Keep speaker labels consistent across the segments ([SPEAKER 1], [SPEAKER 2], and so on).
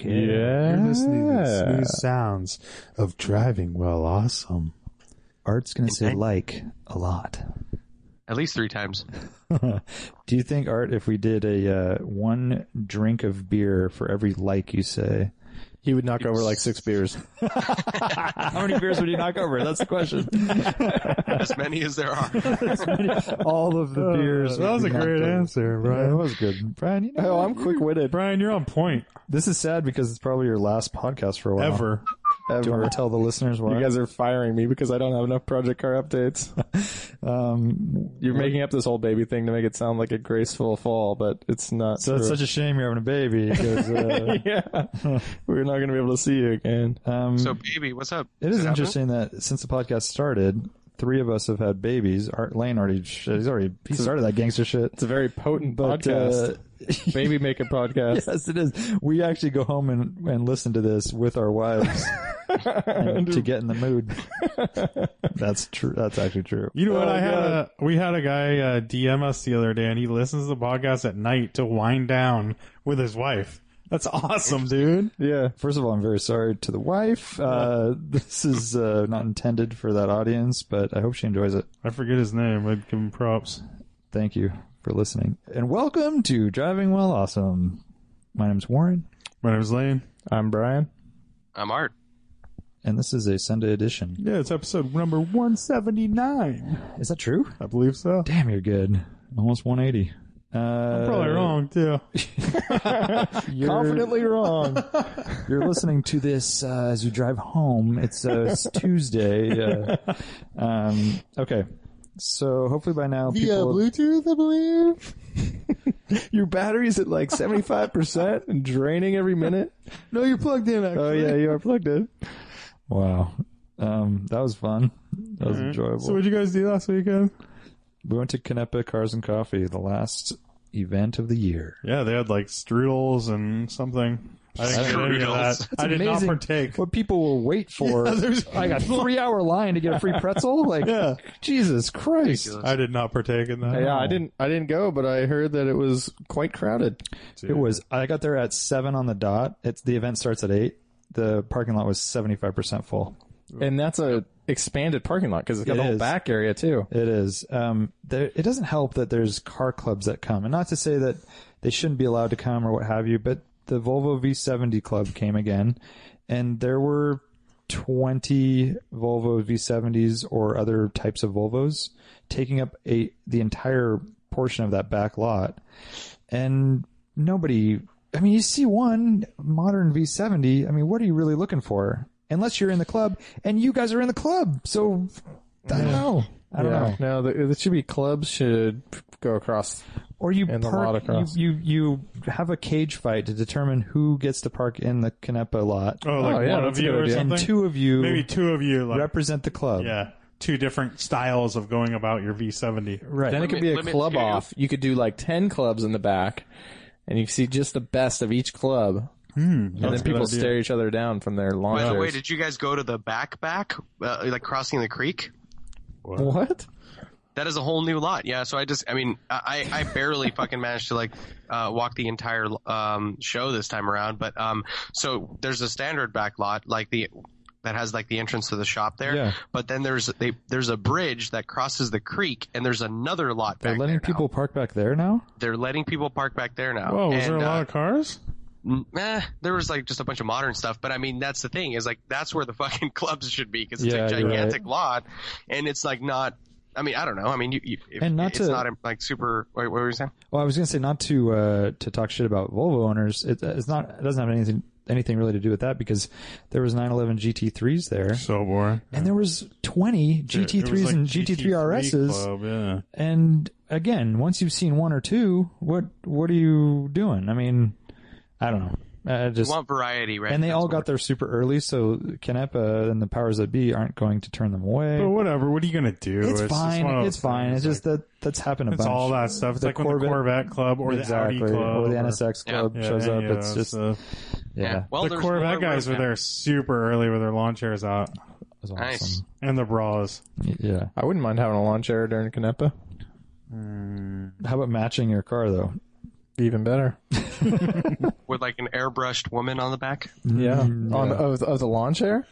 [SPEAKER 1] You're listening to the smooth sounds of driving well awesome.
[SPEAKER 2] Art's going to say
[SPEAKER 3] Okay.
[SPEAKER 2] like a lot.
[SPEAKER 3] At least three times.
[SPEAKER 2] Do you think, Art, if we did a uh, one drink of beer for every like you say,
[SPEAKER 4] He would knock over like six beers.
[SPEAKER 2] how many beers would you knock over? That's the question.
[SPEAKER 3] as many as there are.
[SPEAKER 2] All of the beers.
[SPEAKER 1] Uh, that
[SPEAKER 2] would
[SPEAKER 1] was
[SPEAKER 2] be
[SPEAKER 1] a
[SPEAKER 2] knocked
[SPEAKER 1] great
[SPEAKER 2] over.
[SPEAKER 1] answer,
[SPEAKER 2] Yeah, that
[SPEAKER 1] Brian.
[SPEAKER 2] was good, Brian. You know,
[SPEAKER 1] Oh, I'm quick-witted. Brian, you're on point.
[SPEAKER 2] this is sad because it's probably your last podcast for a while.
[SPEAKER 1] Ever.
[SPEAKER 2] Do you want to tell the listeners why?
[SPEAKER 4] You guys are firing me because I don't have enough Project Car updates.
[SPEAKER 2] um,
[SPEAKER 4] You're making up this whole baby thing to make it sound like a graceful fall, but it's not.
[SPEAKER 2] so it's
[SPEAKER 4] true.
[SPEAKER 2] such a shame you're having a baby. 'cause, uh,
[SPEAKER 4] yeah, we're not going to be able to see you again.
[SPEAKER 2] um,
[SPEAKER 3] So, baby, what's up?
[SPEAKER 2] It is
[SPEAKER 3] happening?
[SPEAKER 2] interesting that since the podcast started, three of us have had babies. Art Lane already shit, he's already he started that gangster shit.
[SPEAKER 4] It's a very potent
[SPEAKER 2] But
[SPEAKER 4] podcast,
[SPEAKER 2] uh,
[SPEAKER 4] baby making podcast,
[SPEAKER 2] yes, it is. We actually go home and, and listen to this with our wives and to get in the mood. That's true. That's actually true.
[SPEAKER 1] You know what?
[SPEAKER 4] Oh,
[SPEAKER 1] I had
[SPEAKER 4] God.
[SPEAKER 1] a we had a guy uh, DM us the other day, and he listens to the podcast at night to wind down with his wife. That's awesome, dude.
[SPEAKER 4] Yeah,
[SPEAKER 2] First of all, I'm very sorry to the wife. Uh, this is uh, not intended for that audience, but I hope she enjoys it.
[SPEAKER 1] I forget his name. I'd give him props.
[SPEAKER 2] Thank you for listening and welcome to Driving Well Awesome. My name's Warren.
[SPEAKER 1] My name's Lane.
[SPEAKER 4] I'm Brian.
[SPEAKER 3] I'm Art.
[SPEAKER 2] And this is a Sunday edition.
[SPEAKER 1] Yeah, it's episode number one seventy nine.
[SPEAKER 2] Is that true?
[SPEAKER 1] I believe so.
[SPEAKER 2] Damn, you're good. Almost 180. Uh, I'm
[SPEAKER 1] Probably wrong too.
[SPEAKER 2] You're,
[SPEAKER 4] Confidently wrong.
[SPEAKER 2] you're listening to this uh, as you drive home. It's, uh, it's Tuesday. Uh, um, okay, so hopefully by now people.
[SPEAKER 4] Bluetooth, I believe. Your battery's at like 75% and draining every minute.
[SPEAKER 1] No, you're plugged in.
[SPEAKER 4] Oh, yeah, you are plugged in.
[SPEAKER 2] wow, um, that was fun. That
[SPEAKER 1] Mm-hmm.
[SPEAKER 2] was enjoyable.
[SPEAKER 1] So, what'd you guys do last weekend?
[SPEAKER 2] we went to Canepa Cars and Coffee, the last event of the year.
[SPEAKER 1] Yeah, they had like strudels and something. I didn't get any of that.
[SPEAKER 3] Strudels.
[SPEAKER 1] I did
[SPEAKER 2] amazing.
[SPEAKER 1] not partake.
[SPEAKER 2] What people will wait for.
[SPEAKER 1] Yeah, there's-
[SPEAKER 2] like a three-hour line to get a free pretzel. Like,
[SPEAKER 1] Yeah.
[SPEAKER 2] Jesus Christ!
[SPEAKER 1] I did not partake in that.
[SPEAKER 4] Yeah, I didn't I didn't go, but I heard that it was quite crowded.
[SPEAKER 2] It was. I got there at seven on the dot. It's the event starts at eight. The parking lot was seventy five percent full.
[SPEAKER 4] And that's a expanded parking lot because it's got
[SPEAKER 2] It
[SPEAKER 4] the whole
[SPEAKER 2] is.
[SPEAKER 4] back area too.
[SPEAKER 2] It is. Um, there, it doesn't help that there's car clubs that come, and not to say that they shouldn't be allowed to come or what have you, but the Volvo V70 club came again, and there were twenty Volvo V70s or other types of Volvos taking up a the entire portion of that back lot, and nobody. I mean, you see one modern V70. I mean, what are you really looking for? Unless you're in the club, and you guys are in the club, so I don't know. I don't know.
[SPEAKER 4] No, the, it should be clubs should go across.
[SPEAKER 2] Or you
[SPEAKER 4] And the lot
[SPEAKER 2] park,
[SPEAKER 4] across.
[SPEAKER 2] you, you you have a cage fight to determine who gets to park in the Canepa lot,
[SPEAKER 1] Oh, like
[SPEAKER 4] Oh, yeah,
[SPEAKER 1] one
[SPEAKER 4] that's
[SPEAKER 1] of
[SPEAKER 4] a
[SPEAKER 1] you
[SPEAKER 4] good
[SPEAKER 1] or
[SPEAKER 4] idea.
[SPEAKER 1] something.
[SPEAKER 2] and two of you
[SPEAKER 1] Maybe two of you. Like,
[SPEAKER 2] represent the club.
[SPEAKER 1] yeah, two different styles of going about your V70.
[SPEAKER 2] Right.
[SPEAKER 4] Then it could
[SPEAKER 3] Limit-
[SPEAKER 4] be a
[SPEAKER 3] limit
[SPEAKER 4] club
[SPEAKER 3] two.
[SPEAKER 4] off. You could do like 10 clubs in the back and you could see just the best of each club. and then
[SPEAKER 1] Hmm, a good
[SPEAKER 4] people
[SPEAKER 1] idea.
[SPEAKER 4] stare each other down from their lawn
[SPEAKER 3] By the way,
[SPEAKER 4] chairs.
[SPEAKER 3] did you guys go to the back back, uh, like crossing the creek?
[SPEAKER 4] What?
[SPEAKER 3] That is a whole new lot. Yeah. So I just, I mean, I, I barely fucking managed to like uh, walk the entire um, show this time around. But um, so there's a standard back lot, like the that has like the entrance to the shop there.
[SPEAKER 2] Yeah.
[SPEAKER 3] But then there's they, there's a bridge that crosses the creek, and there's another lot.
[SPEAKER 2] They're
[SPEAKER 3] back
[SPEAKER 2] letting
[SPEAKER 3] there now.
[SPEAKER 2] people park back there now.
[SPEAKER 3] They're letting people park back there now.
[SPEAKER 1] Oh, was
[SPEAKER 3] And,
[SPEAKER 1] there a
[SPEAKER 3] uh,
[SPEAKER 1] lot of cars?
[SPEAKER 3] Mm, eh, there was like just a bunch of modern stuff, but I mean that's the thing is like that's where the fucking clubs should be because it's
[SPEAKER 2] Yeah,
[SPEAKER 3] a
[SPEAKER 2] you're
[SPEAKER 3] gigantic lot, and it's like not. I mean I don't know. I mean you, you if,
[SPEAKER 2] And not
[SPEAKER 3] it's
[SPEAKER 2] to-
[SPEAKER 3] not like super. What, what were you saying?
[SPEAKER 2] Well, I was going to say not to uh, to talk shit about Volvo owners. It, uh, it's not. It doesn't have anything anything really to do with that because there was 911 GT3s there,
[SPEAKER 1] So boring.
[SPEAKER 2] and there was 20
[SPEAKER 1] It was
[SPEAKER 2] GT3s
[SPEAKER 1] like
[SPEAKER 2] and GT3 RSs.
[SPEAKER 1] Club, yeah.
[SPEAKER 2] And again, once you've seen one or two, what what are you doing? I mean, I don't know. I
[SPEAKER 3] You
[SPEAKER 2] just
[SPEAKER 3] want variety, right?
[SPEAKER 2] and they
[SPEAKER 3] That's
[SPEAKER 2] all
[SPEAKER 3] what
[SPEAKER 2] got there super early, so Canepa and the powers that be aren't going to turn them away.
[SPEAKER 1] But whatever. What are you gonna do?
[SPEAKER 2] it's,
[SPEAKER 1] just
[SPEAKER 2] fine.
[SPEAKER 1] one of those
[SPEAKER 2] It's fine.
[SPEAKER 1] things,
[SPEAKER 2] It's just
[SPEAKER 1] like,
[SPEAKER 2] that that's happened a
[SPEAKER 1] it's
[SPEAKER 2] bunch.
[SPEAKER 1] all that stuff. It's
[SPEAKER 2] The
[SPEAKER 1] like when the
[SPEAKER 2] Corvette-
[SPEAKER 1] Corvette Club or
[SPEAKER 2] exactly,
[SPEAKER 1] the Audi Club
[SPEAKER 2] or the NSX
[SPEAKER 3] Yeah.
[SPEAKER 2] Club
[SPEAKER 1] yeah,
[SPEAKER 2] shows
[SPEAKER 1] any
[SPEAKER 2] up.
[SPEAKER 1] of
[SPEAKER 2] It's
[SPEAKER 1] those,
[SPEAKER 2] just
[SPEAKER 1] uh,
[SPEAKER 3] we're-
[SPEAKER 2] yeah,
[SPEAKER 3] Well,
[SPEAKER 1] the
[SPEAKER 3] there's
[SPEAKER 1] Corvette
[SPEAKER 3] more
[SPEAKER 1] guys
[SPEAKER 3] room
[SPEAKER 1] were there super early with their lawn chairs out
[SPEAKER 2] it was awesome.
[SPEAKER 3] Nice.
[SPEAKER 1] and the bras.
[SPEAKER 2] Yeah.
[SPEAKER 4] I wouldn't mind having a lawn chair during Canepa.
[SPEAKER 1] Mm,
[SPEAKER 2] How about matching your car though?
[SPEAKER 1] Even better.
[SPEAKER 3] with like an airbrushed woman on the back.
[SPEAKER 4] Yeah.
[SPEAKER 2] Mm,
[SPEAKER 4] On
[SPEAKER 2] yeah.
[SPEAKER 4] of, of the lawn chair.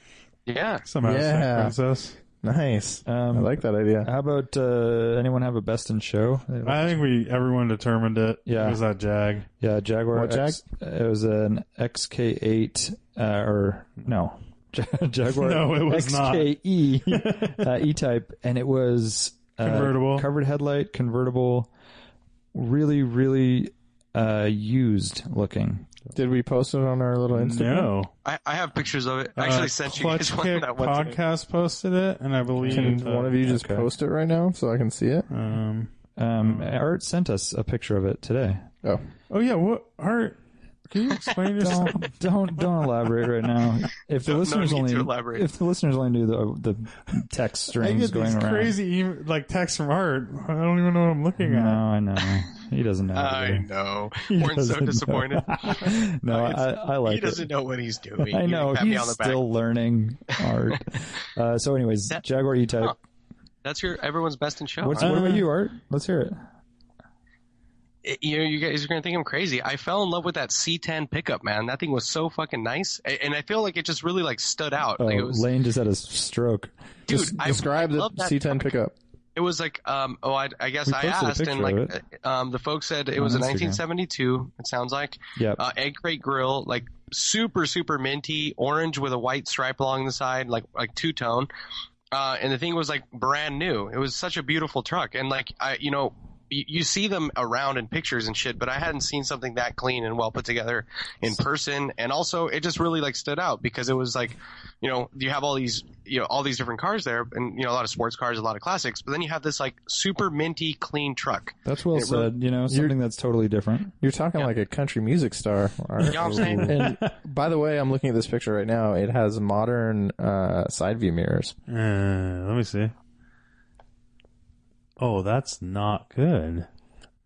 [SPEAKER 3] Yeah.
[SPEAKER 1] Somehow,
[SPEAKER 4] Yeah.
[SPEAKER 1] princess.
[SPEAKER 4] Nice.
[SPEAKER 2] Um,
[SPEAKER 4] I like that idea.
[SPEAKER 2] How about uh, anyone have a best in show?
[SPEAKER 1] I think we everyone determined it.
[SPEAKER 2] Yeah.
[SPEAKER 1] It was that Jag.
[SPEAKER 2] yeah, Jaguar.
[SPEAKER 4] What, Jag?
[SPEAKER 2] X- it was an XK8 uh, or no, Ja- Jaguar.
[SPEAKER 1] No, it was not.
[SPEAKER 2] XKE uh, E-type, and it was uh,
[SPEAKER 1] Convertible.
[SPEAKER 2] covered headlight, convertible, really, really uh, used looking.
[SPEAKER 4] Did we post it on our little Instagram?
[SPEAKER 1] No.
[SPEAKER 3] I, I have pictures of it. I actually sent you
[SPEAKER 1] Uh, Clutch
[SPEAKER 3] guys one
[SPEAKER 1] Kick
[SPEAKER 3] that one.
[SPEAKER 1] podcast posted it, and I believe
[SPEAKER 4] Can
[SPEAKER 1] that-
[SPEAKER 4] one of you just
[SPEAKER 2] okay.
[SPEAKER 4] post it right now so I can see it?
[SPEAKER 1] Um,
[SPEAKER 2] Um, Art sent us a picture of it today.
[SPEAKER 4] Oh,
[SPEAKER 1] oh yeah, what art? Can you explain yourself?
[SPEAKER 2] Don't don't don't elaborate right now. If the
[SPEAKER 3] No- no
[SPEAKER 2] listeners
[SPEAKER 3] need
[SPEAKER 2] only
[SPEAKER 3] to elaborate.
[SPEAKER 2] if the listeners only knew the the text
[SPEAKER 1] I
[SPEAKER 2] strings
[SPEAKER 1] get
[SPEAKER 2] going
[SPEAKER 1] these
[SPEAKER 2] around.
[SPEAKER 1] crazy em- like texts from art. I don't even know what I'm looking
[SPEAKER 2] No,
[SPEAKER 1] at.
[SPEAKER 2] I know. He doesn't know.
[SPEAKER 3] I
[SPEAKER 2] either.
[SPEAKER 3] know. Warren's so
[SPEAKER 2] doesn't know.
[SPEAKER 3] disappointed.
[SPEAKER 2] No,
[SPEAKER 3] it's-
[SPEAKER 2] I, I like
[SPEAKER 3] he doesn't know what he's doing.
[SPEAKER 2] it. I
[SPEAKER 3] You
[SPEAKER 2] know
[SPEAKER 3] pat me
[SPEAKER 2] he's
[SPEAKER 3] on the back.
[SPEAKER 2] still learning art. uh, so, anyways,
[SPEAKER 3] That- Oh,
[SPEAKER 2] Jaguar E-Type.
[SPEAKER 3] Huh. That's your everyone's best in show.
[SPEAKER 2] What's
[SPEAKER 3] I-
[SPEAKER 2] what
[SPEAKER 1] Uh,
[SPEAKER 2] about you, Art? Let's hear it.
[SPEAKER 3] it- you know, you guys are gonna think I'm crazy. I fell in love with that C10 pickup, man. That thing was so fucking nice, A- and I feel like it just really like stood out.
[SPEAKER 2] Oh,
[SPEAKER 3] like it was,
[SPEAKER 2] Lane just had a stroke.
[SPEAKER 3] dude.
[SPEAKER 4] Des-
[SPEAKER 3] I,
[SPEAKER 4] describe
[SPEAKER 3] I
[SPEAKER 4] the
[SPEAKER 3] love that
[SPEAKER 4] C10
[SPEAKER 3] truck.
[SPEAKER 4] pickup.
[SPEAKER 3] It was like, um, oh, I, I guess
[SPEAKER 2] We
[SPEAKER 3] I
[SPEAKER 2] posted a
[SPEAKER 3] asked, and
[SPEAKER 2] picture
[SPEAKER 3] like,
[SPEAKER 2] of
[SPEAKER 3] uh, um, the folks said it was a
[SPEAKER 2] On Instagram.
[SPEAKER 3] 1972. It sounds like
[SPEAKER 2] Yep.
[SPEAKER 3] uh, egg crate grill, like super super minty, orange with a white stripe along the side, like like two tone. Uh, and the thing was like brand new. It was such a beautiful truck, and like I, you know, you, you see them around in pictures and shit, but I hadn't seen something that clean and well put together in person. And also, it just really like stood out because it was like, you know, you have all these, you know, all these different cars there, and you know, a lot of sports cars, a lot of classics, but then you have this like super minty clean truck.
[SPEAKER 2] that's well
[SPEAKER 3] it really-
[SPEAKER 2] said. You know, something that's totally different.
[SPEAKER 4] You're talking like a country music star. Art.
[SPEAKER 3] You know what I'm saying?
[SPEAKER 4] and by the way, I'm looking at this picture right now. It has modern uh, side view mirrors.
[SPEAKER 1] Uh, let me see. Oh, that's not good.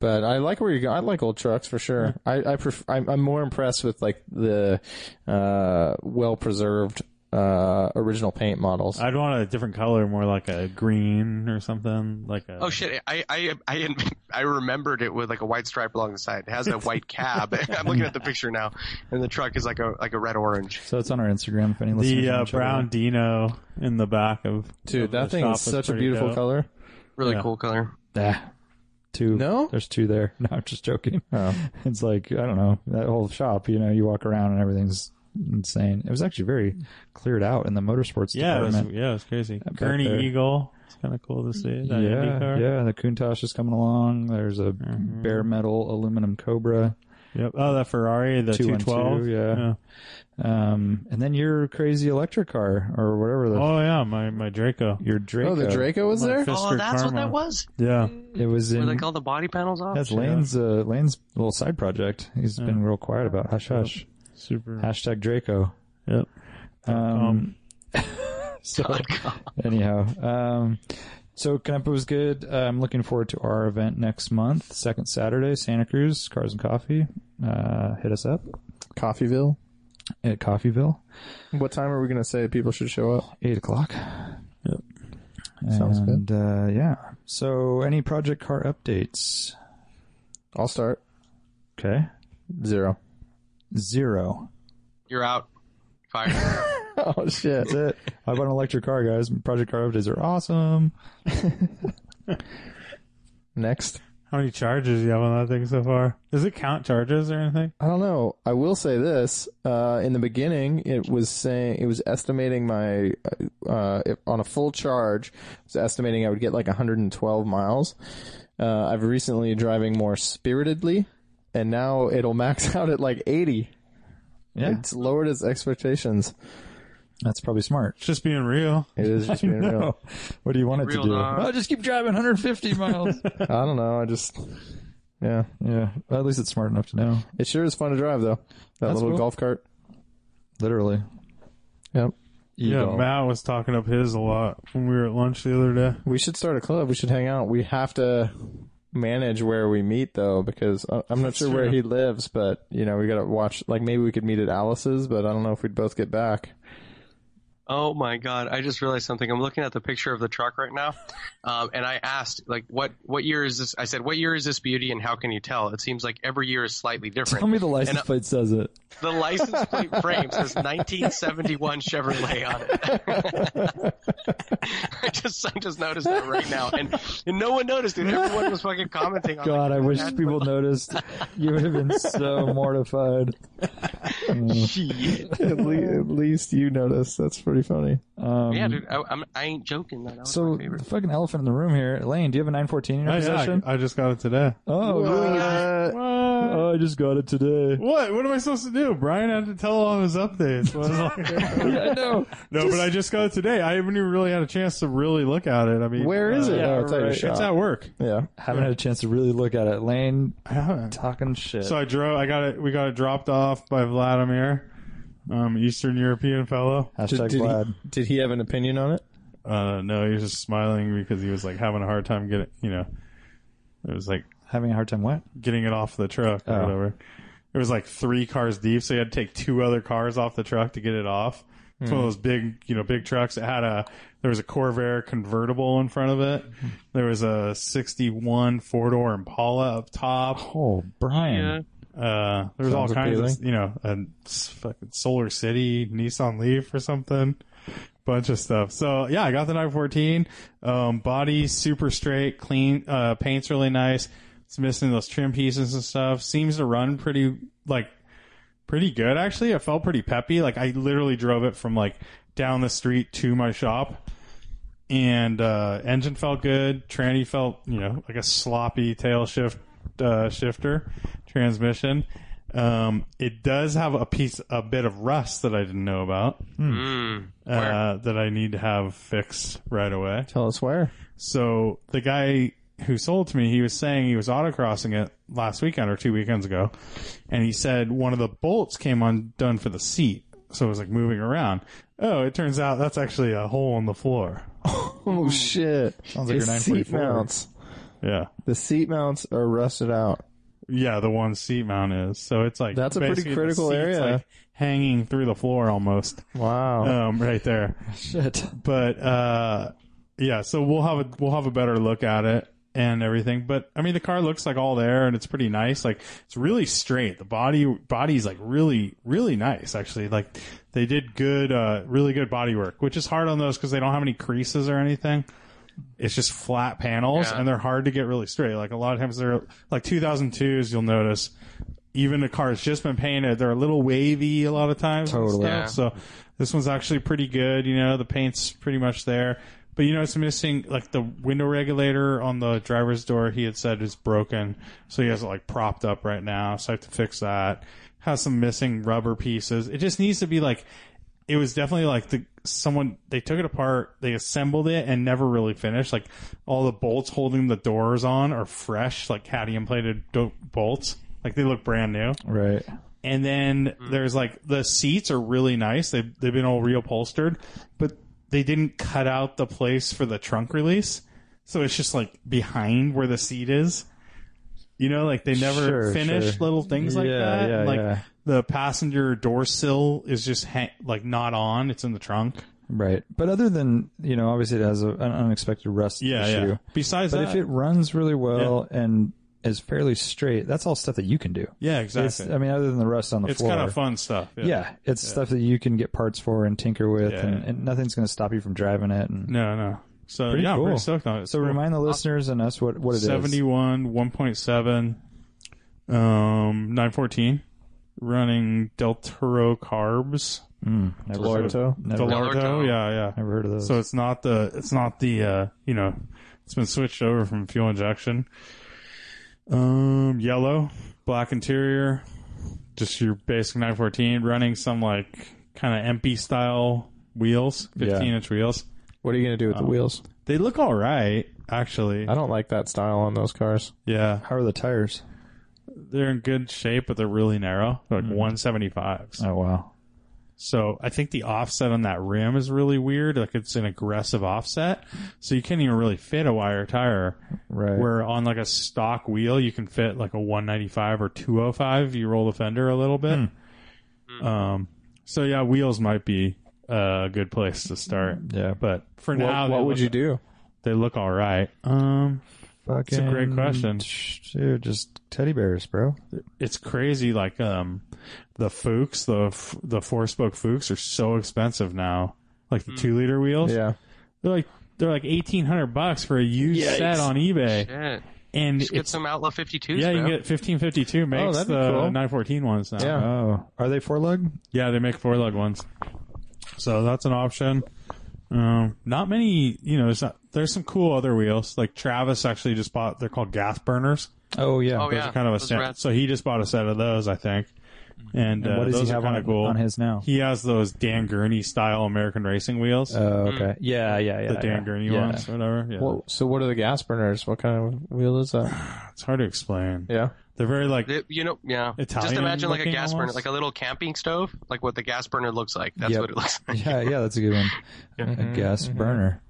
[SPEAKER 4] But I like where you go. I like old trucks for sure. I, I pref- I'm, I'm more impressed with like the uh, well preserved uh, original paint models.
[SPEAKER 1] I'd want a different color, more like a green or something, like a.
[SPEAKER 3] Oh shit! I I I I remembered it with like a white stripe along the side. It has a white cab. I'm looking at the picture now, and the truck is like a like a red orange.
[SPEAKER 2] So it's on our Instagram. If any listeners
[SPEAKER 1] The uh,
[SPEAKER 2] wanna check it out.
[SPEAKER 1] brown Dino in the back of of
[SPEAKER 4] Dude,
[SPEAKER 1] the
[SPEAKER 4] that thing
[SPEAKER 1] shop
[SPEAKER 4] is such a
[SPEAKER 1] pretty
[SPEAKER 4] beautiful
[SPEAKER 1] dope.
[SPEAKER 4] color.
[SPEAKER 3] Really
[SPEAKER 1] Yeah.
[SPEAKER 3] cool color.
[SPEAKER 2] Ah, two.
[SPEAKER 4] No?
[SPEAKER 2] there's two there. No, I'm just joking.
[SPEAKER 4] Oh.
[SPEAKER 2] It's like I don't know that whole shop. You know, you walk around and everything's insane. It was actually very cleared out in the motorsports
[SPEAKER 1] Yeah, it was,
[SPEAKER 2] department.
[SPEAKER 1] yeah, it was crazy.
[SPEAKER 2] bet
[SPEAKER 1] Kearney
[SPEAKER 2] they're-
[SPEAKER 1] Eagle. It's kind of cool to see. That Indy
[SPEAKER 2] yeah,
[SPEAKER 1] car. Mm-hmm.
[SPEAKER 2] yeah. The Countach is coming along. There's a bare metal aluminum Cobra.
[SPEAKER 1] Yep. Oh, that Ferrari, the
[SPEAKER 2] 212,
[SPEAKER 1] 212.
[SPEAKER 2] yeah. Um, and then your crazy electric car or whatever the
[SPEAKER 1] Oh, yeah, my, my Draco.
[SPEAKER 2] your Draco.
[SPEAKER 4] Oh, the Draco was there.
[SPEAKER 1] Fist
[SPEAKER 3] Oh,
[SPEAKER 1] for
[SPEAKER 3] that's what
[SPEAKER 1] karma.
[SPEAKER 3] that was.
[SPEAKER 1] Yeah.
[SPEAKER 2] It was
[SPEAKER 3] Where
[SPEAKER 2] in.
[SPEAKER 3] like all the body panels off.
[SPEAKER 2] That's Lane's uh, Lane's little side project. He's been real quiet about hush hush.
[SPEAKER 1] Super.
[SPEAKER 2] Hashtag Draco.
[SPEAKER 1] Yep.
[SPEAKER 2] Um, so anyhow, um, so Canepa was good. Uh, I'm looking forward to our event next month, second Saturday, Santa Cruz, Cars and Coffee. Uh, hit us up
[SPEAKER 4] Coffeeville.
[SPEAKER 2] at Coffeeville,
[SPEAKER 4] What time are we gonna say people should show up?
[SPEAKER 2] eight o'clock.
[SPEAKER 1] Yep.
[SPEAKER 2] Sounds
[SPEAKER 4] Sounds
[SPEAKER 2] and, good. Uh, yeah. So any project car updates?
[SPEAKER 4] I'll start
[SPEAKER 2] Okay.
[SPEAKER 4] zero.
[SPEAKER 2] Zero.
[SPEAKER 3] You're out. Fire.
[SPEAKER 4] Oh shit!
[SPEAKER 2] That's it. I bought an electric car, guys. Project car updates are awesome.
[SPEAKER 4] Next,
[SPEAKER 1] How many charges you have on that thing so far? Does it count charges or anything?
[SPEAKER 4] I don't know. I will say this: uh, in the beginning, it was saying it was estimating my uh, if, on a full charge. It was estimating I would get like 112 miles. Uh, I've recently driving more spiritedly, and now it'll max out at like 80.
[SPEAKER 2] Yeah,
[SPEAKER 4] It's lowered its expectations.
[SPEAKER 2] that's probably smart.
[SPEAKER 1] It's just being real.
[SPEAKER 4] It is just being real.
[SPEAKER 2] What do you want it to
[SPEAKER 3] Real
[SPEAKER 2] do?
[SPEAKER 3] dog.
[SPEAKER 2] Oh, just keep driving 150 miles.
[SPEAKER 4] I don't know. I just yeah.
[SPEAKER 2] yeah, at least it's smart enough to know.
[SPEAKER 4] It sure is fun to drive though. That
[SPEAKER 2] That's
[SPEAKER 4] little
[SPEAKER 2] cool.
[SPEAKER 4] golf cart.
[SPEAKER 2] Literally.
[SPEAKER 4] Yep.
[SPEAKER 1] Yeah,
[SPEAKER 2] Eagle.
[SPEAKER 1] Matt was talking up his a lot when we were at lunch the other day.
[SPEAKER 4] We should start a club. We should hang out. We have to manage where we meet though, because I- I'm not sure where
[SPEAKER 1] true.
[SPEAKER 4] he lives, but you know, we gotta watch, like maybe we could meet at Alice's, but I don't know if we'd both get back.
[SPEAKER 3] Oh my god! I just realized something. I'm looking at the picture of the truck right now, um, and I asked, like, what what year is this? I said, what year is this beauty, and how can you tell? It seems like every year is slightly different.
[SPEAKER 2] Tell me the license
[SPEAKER 3] And, uh,
[SPEAKER 2] plate says it.
[SPEAKER 3] the license plate frame says 1971 Chevrolet on it. I just I just noticed that right now, and, and no one noticed it. Everyone was fucking commenting. on
[SPEAKER 2] God,
[SPEAKER 3] like,
[SPEAKER 2] I wish
[SPEAKER 3] "That's
[SPEAKER 2] people noticed. You would have been so mortified.
[SPEAKER 3] shit."
[SPEAKER 4] at, le- at least you noticed. That's pretty funny.
[SPEAKER 2] Um,
[SPEAKER 3] Yeah, dude, I, I'm, I ain't joking. That, that was
[SPEAKER 2] so
[SPEAKER 3] my
[SPEAKER 2] the
[SPEAKER 3] favorite.
[SPEAKER 2] fucking elephant in the room here, Lane. Do you have an 914 in your
[SPEAKER 1] Oh, yeah,
[SPEAKER 2] possession?
[SPEAKER 1] I I just got it today.
[SPEAKER 2] Oh,
[SPEAKER 4] Uh,
[SPEAKER 1] What?
[SPEAKER 2] oh, I just got it today.
[SPEAKER 1] What? What am I supposed to do? Brian had to tell all his updates. What was I-
[SPEAKER 2] yeah, I know.
[SPEAKER 1] no, but I just got it today. I haven't even really had a chance to really look at it. I mean,
[SPEAKER 4] where is it?
[SPEAKER 2] yeah,
[SPEAKER 4] oh, it's at your
[SPEAKER 2] right.
[SPEAKER 4] shop.
[SPEAKER 1] It's at work.
[SPEAKER 4] yeah.
[SPEAKER 2] Haven't had a chance to really look at it. Lane
[SPEAKER 1] I haven't.
[SPEAKER 2] talking shit.
[SPEAKER 1] So I drove. I got it. We got it dropped off by Vladimir, um, Eastern European fellow.
[SPEAKER 2] Hashtag
[SPEAKER 4] did,
[SPEAKER 2] Vlad.
[SPEAKER 4] he, did he have an opinion on it?
[SPEAKER 1] Uh, no, he was just smiling because he was like having a hard time getting. You know, it was like
[SPEAKER 2] Having a hard time what?
[SPEAKER 1] getting it off the truck or
[SPEAKER 2] Oh.
[SPEAKER 1] whatever. It was like three cars deep, so you had to take two other cars off the truck to get it off. It's one of those big, you know, big trucks. It had a there was a Corvair convertible in front of it. There was a '61 four door Impala up top.
[SPEAKER 2] Oh,
[SPEAKER 3] yeah.
[SPEAKER 2] Brian.
[SPEAKER 1] Uh, there was all
[SPEAKER 4] Sounds
[SPEAKER 1] kinds of,
[SPEAKER 4] appealing.
[SPEAKER 1] you know, a s- fucking Solar City Nissan Leaf or something, bunch of stuff. So yeah, I got the 914. Um, body super straight, clean. Uh, paint's really nice. It's missing those trim pieces and stuff. Seems to run pretty like pretty good actually. It felt pretty peppy. Like I literally drove it from like down the street to my shop. And uh, engine felt good. Tranny felt, you know, like a sloppy tail shift uh, shifter transmission. Um, it does have a piece, a bit of rust that I didn't know about
[SPEAKER 3] Mm.
[SPEAKER 1] uh, that I need to have fixed right away.
[SPEAKER 4] Tell us where.
[SPEAKER 1] So the guy who sold to me, he was saying he was autocrossing it last weekend or two weekends ago, and he said one of the bolts came undone for the seat, so it was like moving around. Oh, it turns out that's actually a hole in the floor.
[SPEAKER 4] Oh shit! Sounds
[SPEAKER 2] Hmm. like
[SPEAKER 4] the
[SPEAKER 2] your
[SPEAKER 4] seat
[SPEAKER 2] 944.
[SPEAKER 4] mounts.
[SPEAKER 1] Yeah,
[SPEAKER 4] The seat mounts are rusted out.
[SPEAKER 1] yeah, the one seat mount is. So it's like
[SPEAKER 4] That's a pretty
[SPEAKER 1] basically the
[SPEAKER 4] critical
[SPEAKER 1] seat's,
[SPEAKER 4] area.
[SPEAKER 1] like, hanging through the floor almost.
[SPEAKER 4] Wow.
[SPEAKER 2] Uh,
[SPEAKER 1] Um, right there.
[SPEAKER 2] Shit.
[SPEAKER 1] but uh yeah so we'll have a we'll have a better look at it and everything but i mean the car looks like all there and it's pretty nice like it's really straight the body body's like really really nice actually like they did good uh really good body work which is hard on those because they don't have any creases or anything it's just flat panels
[SPEAKER 3] Yeah.
[SPEAKER 1] and they're hard to get really straight like a lot of times they're like 2002s you'll notice even a car that's just been painted, they're a little wavy a lot of times. and
[SPEAKER 2] Totally.
[SPEAKER 1] stuff.
[SPEAKER 3] Yeah.
[SPEAKER 1] So this one's actually pretty good. You know, the paint's pretty much there, but you know, it's missing like the window regulator on the driver's door. He had said is broken, so he has it like propped up right now. So I have to fix that. Has some missing rubber pieces. It just needs to be like. It was definitely like the someone they took it apart, they assembled it, and never really finished. Like all the bolts holding the doors on are fresh, like cadmium plated dope bolts. Like they look brand new.
[SPEAKER 2] Right.
[SPEAKER 1] And then there's like the seats are really nice. They've they've been all reupholstered, but they didn't cut out the place for the trunk release. So it's just like behind where the seat is. You know, like they never
[SPEAKER 2] Sure,
[SPEAKER 1] finish
[SPEAKER 2] sure.
[SPEAKER 1] little things like
[SPEAKER 2] Yeah,
[SPEAKER 1] that.
[SPEAKER 2] yeah,
[SPEAKER 1] And, like
[SPEAKER 2] yeah.
[SPEAKER 1] the passenger door sill is just hang- like not on. It's in the trunk.
[SPEAKER 2] Right. But other than, you know, obviously it has a, an unexpected rust issue.
[SPEAKER 1] Besides
[SPEAKER 2] But
[SPEAKER 1] that,
[SPEAKER 2] if it runs really well and is fairly straight, that's all stuff that you can do.
[SPEAKER 1] yeah,
[SPEAKER 2] It's,
[SPEAKER 1] exactly.
[SPEAKER 2] I mean, other than the rust on the
[SPEAKER 1] It's
[SPEAKER 2] floor.
[SPEAKER 1] kind of fun stuff.
[SPEAKER 2] Yeah, it's stuff that you can get parts for and tinker with,
[SPEAKER 1] Yeah.
[SPEAKER 2] and, and nothing's going to stop you from driving it. And
[SPEAKER 1] No, no. So
[SPEAKER 2] Pretty
[SPEAKER 1] yeah, I'm
[SPEAKER 2] cool.
[SPEAKER 1] pretty stoked on it.
[SPEAKER 2] so,
[SPEAKER 1] Cool.
[SPEAKER 2] remind the listeners and us what what it is.
[SPEAKER 1] 71 1.7 um 914 running del toro carbs
[SPEAKER 2] Mm, never,
[SPEAKER 4] Lorto.
[SPEAKER 2] never,
[SPEAKER 1] del Orto,
[SPEAKER 3] Del Orto.
[SPEAKER 1] yeah yeah
[SPEAKER 2] never heard of those.
[SPEAKER 1] so it's not the it's not the uh you know it's been switched over from fuel injection um yellow black interior just your basic 914 running some like kind of empty style wheels 15 inch wheels
[SPEAKER 4] What are you gonna do with the wheels?
[SPEAKER 1] they look all right actually
[SPEAKER 4] I don't like that style on those cars.
[SPEAKER 1] yeah
[SPEAKER 2] How are the tires?
[SPEAKER 1] they're in good shape, but they're really narrow, They're
[SPEAKER 4] Mm-hmm.
[SPEAKER 1] like 175s.
[SPEAKER 2] Oh wow,
[SPEAKER 1] So I think the offset on that rim is really weird. Like it's an aggressive offset, so you can't even really fit a wire tire.
[SPEAKER 2] right?
[SPEAKER 1] Where on like a stock wheel, you can fit like a 195 or
[SPEAKER 4] Hmm.
[SPEAKER 1] 205. You roll the fender a little bit. Um, so yeah, wheels might be uh, a good place to start.
[SPEAKER 2] Yeah, but
[SPEAKER 1] But for
[SPEAKER 4] What,
[SPEAKER 1] now,
[SPEAKER 4] what
[SPEAKER 1] they
[SPEAKER 4] would
[SPEAKER 1] look-
[SPEAKER 4] you do?
[SPEAKER 1] They look all right. Um,
[SPEAKER 2] fucking,
[SPEAKER 1] a great question.
[SPEAKER 2] Dude, just teddy bears, bro.
[SPEAKER 1] it's crazy. Like um, the Fuchs, the f- the four spoke Fuchs are so expensive now. Like
[SPEAKER 3] Mm.
[SPEAKER 1] the two liter wheels,
[SPEAKER 4] Yeah.
[SPEAKER 1] they're like they're like eighteen hundred bucks for a used set on eBay,
[SPEAKER 3] Shit.
[SPEAKER 1] and
[SPEAKER 3] Just get
[SPEAKER 1] it's,
[SPEAKER 3] some Outlaw 52s,
[SPEAKER 1] yeah, you
[SPEAKER 3] bro.
[SPEAKER 1] can get fifteen fifty two makes
[SPEAKER 4] Oh, that'd be
[SPEAKER 1] the
[SPEAKER 4] cool.
[SPEAKER 1] nine fourteen ones now.
[SPEAKER 4] Yeah.
[SPEAKER 2] Oh, are they four lug?
[SPEAKER 1] Yeah, they make four lug ones. So that's an option. Um, not many, you know, there's, not, there's some cool other wheels. Like Travis actually just bought, they're called gas burners.
[SPEAKER 2] Oh yeah.
[SPEAKER 3] Oh,
[SPEAKER 1] Those
[SPEAKER 3] yeah.
[SPEAKER 1] are kind of a
[SPEAKER 3] those Mm-hmm.
[SPEAKER 1] set.
[SPEAKER 3] rad.
[SPEAKER 1] So he just bought a set of those, I think.
[SPEAKER 2] And
[SPEAKER 1] And, uh,
[SPEAKER 2] what does
[SPEAKER 1] those
[SPEAKER 2] he
[SPEAKER 1] are
[SPEAKER 2] have on,
[SPEAKER 1] kind of cool.
[SPEAKER 2] on his now?
[SPEAKER 1] He has those Dan Gurney style American racing wheels.
[SPEAKER 2] Oh, okay. Yeah, yeah, yeah.
[SPEAKER 1] the Dan
[SPEAKER 2] yeah.
[SPEAKER 1] Gurney
[SPEAKER 2] yeah.
[SPEAKER 1] ones, whatever. Yeah.
[SPEAKER 4] Well, so what are the gas burners? What kind of wheel is that?
[SPEAKER 1] it's hard to explain.
[SPEAKER 4] Yeah.
[SPEAKER 1] They're very like,
[SPEAKER 3] It- you know, yeah.
[SPEAKER 1] Italian
[SPEAKER 3] Just imagine like a
[SPEAKER 1] looking
[SPEAKER 3] gas burner,
[SPEAKER 1] almost?
[SPEAKER 3] like a little camping stove, like what the gas burner looks like. That's
[SPEAKER 2] Yep.
[SPEAKER 3] what it looks like.
[SPEAKER 2] Yeah, yeah, that's a good one. a gas burner.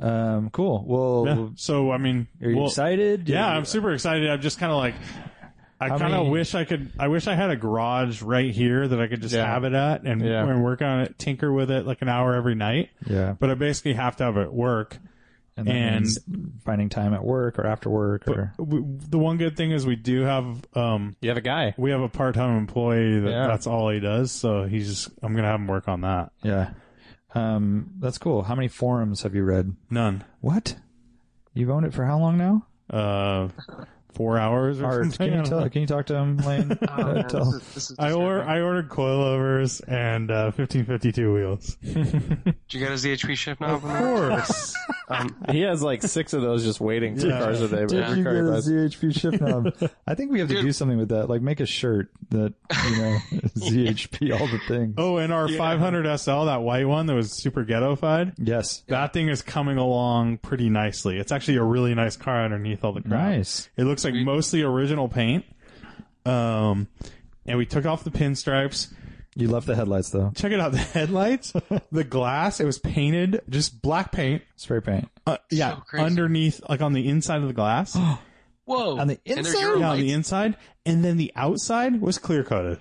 [SPEAKER 2] Um, cool. Well,
[SPEAKER 1] yeah. so I mean,
[SPEAKER 2] are you
[SPEAKER 1] well-
[SPEAKER 2] excited?
[SPEAKER 1] Yeah, I'm super excited. I'm just kind of like, I kind of
[SPEAKER 2] many-
[SPEAKER 1] wish I could. I wish I had a garage right here that I could just
[SPEAKER 4] Yeah.
[SPEAKER 1] have it at and,
[SPEAKER 4] Yeah.
[SPEAKER 1] and work on it, tinker with it like an hour every night.
[SPEAKER 2] yeah.
[SPEAKER 1] But I basically have to have it at work.
[SPEAKER 2] And, that
[SPEAKER 1] and-
[SPEAKER 2] means finding time at work or after work or
[SPEAKER 1] W- The one good thing is we do have um
[SPEAKER 4] You have a guy.
[SPEAKER 1] we have a part time employee that
[SPEAKER 4] Yeah.
[SPEAKER 1] that's all he does. So he's just I'm gonna have him work on that.
[SPEAKER 2] yeah. Um, that's cool. How many forums have you read?
[SPEAKER 1] None.
[SPEAKER 2] What? You've owned it for how long now?
[SPEAKER 1] Uh, four hours or
[SPEAKER 2] Or
[SPEAKER 1] something.
[SPEAKER 2] can
[SPEAKER 1] I
[SPEAKER 2] you
[SPEAKER 1] don't
[SPEAKER 2] tell?
[SPEAKER 1] know.
[SPEAKER 2] Can you talk to him, Lane?
[SPEAKER 1] Oh,
[SPEAKER 2] Uh, tell-
[SPEAKER 3] Oh, this is, this is
[SPEAKER 1] I, or,
[SPEAKER 3] disturbing.
[SPEAKER 1] I ordered coilovers and uh, 1552 wheels.
[SPEAKER 3] Do you got his HP shift
[SPEAKER 1] Of
[SPEAKER 3] knob?
[SPEAKER 1] course.
[SPEAKER 3] Um,
[SPEAKER 4] He has like six of those just waiting. Two
[SPEAKER 1] Yeah.
[SPEAKER 4] cars a day.
[SPEAKER 2] Did
[SPEAKER 4] every
[SPEAKER 2] you
[SPEAKER 4] car
[SPEAKER 2] get
[SPEAKER 4] he
[SPEAKER 2] a
[SPEAKER 4] buys.
[SPEAKER 2] ZHP shift knob? I think we have to
[SPEAKER 3] Dude.
[SPEAKER 2] do something with that. Like make a shirt that you know ZHP all the things.
[SPEAKER 1] Oh, and our 500 SL, that white one that was super ghettofied,
[SPEAKER 2] Yes.
[SPEAKER 1] that thing is coming along pretty nicely. It's actually a really nice car underneath all the crap.
[SPEAKER 2] Nice.
[SPEAKER 1] It looks like mostly original paint. Um, and we took off the pinstripes.
[SPEAKER 2] You left the headlights though.
[SPEAKER 1] Check it out. The headlights, the glass, it was painted just black paint.
[SPEAKER 2] Spray paint.
[SPEAKER 1] Uh, yeah,
[SPEAKER 3] So crazy.
[SPEAKER 1] underneath, like on the inside of the glass. yeah,
[SPEAKER 3] whoa.
[SPEAKER 2] On the
[SPEAKER 3] And there's
[SPEAKER 2] inside?
[SPEAKER 3] your
[SPEAKER 1] on the
[SPEAKER 3] lights.
[SPEAKER 1] inside. And then the outside was clear coated.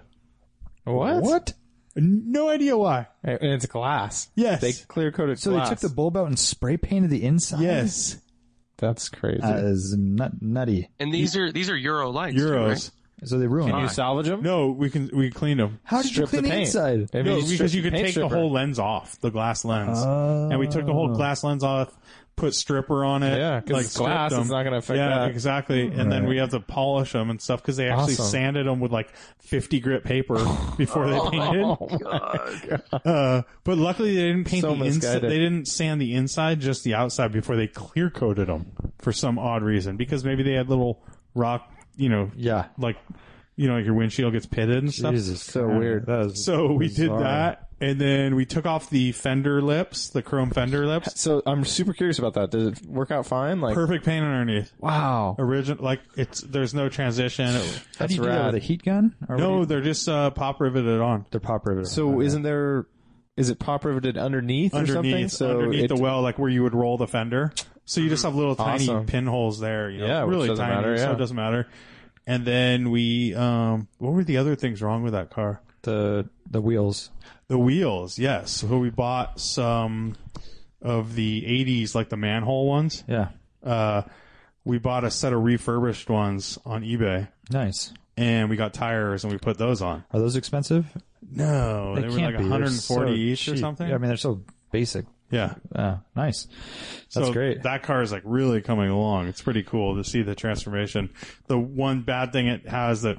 [SPEAKER 4] What?
[SPEAKER 2] What?
[SPEAKER 1] No idea why.
[SPEAKER 4] And it's glass.
[SPEAKER 1] Yes.
[SPEAKER 4] They clear coated
[SPEAKER 2] So
[SPEAKER 4] glass.
[SPEAKER 2] they took the bulb out and spray painted the inside.
[SPEAKER 1] yes.
[SPEAKER 4] That's crazy.
[SPEAKER 2] that is nut- nutty.
[SPEAKER 3] And these are these are Euro lights. too,
[SPEAKER 1] Euros.
[SPEAKER 3] right?
[SPEAKER 2] So they ruined.
[SPEAKER 4] Can you
[SPEAKER 2] it.
[SPEAKER 4] salvage them?
[SPEAKER 1] No, we can we cleaned them.
[SPEAKER 2] How did
[SPEAKER 4] Strip
[SPEAKER 2] you clean
[SPEAKER 4] the
[SPEAKER 2] the,
[SPEAKER 4] paint.
[SPEAKER 2] inside?
[SPEAKER 4] Maybe
[SPEAKER 1] No,
[SPEAKER 4] you strip
[SPEAKER 1] because you
[SPEAKER 4] the
[SPEAKER 1] could
[SPEAKER 4] paint
[SPEAKER 1] take the
[SPEAKER 4] stripper.
[SPEAKER 1] whole lens off, the glass lens, and we took the whole glass lens off, put stripper on it.
[SPEAKER 4] Yeah, 'cause it's
[SPEAKER 1] stripped
[SPEAKER 4] glass, it's
[SPEAKER 1] them.
[SPEAKER 4] not gonna affect
[SPEAKER 1] Yeah,
[SPEAKER 4] that.
[SPEAKER 1] exactly. And then we have to polish them and stuff because they actually
[SPEAKER 4] Awesome.
[SPEAKER 1] sanded them with like fifty grit paper before they painted.
[SPEAKER 4] Oh my god.
[SPEAKER 1] Uh, but luckily they didn't paint
[SPEAKER 4] So
[SPEAKER 1] the inside.
[SPEAKER 4] misguided.
[SPEAKER 1] They didn't sand the inside, just the outside before they clear coated them for some odd reason because maybe they had little rock, you know,
[SPEAKER 2] Yeah.
[SPEAKER 1] like you know, like your windshield gets pitted and stuff.
[SPEAKER 2] Jesus.
[SPEAKER 4] So
[SPEAKER 2] Christ.
[SPEAKER 4] weird.
[SPEAKER 2] That is
[SPEAKER 1] So we did
[SPEAKER 2] bizarre.
[SPEAKER 1] that, and then we took off the fender lips, the chrome fender lips.
[SPEAKER 4] So I'm super curious about that. Did it work out fine? Like
[SPEAKER 1] Perfect paint underneath.
[SPEAKER 4] wow.
[SPEAKER 1] Original, like it's there's no transition. It-
[SPEAKER 2] How do you
[SPEAKER 4] That's
[SPEAKER 2] do that
[SPEAKER 4] rad.
[SPEAKER 2] with a heat gun? Or what do
[SPEAKER 1] no,
[SPEAKER 2] you-
[SPEAKER 1] they're just uh, pop riveted on
[SPEAKER 2] they're pop riveted.
[SPEAKER 4] So isn't there? Is it pop riveted underneath or something?
[SPEAKER 1] underneath,
[SPEAKER 4] So
[SPEAKER 1] underneath
[SPEAKER 4] it,
[SPEAKER 1] the well, like where you would roll the fender. So you just have little tiny
[SPEAKER 4] Awesome.
[SPEAKER 1] pinholes there. You know,
[SPEAKER 4] Yeah, which
[SPEAKER 1] really
[SPEAKER 4] doesn't
[SPEAKER 1] tiny,
[SPEAKER 4] matter,
[SPEAKER 1] so
[SPEAKER 4] yeah.
[SPEAKER 1] it doesn't matter. And then we, um, what were the other things wrong with that car?
[SPEAKER 2] the the wheels?
[SPEAKER 1] The wheels, yes. So we bought some of the '80s, like the manhole ones.
[SPEAKER 2] Yeah.
[SPEAKER 1] uh, we bought a set of refurbished ones on eBay,
[SPEAKER 2] Nice.
[SPEAKER 1] and we got tires and we put those on.
[SPEAKER 2] Are those expensive?
[SPEAKER 1] No, they, were
[SPEAKER 2] can't
[SPEAKER 1] like
[SPEAKER 2] be. They're
[SPEAKER 1] 140
[SPEAKER 2] so
[SPEAKER 1] each or
[SPEAKER 2] cheap.
[SPEAKER 1] something.
[SPEAKER 2] Yeah, I mean, they're so basic.
[SPEAKER 1] yeah,
[SPEAKER 2] Uh, nice.
[SPEAKER 1] So
[SPEAKER 2] That's great.
[SPEAKER 1] That car is like really coming along. It's pretty cool to see the transformation. The one bad thing it has that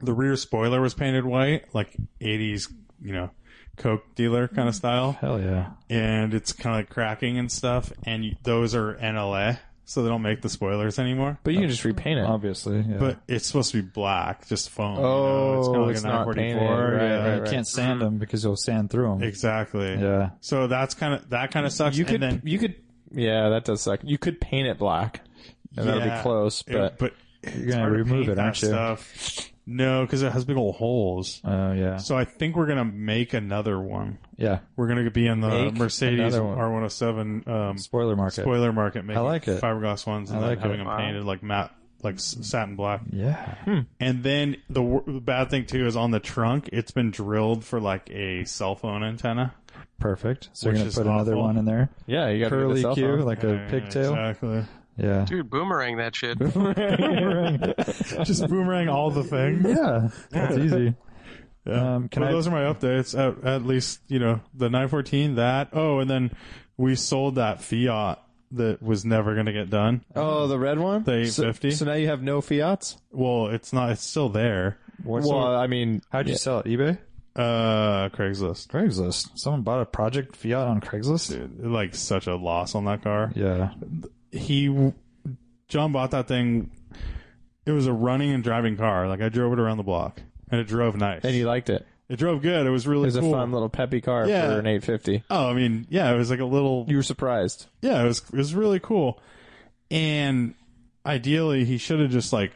[SPEAKER 1] the rear spoiler was painted white, like 80s, you know, Coke dealer kind of style,
[SPEAKER 2] Hell yeah.
[SPEAKER 1] and it's kind of like cracking and stuff. And you, those are NLA, so they don't make the spoilers anymore.
[SPEAKER 4] but you can just repaint it.
[SPEAKER 2] Um, Obviously. Yeah.
[SPEAKER 1] But it's supposed to be black, just foam. you know?
[SPEAKER 4] Oh,
[SPEAKER 1] it's kind of like
[SPEAKER 4] it's
[SPEAKER 1] a
[SPEAKER 4] not
[SPEAKER 1] 944.
[SPEAKER 4] painted. Right,
[SPEAKER 1] yeah.
[SPEAKER 4] right,
[SPEAKER 2] you
[SPEAKER 4] right.
[SPEAKER 2] can't sand them because you'll sand through them.
[SPEAKER 1] Exactly.
[SPEAKER 2] Yeah.
[SPEAKER 1] So that's kind of that kind of sucks.
[SPEAKER 4] You
[SPEAKER 1] And
[SPEAKER 4] could.
[SPEAKER 1] then,
[SPEAKER 4] you could. Yeah, that does suck. You could paint it black, and that'd
[SPEAKER 1] yeah,
[SPEAKER 4] be close.
[SPEAKER 1] it-
[SPEAKER 4] But
[SPEAKER 1] but
[SPEAKER 2] You're gonna remove it, aren't you?
[SPEAKER 1] Stuff. No, because it has big old holes.
[SPEAKER 2] Oh yeah.
[SPEAKER 1] So I think we're gonna make another one.
[SPEAKER 2] Yeah.
[SPEAKER 1] We're gonna be in the
[SPEAKER 4] Make
[SPEAKER 1] Mercedes
[SPEAKER 4] another one.
[SPEAKER 1] R107 um,
[SPEAKER 2] Spoiler market.
[SPEAKER 1] spoiler market. Making
[SPEAKER 2] like it.
[SPEAKER 1] fiberglass ones and
[SPEAKER 2] I
[SPEAKER 1] then
[SPEAKER 2] like
[SPEAKER 1] having
[SPEAKER 2] it.
[SPEAKER 1] them painted like matte like s- satin black.
[SPEAKER 2] Yeah.
[SPEAKER 1] And then the, wor- the bad thing too is on the trunk, it's been drilled for like a cell phone antenna.
[SPEAKER 2] Perfect. So
[SPEAKER 1] Which
[SPEAKER 2] you're gonna
[SPEAKER 1] is
[SPEAKER 2] put another
[SPEAKER 1] awful.
[SPEAKER 2] one in there.
[SPEAKER 4] Yeah, you got
[SPEAKER 2] Curly Q, like a
[SPEAKER 1] Yeah,
[SPEAKER 2] pigtail.
[SPEAKER 1] Exactly.
[SPEAKER 2] Yeah.
[SPEAKER 3] Dude, boomerang that shit.
[SPEAKER 1] Just boomerang all the things.
[SPEAKER 2] Yeah. That's easy.
[SPEAKER 1] Yeah.
[SPEAKER 2] Um, can
[SPEAKER 1] Well,
[SPEAKER 2] I-
[SPEAKER 1] those are my updates. At, at least you know the 914. That oh, and then we sold that Fiat that was never going to get done.
[SPEAKER 4] Oh, the red one.
[SPEAKER 1] The
[SPEAKER 4] So-
[SPEAKER 1] 850?
[SPEAKER 4] So, now you have no Fiats.
[SPEAKER 1] Well, it's not. It's still there.
[SPEAKER 2] What's
[SPEAKER 4] well, I mean,
[SPEAKER 2] how'd you sell it? eBay?
[SPEAKER 1] Uh, Craigslist.
[SPEAKER 2] Craigslist. Someone bought a project Fiat on Craigslist.
[SPEAKER 1] Like such a loss on that car.
[SPEAKER 2] Yeah.
[SPEAKER 1] He, John bought that thing. It was a running and driving car. Like I drove it around the block, and it drove nice.
[SPEAKER 4] and you liked it.
[SPEAKER 1] it drove good. It was really
[SPEAKER 4] It was
[SPEAKER 1] cool.
[SPEAKER 4] a fun little peppy car
[SPEAKER 1] Yeah.
[SPEAKER 4] for an 850.
[SPEAKER 1] oh, I mean, yeah, it was like a little.
[SPEAKER 4] You were surprised.
[SPEAKER 1] yeah, it was it was really cool. And ideally, he should have just like,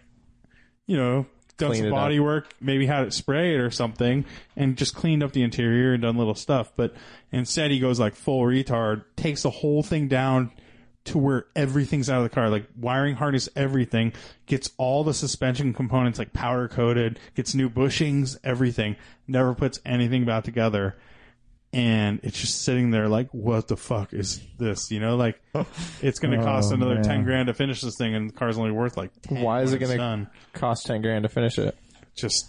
[SPEAKER 1] you know, done
[SPEAKER 4] Cleaned
[SPEAKER 1] some
[SPEAKER 4] it up.
[SPEAKER 1] body work, maybe had it sprayed or something, and just cleaned up the interior and done little stuff. But instead, he goes like full retard, takes the whole thing down to where everything's out of the car, like wiring harness, everything, gets all the suspension components like powder coated, gets new bushings, everything, never puts anything back together and it's just sitting there like, what the fuck is this? You know, like
[SPEAKER 4] Oh,
[SPEAKER 1] it's going to cost
[SPEAKER 2] Oh,
[SPEAKER 1] another
[SPEAKER 2] man.
[SPEAKER 1] ten grand to finish this thing, and the car's only worth like. 10
[SPEAKER 4] Why is
[SPEAKER 1] when
[SPEAKER 4] it
[SPEAKER 1] it's
[SPEAKER 4] gonna-
[SPEAKER 1] done.
[SPEAKER 4] Cost 10 grand to finish it.
[SPEAKER 1] just?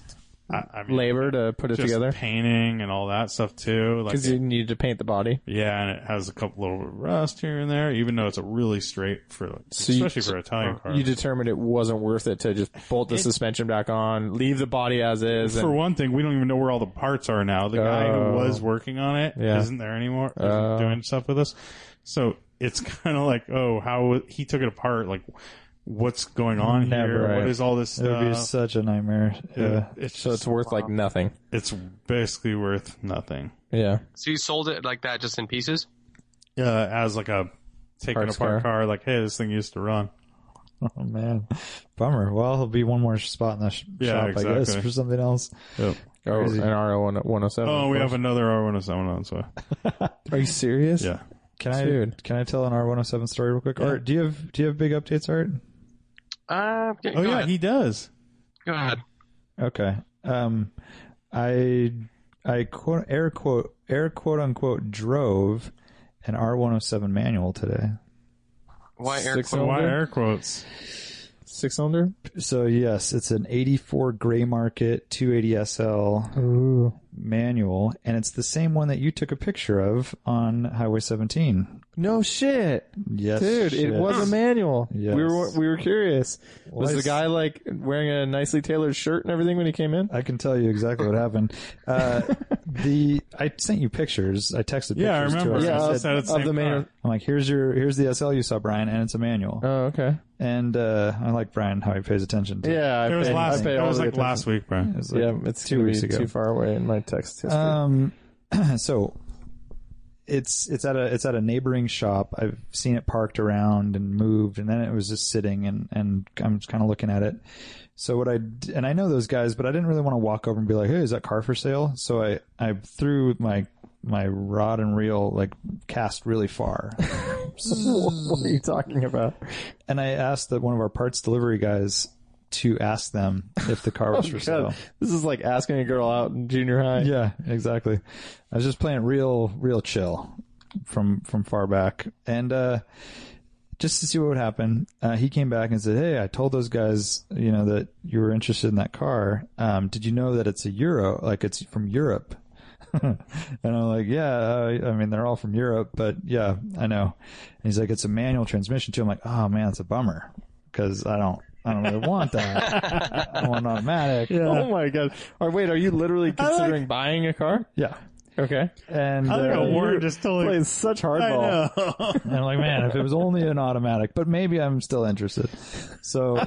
[SPEAKER 1] I, I mean,
[SPEAKER 4] Labor to put it
[SPEAKER 1] just
[SPEAKER 4] together
[SPEAKER 1] painting and all that stuff too. Like,
[SPEAKER 4] because you needed to paint the body.
[SPEAKER 1] yeah, and it has a couple little bit of rust here and there, even though it's a really straight for, like,
[SPEAKER 4] you-
[SPEAKER 1] especially for Italian car.
[SPEAKER 4] You determined it wasn't worth it to just bolt the suspension back on, leave the body as is.
[SPEAKER 1] for
[SPEAKER 4] and-
[SPEAKER 1] one thing, we don't even know where all the parts are now. The guy
[SPEAKER 4] Oh.
[SPEAKER 1] who was working on it
[SPEAKER 4] Yeah.
[SPEAKER 1] not there anymore. Isn't
[SPEAKER 4] Oh.
[SPEAKER 1] doing stuff with us, so it's kind of like, oh, how he took it apart. Like, what's going on here?
[SPEAKER 2] Never.
[SPEAKER 1] What is all this
[SPEAKER 2] It would be
[SPEAKER 1] stuff?
[SPEAKER 2] such a nightmare. Yeah.
[SPEAKER 1] It's
[SPEAKER 4] so it's worth like nothing.
[SPEAKER 1] it's basically worth nothing.
[SPEAKER 4] Yeah.
[SPEAKER 3] So you sold it like that just in pieces?
[SPEAKER 1] Uh, as like a taken
[SPEAKER 4] Parts
[SPEAKER 1] apart
[SPEAKER 4] car.
[SPEAKER 1] car. Like, hey, this thing used to run.
[SPEAKER 2] Oh man, bummer. Well, there'll be one more spot in the sh-
[SPEAKER 1] Yeah,
[SPEAKER 2] shop, I guess,
[SPEAKER 1] exactly.
[SPEAKER 2] for something else.
[SPEAKER 4] Oh,
[SPEAKER 2] Crazy.
[SPEAKER 4] an RO 107.
[SPEAKER 1] Oh,
[SPEAKER 4] of
[SPEAKER 1] we
[SPEAKER 4] course.
[SPEAKER 1] have another R107 on its way.
[SPEAKER 4] Are you serious?
[SPEAKER 1] Yeah.
[SPEAKER 2] Can I
[SPEAKER 4] Dude.
[SPEAKER 2] can I tell an R one hundred seven story real quick? Art, do you have do you have big updates, Art?
[SPEAKER 3] Uh, yeah,
[SPEAKER 1] Oh
[SPEAKER 3] go
[SPEAKER 1] yeah,
[SPEAKER 3] ahead.
[SPEAKER 1] he does.
[SPEAKER 3] Go ahead.
[SPEAKER 2] Okay. Um, I I quote air quote air quote unquote drove an R one hundred seven manual today.
[SPEAKER 3] Why air
[SPEAKER 4] Six
[SPEAKER 3] quote?
[SPEAKER 1] Why
[SPEAKER 4] Cylinder?
[SPEAKER 1] air quotes?
[SPEAKER 4] Six cylinder?
[SPEAKER 2] So yes, it's an eighty four gray market two eighty SL manual, and it's the same one that you took a picture of on Highway seventeen.
[SPEAKER 4] No shit.
[SPEAKER 2] Yes,
[SPEAKER 4] Dude,
[SPEAKER 2] shit.
[SPEAKER 4] it was a manual.
[SPEAKER 2] Yes.
[SPEAKER 4] We were we were curious. Was
[SPEAKER 2] I
[SPEAKER 4] the
[SPEAKER 2] s-
[SPEAKER 4] guy like wearing a nicely tailored shirt and everything when he came in?
[SPEAKER 2] I can tell you exactly what happened. Uh, the I sent you pictures. I texted
[SPEAKER 1] Yeah, I
[SPEAKER 2] pictures
[SPEAKER 1] remember.
[SPEAKER 2] to
[SPEAKER 1] Yeah,
[SPEAKER 2] us.
[SPEAKER 1] I
[SPEAKER 2] I
[SPEAKER 1] was-
[SPEAKER 2] said,
[SPEAKER 1] said it's
[SPEAKER 4] of
[SPEAKER 1] same
[SPEAKER 4] the
[SPEAKER 1] car.
[SPEAKER 4] main.
[SPEAKER 2] I'm like, here's your here's the SL you saw, Brian, and it's a manual.
[SPEAKER 4] Oh, okay.
[SPEAKER 2] and uh, I like Brian how he pays attention. To
[SPEAKER 4] Yeah, I
[SPEAKER 1] It was
[SPEAKER 4] paid,
[SPEAKER 1] last.
[SPEAKER 4] I paid
[SPEAKER 1] It
[SPEAKER 4] all
[SPEAKER 1] was
[SPEAKER 4] the
[SPEAKER 1] like
[SPEAKER 4] attention.
[SPEAKER 1] last week, Brian.
[SPEAKER 2] It's like-
[SPEAKER 4] Yeah, it's
[SPEAKER 2] two
[SPEAKER 4] too,
[SPEAKER 2] weeks ago.
[SPEAKER 4] too far away in my text history.
[SPEAKER 2] Um, so it's it's at a it's at a neighboring shop. I've seen it parked around and moved, and then it was just sitting, and and I'm just kind of looking at it. So what I d- and I know those guys, but I didn't really want to walk over and be like, "Hey, is that car for sale?" So I I threw my my rod and reel like cast really far,
[SPEAKER 4] what are you talking about?
[SPEAKER 2] and I asked that one of our parts delivery guys to ask them if the car was for sale.
[SPEAKER 4] Oh, God, this is like asking a girl out in junior high.
[SPEAKER 2] Yeah, exactly. I was just playing real, real chill from from far back, and uh, just to see what would happen. Uh, he came back and said, "Hey, I told those guys, you know, that you were interested in that car. Um, did you know that it's a Euro? Like it's from Europe?" and I'm like, "Yeah, uh, I mean, they're all from Europe, but yeah, I know." And he's like, "It's a manual transmission too." I'm like, "Oh man, it's a bummer because I don't." I don't really want that. I want an automatic.
[SPEAKER 4] Oh my god! Or wait, are you literally considering buying a car?
[SPEAKER 2] Yeah.
[SPEAKER 4] Okay.
[SPEAKER 2] And
[SPEAKER 1] I think
[SPEAKER 2] uh,
[SPEAKER 1] a Warren just totally.
[SPEAKER 4] Plays such
[SPEAKER 1] I
[SPEAKER 4] hardball.
[SPEAKER 1] know.
[SPEAKER 2] And I'm like, man, if it was only an automatic, but maybe I'm still interested. So,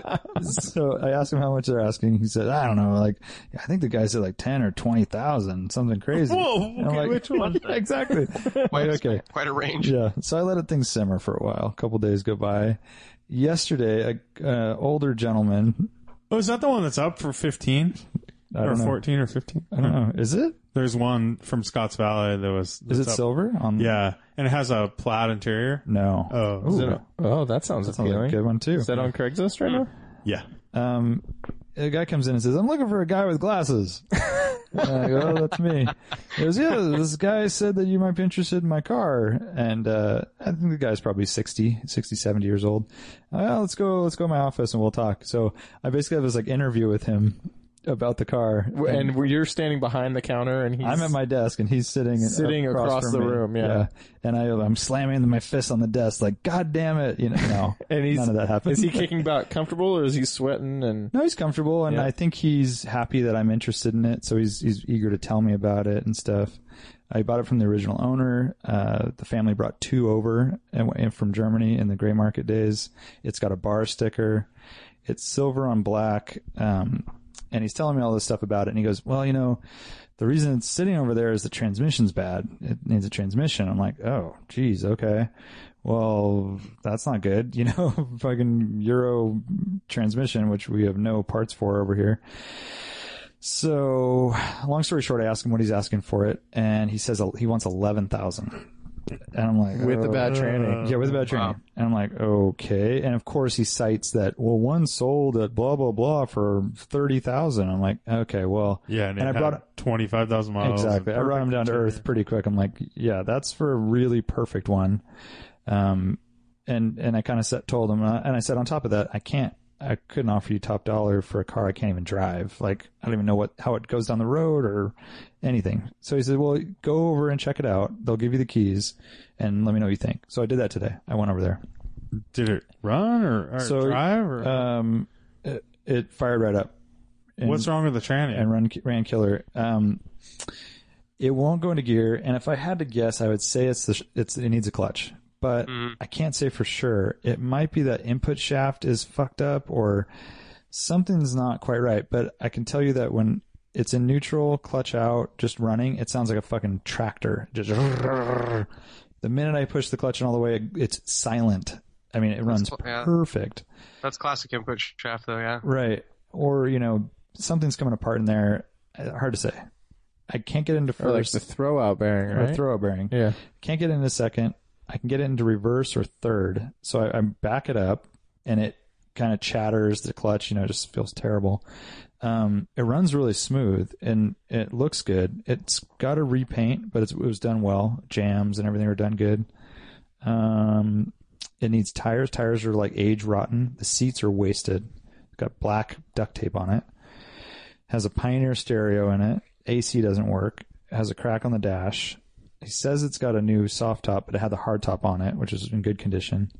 [SPEAKER 2] so I asked him how much they're asking. He said, I don't know, like I think the guy said like ten or twenty thousand, something crazy.
[SPEAKER 1] Whoa,
[SPEAKER 2] And I'm
[SPEAKER 1] okay,
[SPEAKER 2] like,
[SPEAKER 1] which one?
[SPEAKER 2] Yeah, exactly.
[SPEAKER 3] Quite,
[SPEAKER 2] okay.
[SPEAKER 3] quite a range.
[SPEAKER 2] Yeah. So I let it things simmer for a while. A couple days go by. Yesterday, a uh, older gentleman.
[SPEAKER 1] Oh, is that the one that's up for fifteen
[SPEAKER 2] I
[SPEAKER 1] or
[SPEAKER 2] don't know.
[SPEAKER 1] fourteen or fifteen?
[SPEAKER 2] I don't know. Is it?
[SPEAKER 1] There's one from Scotts Valley that
[SPEAKER 2] Is
[SPEAKER 1] was.
[SPEAKER 2] it
[SPEAKER 1] that's up-
[SPEAKER 2] silver? On
[SPEAKER 1] Yeah, and it has a plaid interior.
[SPEAKER 2] No.
[SPEAKER 1] Oh,
[SPEAKER 2] Ooh,
[SPEAKER 4] Oh, that sounds
[SPEAKER 2] sounds like
[SPEAKER 4] appealing.
[SPEAKER 2] a good one too. Hmm.
[SPEAKER 4] Is that on Craigslist right now?
[SPEAKER 1] Yeah.
[SPEAKER 2] um, a guy comes in and says, "I'm looking for a guy with glasses." And I go, "Oh, that's me." He goes, "Yeah, this guy said that you might be interested in my car." And uh, I think the guy's probably 60, 60, 70 years old. Uh, "Yeah, let's go, let's go to my office and we'll talk. So I basically have this like interview with him about the car,
[SPEAKER 4] And where you're standing behind the counter, and he's
[SPEAKER 2] I'm at my desk and he's sitting
[SPEAKER 4] Sitting across
[SPEAKER 2] from
[SPEAKER 4] the
[SPEAKER 2] me.
[SPEAKER 4] room, yeah.
[SPEAKER 2] And I, I'm slamming my fist on the desk, like "God damn it!" You know, no,
[SPEAKER 4] and he's
[SPEAKER 2] none of that happens.
[SPEAKER 4] Is he kicking back comfortable, or is he sweating? And
[SPEAKER 2] No, he's comfortable, and
[SPEAKER 4] Yeah.
[SPEAKER 2] I think he's happy that I'm interested in it. So he's he's eager to tell me about it and stuff. I bought it from the original owner. Uh, the family brought two over and, and from Germany in the gray market days. It's got a bar sticker. It's silver on black. Um, and he's telling me all this stuff about it. And he goes, "Well, you know, the reason it's sitting over there is the transmission's bad. It needs a transmission." I'm like, "Oh, geez, okay." Well, that's not good, you know. Fucking Euro transmission, which we have no parts for over here. So, long story short, I ask him what he's asking for it, and he says he wants eleven thousand. And I'm like,
[SPEAKER 4] with the
[SPEAKER 2] "Oh."
[SPEAKER 4] bad tranny,
[SPEAKER 2] Yeah, with a bad training. And I'm like, okay. And of course he cites that, well, one sold at blah, blah, blah for 30,000. I'm like, okay, well.
[SPEAKER 1] Yeah. And,
[SPEAKER 2] And
[SPEAKER 1] it
[SPEAKER 2] I
[SPEAKER 1] had
[SPEAKER 2] brought-
[SPEAKER 1] 25,000 miles.
[SPEAKER 2] Exactly. I brought him down to
[SPEAKER 1] Oh, Perfect
[SPEAKER 2] earth pretty quick. I'm like, yeah, that's for a really perfect one. Um, and, and I kind of told him, uh, and I said, on top of that, I can't, I couldn't offer you top dollar for a car I can't even drive. Like, I don't even know what, how it goes down the road or anything. So he said, well, go over and check it out. They'll give you the keys and let me know what you think. So I did that today. I went over there.
[SPEAKER 1] Did it run or, or
[SPEAKER 2] So,
[SPEAKER 1] drive? Or,
[SPEAKER 2] um, it, it fired right up. And,
[SPEAKER 1] what's wrong with the tranny?
[SPEAKER 2] And run, ran killer. Um, it won't go into gear, and if I had to guess, I would say it's the sh- it's it needs a clutch, but I can't say for sure. It might be that input shaft is fucked up or something's not quite right. But I can tell you that when it's in neutral, clutch out, just running, it sounds like a fucking tractor. Just the minute I push the clutch in all the way, it's silent. I mean, it runs
[SPEAKER 3] cl- yeah.
[SPEAKER 2] perfect.
[SPEAKER 3] That's classic input shaft, though. Yeah.
[SPEAKER 2] Right. Or, you know, something's coming apart in there. Uh, Hard to say. I can't get into
[SPEAKER 4] or like
[SPEAKER 2] first
[SPEAKER 4] the throw out bearing,
[SPEAKER 2] or
[SPEAKER 4] right?
[SPEAKER 2] throw bearing.
[SPEAKER 4] yeah,
[SPEAKER 2] Can't get into second. I can get it into reverse or third. So I, I back it up and it kind of chatters the clutch, you know, it just feels terrible. Um, it runs really smooth and it looks good. It's got a repaint, but it's, it was done well. Jams and everything were done good. Um, it needs tires. Tires are like age rotten. The seats are wasted. It's got black duct tape on it. Has a Pioneer stereo in it. AC doesn't work. Has a crack on the dash. He says it's got a new soft top, but it had the hard top on it, which is in good condition.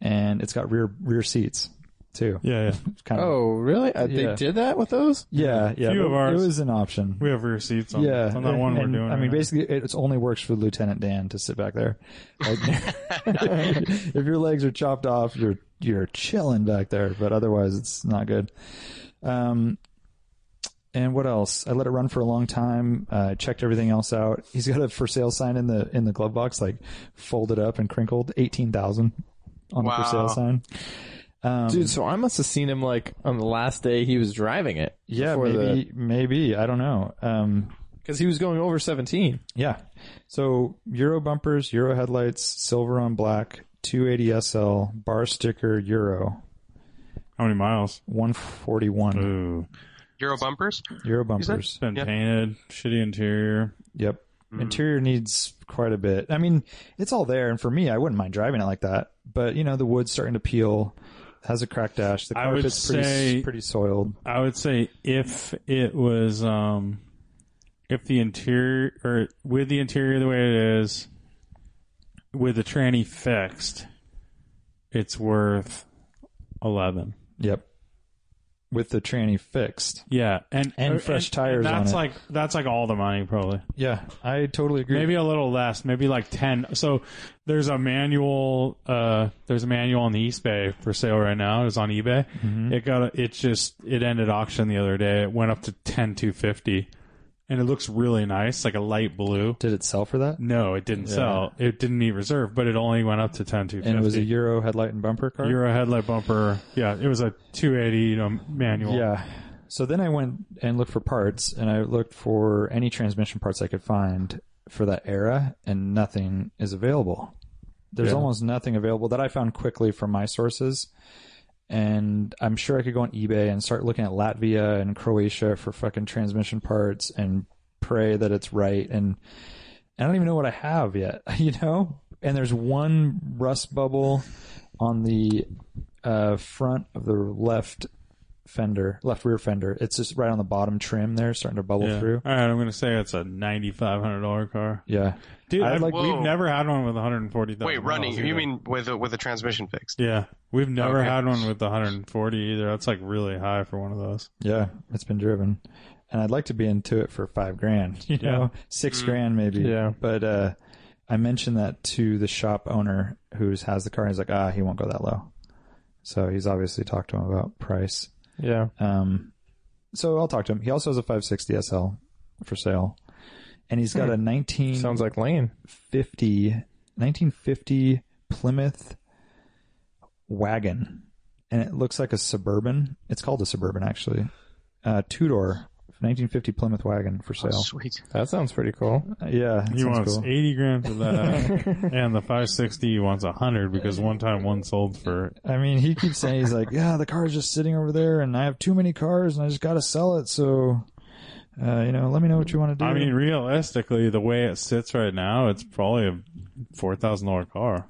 [SPEAKER 2] And it's got rear rear seats too.
[SPEAKER 1] yeah, yeah.
[SPEAKER 2] It's kind of
[SPEAKER 4] Oh, really? Uh,
[SPEAKER 2] Yeah.
[SPEAKER 4] They did that with those?
[SPEAKER 2] yeah, yeah.
[SPEAKER 1] Few
[SPEAKER 2] but
[SPEAKER 1] of ours.
[SPEAKER 2] It was an option.
[SPEAKER 1] We have rear seats on,
[SPEAKER 2] yeah,
[SPEAKER 1] on that one
[SPEAKER 2] and-
[SPEAKER 1] we're doing.
[SPEAKER 2] I mean,
[SPEAKER 1] right now.
[SPEAKER 2] basically, it only works for Lieutenant Dan to sit back there. Like, if your legs are chopped off, you're you're chilling back there. But otherwise, it's not good. Um, and what else? I let it run for a long time. Uh, checked everything else out. He's got a for sale sign in the in the glove box, like folded up and crinkled. Eighteen thousand on the for
[SPEAKER 3] Wow.
[SPEAKER 2] sale sign. Um,
[SPEAKER 4] Dude, so I must have seen him like on the last day he was driving it.
[SPEAKER 2] Yeah,
[SPEAKER 4] before
[SPEAKER 2] maybe maybe I don't know. Um,
[SPEAKER 4] because he was going over seventeen.
[SPEAKER 2] Yeah. So Euro bumpers, Euro headlights, silver on black, 280 SL, bar sticker, Euro,
[SPEAKER 1] how many miles?
[SPEAKER 2] 141
[SPEAKER 1] Ooh,
[SPEAKER 3] Euro bumpers.
[SPEAKER 2] Euro bumpers.
[SPEAKER 1] it's been painted, shitty interior.
[SPEAKER 2] Yep.
[SPEAKER 1] Mm.
[SPEAKER 2] Interior needs quite a bit. I mean, it's all there, and for me, I wouldn't mind driving it like that. But you know, the wood's starting to peel, has a cracked dash. The
[SPEAKER 1] I would
[SPEAKER 2] carpet's pretty
[SPEAKER 1] say-
[SPEAKER 2] pretty soiled.
[SPEAKER 1] I would say if it was, um, if the interior or with the interior the way it is, with the tranny fixed, it's worth eleven.
[SPEAKER 2] Yep. With the tranny fixed.
[SPEAKER 1] Yeah, and
[SPEAKER 2] And
[SPEAKER 1] or-
[SPEAKER 2] fresh tires on
[SPEAKER 1] That's
[SPEAKER 2] it.
[SPEAKER 1] like that's like all the money probably.
[SPEAKER 2] Yeah, I totally agree.
[SPEAKER 1] Maybe a little less, maybe like ten. So there's a manual. Uh, there's a manual on the East Bay for sale right now. It's on eBay.
[SPEAKER 2] Mm-hmm.
[SPEAKER 1] It got. A, it just. It ended auction the other day. It went up to ten two fifty, and it looks really nice, like a light blue.
[SPEAKER 2] Did it sell for that?
[SPEAKER 1] No, it didn't sell. It didn't meet reserve, but it only went up to ten two fifty.
[SPEAKER 2] And it was a Euro headlight and bumper car.
[SPEAKER 1] Euro headlight bumper. Yeah, it was a two eighty you know, manual.
[SPEAKER 2] Yeah. So then I went and looked for parts, and I looked for any transmission parts I could find for that era, and nothing is available. There's almost nothing available that I found quickly from my sources. and I'm sure I could go on eBay and start looking at Latvia and Croatia for fucking transmission parts and pray that it's right. And I don't even know what I have yet, you know? And there's one rust bubble on the uh, front of the left fender, left rear fender. It's just right on the bottom trim there, starting to bubble
[SPEAKER 1] Yeah. All
[SPEAKER 2] through.
[SPEAKER 1] right, I'm gonna say it's a ninety-five hundred dollar car,
[SPEAKER 2] Yeah.
[SPEAKER 1] dude.
[SPEAKER 2] I'd
[SPEAKER 1] I've-
[SPEAKER 2] like-
[SPEAKER 1] we've
[SPEAKER 3] Whoa.
[SPEAKER 1] never had one with one hundred forty thousand.
[SPEAKER 3] Wait, running? You mean with a, with a transmission fixed?
[SPEAKER 1] Yeah, we've never
[SPEAKER 3] Okay.
[SPEAKER 1] had one with one hundred forty either. That's like really high for one of those.
[SPEAKER 2] Yeah. It's been driven. And I'd like to be into it for five grand, you know, six grand maybe.
[SPEAKER 4] Yeah.
[SPEAKER 2] But uh, I mentioned that to the shop owner who has the car. And he's like, ah, he won't go that low. So he's obviously talked to him about price.
[SPEAKER 4] Yeah.
[SPEAKER 2] Um, so I'll talk to him. He also has a 560 SL for sale, and he's got a 1950,
[SPEAKER 4] Sounds like Lane.
[SPEAKER 2] 1950 Plymouth wagon, and it looks like a suburban. It's called a suburban actually, uh, two door 1950 Plymouth wagon for sale.
[SPEAKER 3] Sweet.
[SPEAKER 4] That sounds pretty cool.
[SPEAKER 2] Uh, yeah, that
[SPEAKER 1] He
[SPEAKER 2] sounds
[SPEAKER 1] wants
[SPEAKER 2] cool.
[SPEAKER 1] eighty grand for that, and the five sixty he wants hundred because one time one sold for
[SPEAKER 2] I mean, he keeps saying he's like, yeah, the car's just sitting over there, and I have too many cars, and I just got to sell it. So, uh, you know, let me know what you want to do.
[SPEAKER 1] I mean, realistically, the way it sits right now, it's probably a four thousand dollar car.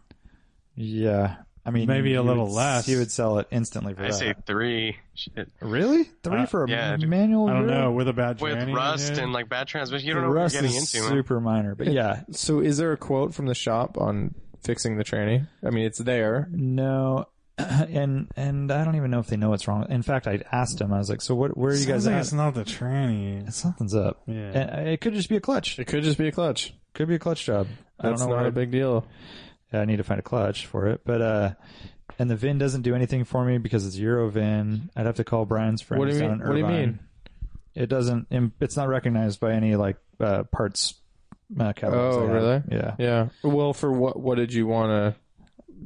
[SPEAKER 2] Yeah. I mean,
[SPEAKER 1] Maybe
[SPEAKER 2] you
[SPEAKER 1] a little
[SPEAKER 2] would-
[SPEAKER 1] less.
[SPEAKER 2] You would sell it instantly for
[SPEAKER 3] I
[SPEAKER 2] that.
[SPEAKER 3] say three. Shit.
[SPEAKER 2] really three
[SPEAKER 1] Uh,
[SPEAKER 2] for a
[SPEAKER 3] yeah, dude.
[SPEAKER 2] manual.
[SPEAKER 1] I don't
[SPEAKER 2] Euro?
[SPEAKER 1] know with a bad
[SPEAKER 3] With
[SPEAKER 1] tranny in
[SPEAKER 3] rust
[SPEAKER 1] it.
[SPEAKER 3] and like bad transmission, you don't know
[SPEAKER 2] Rust
[SPEAKER 3] what you're getting
[SPEAKER 2] is
[SPEAKER 3] into. man.
[SPEAKER 2] super minor, but yeah,
[SPEAKER 4] So is there a quote from the shop on fixing the tranny? I mean, it's there.
[SPEAKER 2] no, and and I don't even know if they know what's wrong. In fact, I asked him. I was like, "So what? Where are you guys
[SPEAKER 1] Sounds like
[SPEAKER 2] at?"
[SPEAKER 1] it's not the tranny.
[SPEAKER 2] Something's up.
[SPEAKER 1] Yeah.
[SPEAKER 2] And uh, it could just be a clutch.
[SPEAKER 4] It could just be a clutch.
[SPEAKER 2] Could be a clutch job. I don't
[SPEAKER 4] That's
[SPEAKER 2] know
[SPEAKER 4] not
[SPEAKER 2] where
[SPEAKER 4] a big deal.
[SPEAKER 2] I need to find a clutch for it, but uh. And the VIN doesn't do anything for me because it's Euro VIN. I'd have to call Brian's friends
[SPEAKER 4] What do you
[SPEAKER 2] down
[SPEAKER 4] mean-
[SPEAKER 2] in
[SPEAKER 4] what do you
[SPEAKER 2] Irvine.
[SPEAKER 4] mean?
[SPEAKER 2] It doesn't. It's not recognized by any like uh, parts uh, catalogs.
[SPEAKER 4] Oh,
[SPEAKER 2] they have.
[SPEAKER 4] really?
[SPEAKER 2] Yeah.
[SPEAKER 4] Yeah. Well, for what? What did you want to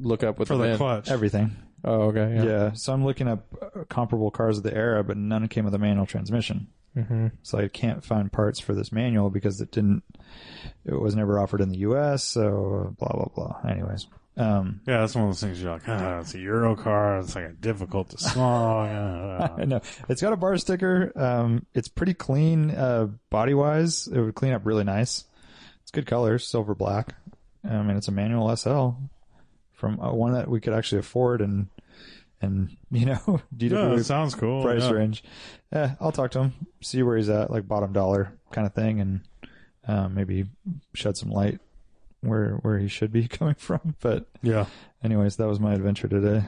[SPEAKER 4] look up with
[SPEAKER 1] For the
[SPEAKER 4] VIN?
[SPEAKER 1] clutch.
[SPEAKER 2] Everything.
[SPEAKER 4] Oh, okay.
[SPEAKER 2] Yeah.
[SPEAKER 4] Yeah.
[SPEAKER 2] So I'm looking up uh, comparable cars of the era, but none came with a manual transmission. Mm-hmm. So I can't find parts for this manual because it didn't. It was never offered in the U.S. So blah blah blah. Anyways, um,
[SPEAKER 1] Yeah, that's one of those things you're like, ah, it's a Euro car. It's like a difficult to small.
[SPEAKER 2] I know it's got a bar sticker. Um, it's pretty clean uh, body wise. It would clean up really nice. It's good colors, silver black. I mean, it's a manual SL from uh, one that we could actually afford and and you know DW
[SPEAKER 1] yeah, it sounds cool.
[SPEAKER 2] price
[SPEAKER 1] yeah.
[SPEAKER 2] range. Yeah, I'll talk to him, see where he's at, like bottom dollar kind of thing, and uh, maybe shed some light where where he should be coming from. But
[SPEAKER 1] Yeah,
[SPEAKER 2] anyways, that was my adventure today.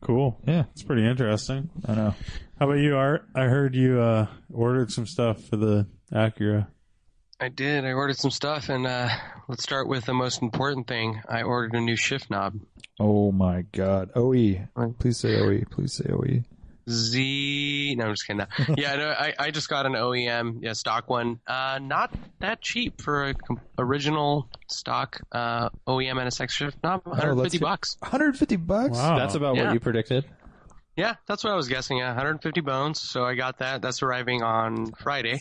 [SPEAKER 1] cool.
[SPEAKER 2] Yeah,
[SPEAKER 1] It's pretty interesting.
[SPEAKER 2] I know.
[SPEAKER 1] How about you, Art? I heard you uh, ordered some stuff for the Acura.
[SPEAKER 3] I did. I ordered some stuff, and uh, let's start with the most important thing. I ordered a new shift knob.
[SPEAKER 2] Oh my God, E. OE. Please say OE. Please say E. OE.
[SPEAKER 3] Z. No, I'm just kidding. No. yeah, no, I, I just got an OEM, yeah, stock one. Uh, not that cheap for a com- original stock uh, OEM NSX shift knob, 150
[SPEAKER 2] get-
[SPEAKER 3] bucks.
[SPEAKER 2] 150 bucks.
[SPEAKER 1] Wow,
[SPEAKER 4] That's about
[SPEAKER 3] Yeah.
[SPEAKER 4] what you predicted.
[SPEAKER 3] Yeah, that's what I was guessing. Yeah, 150 bones. So I got that. That's arriving on Friday.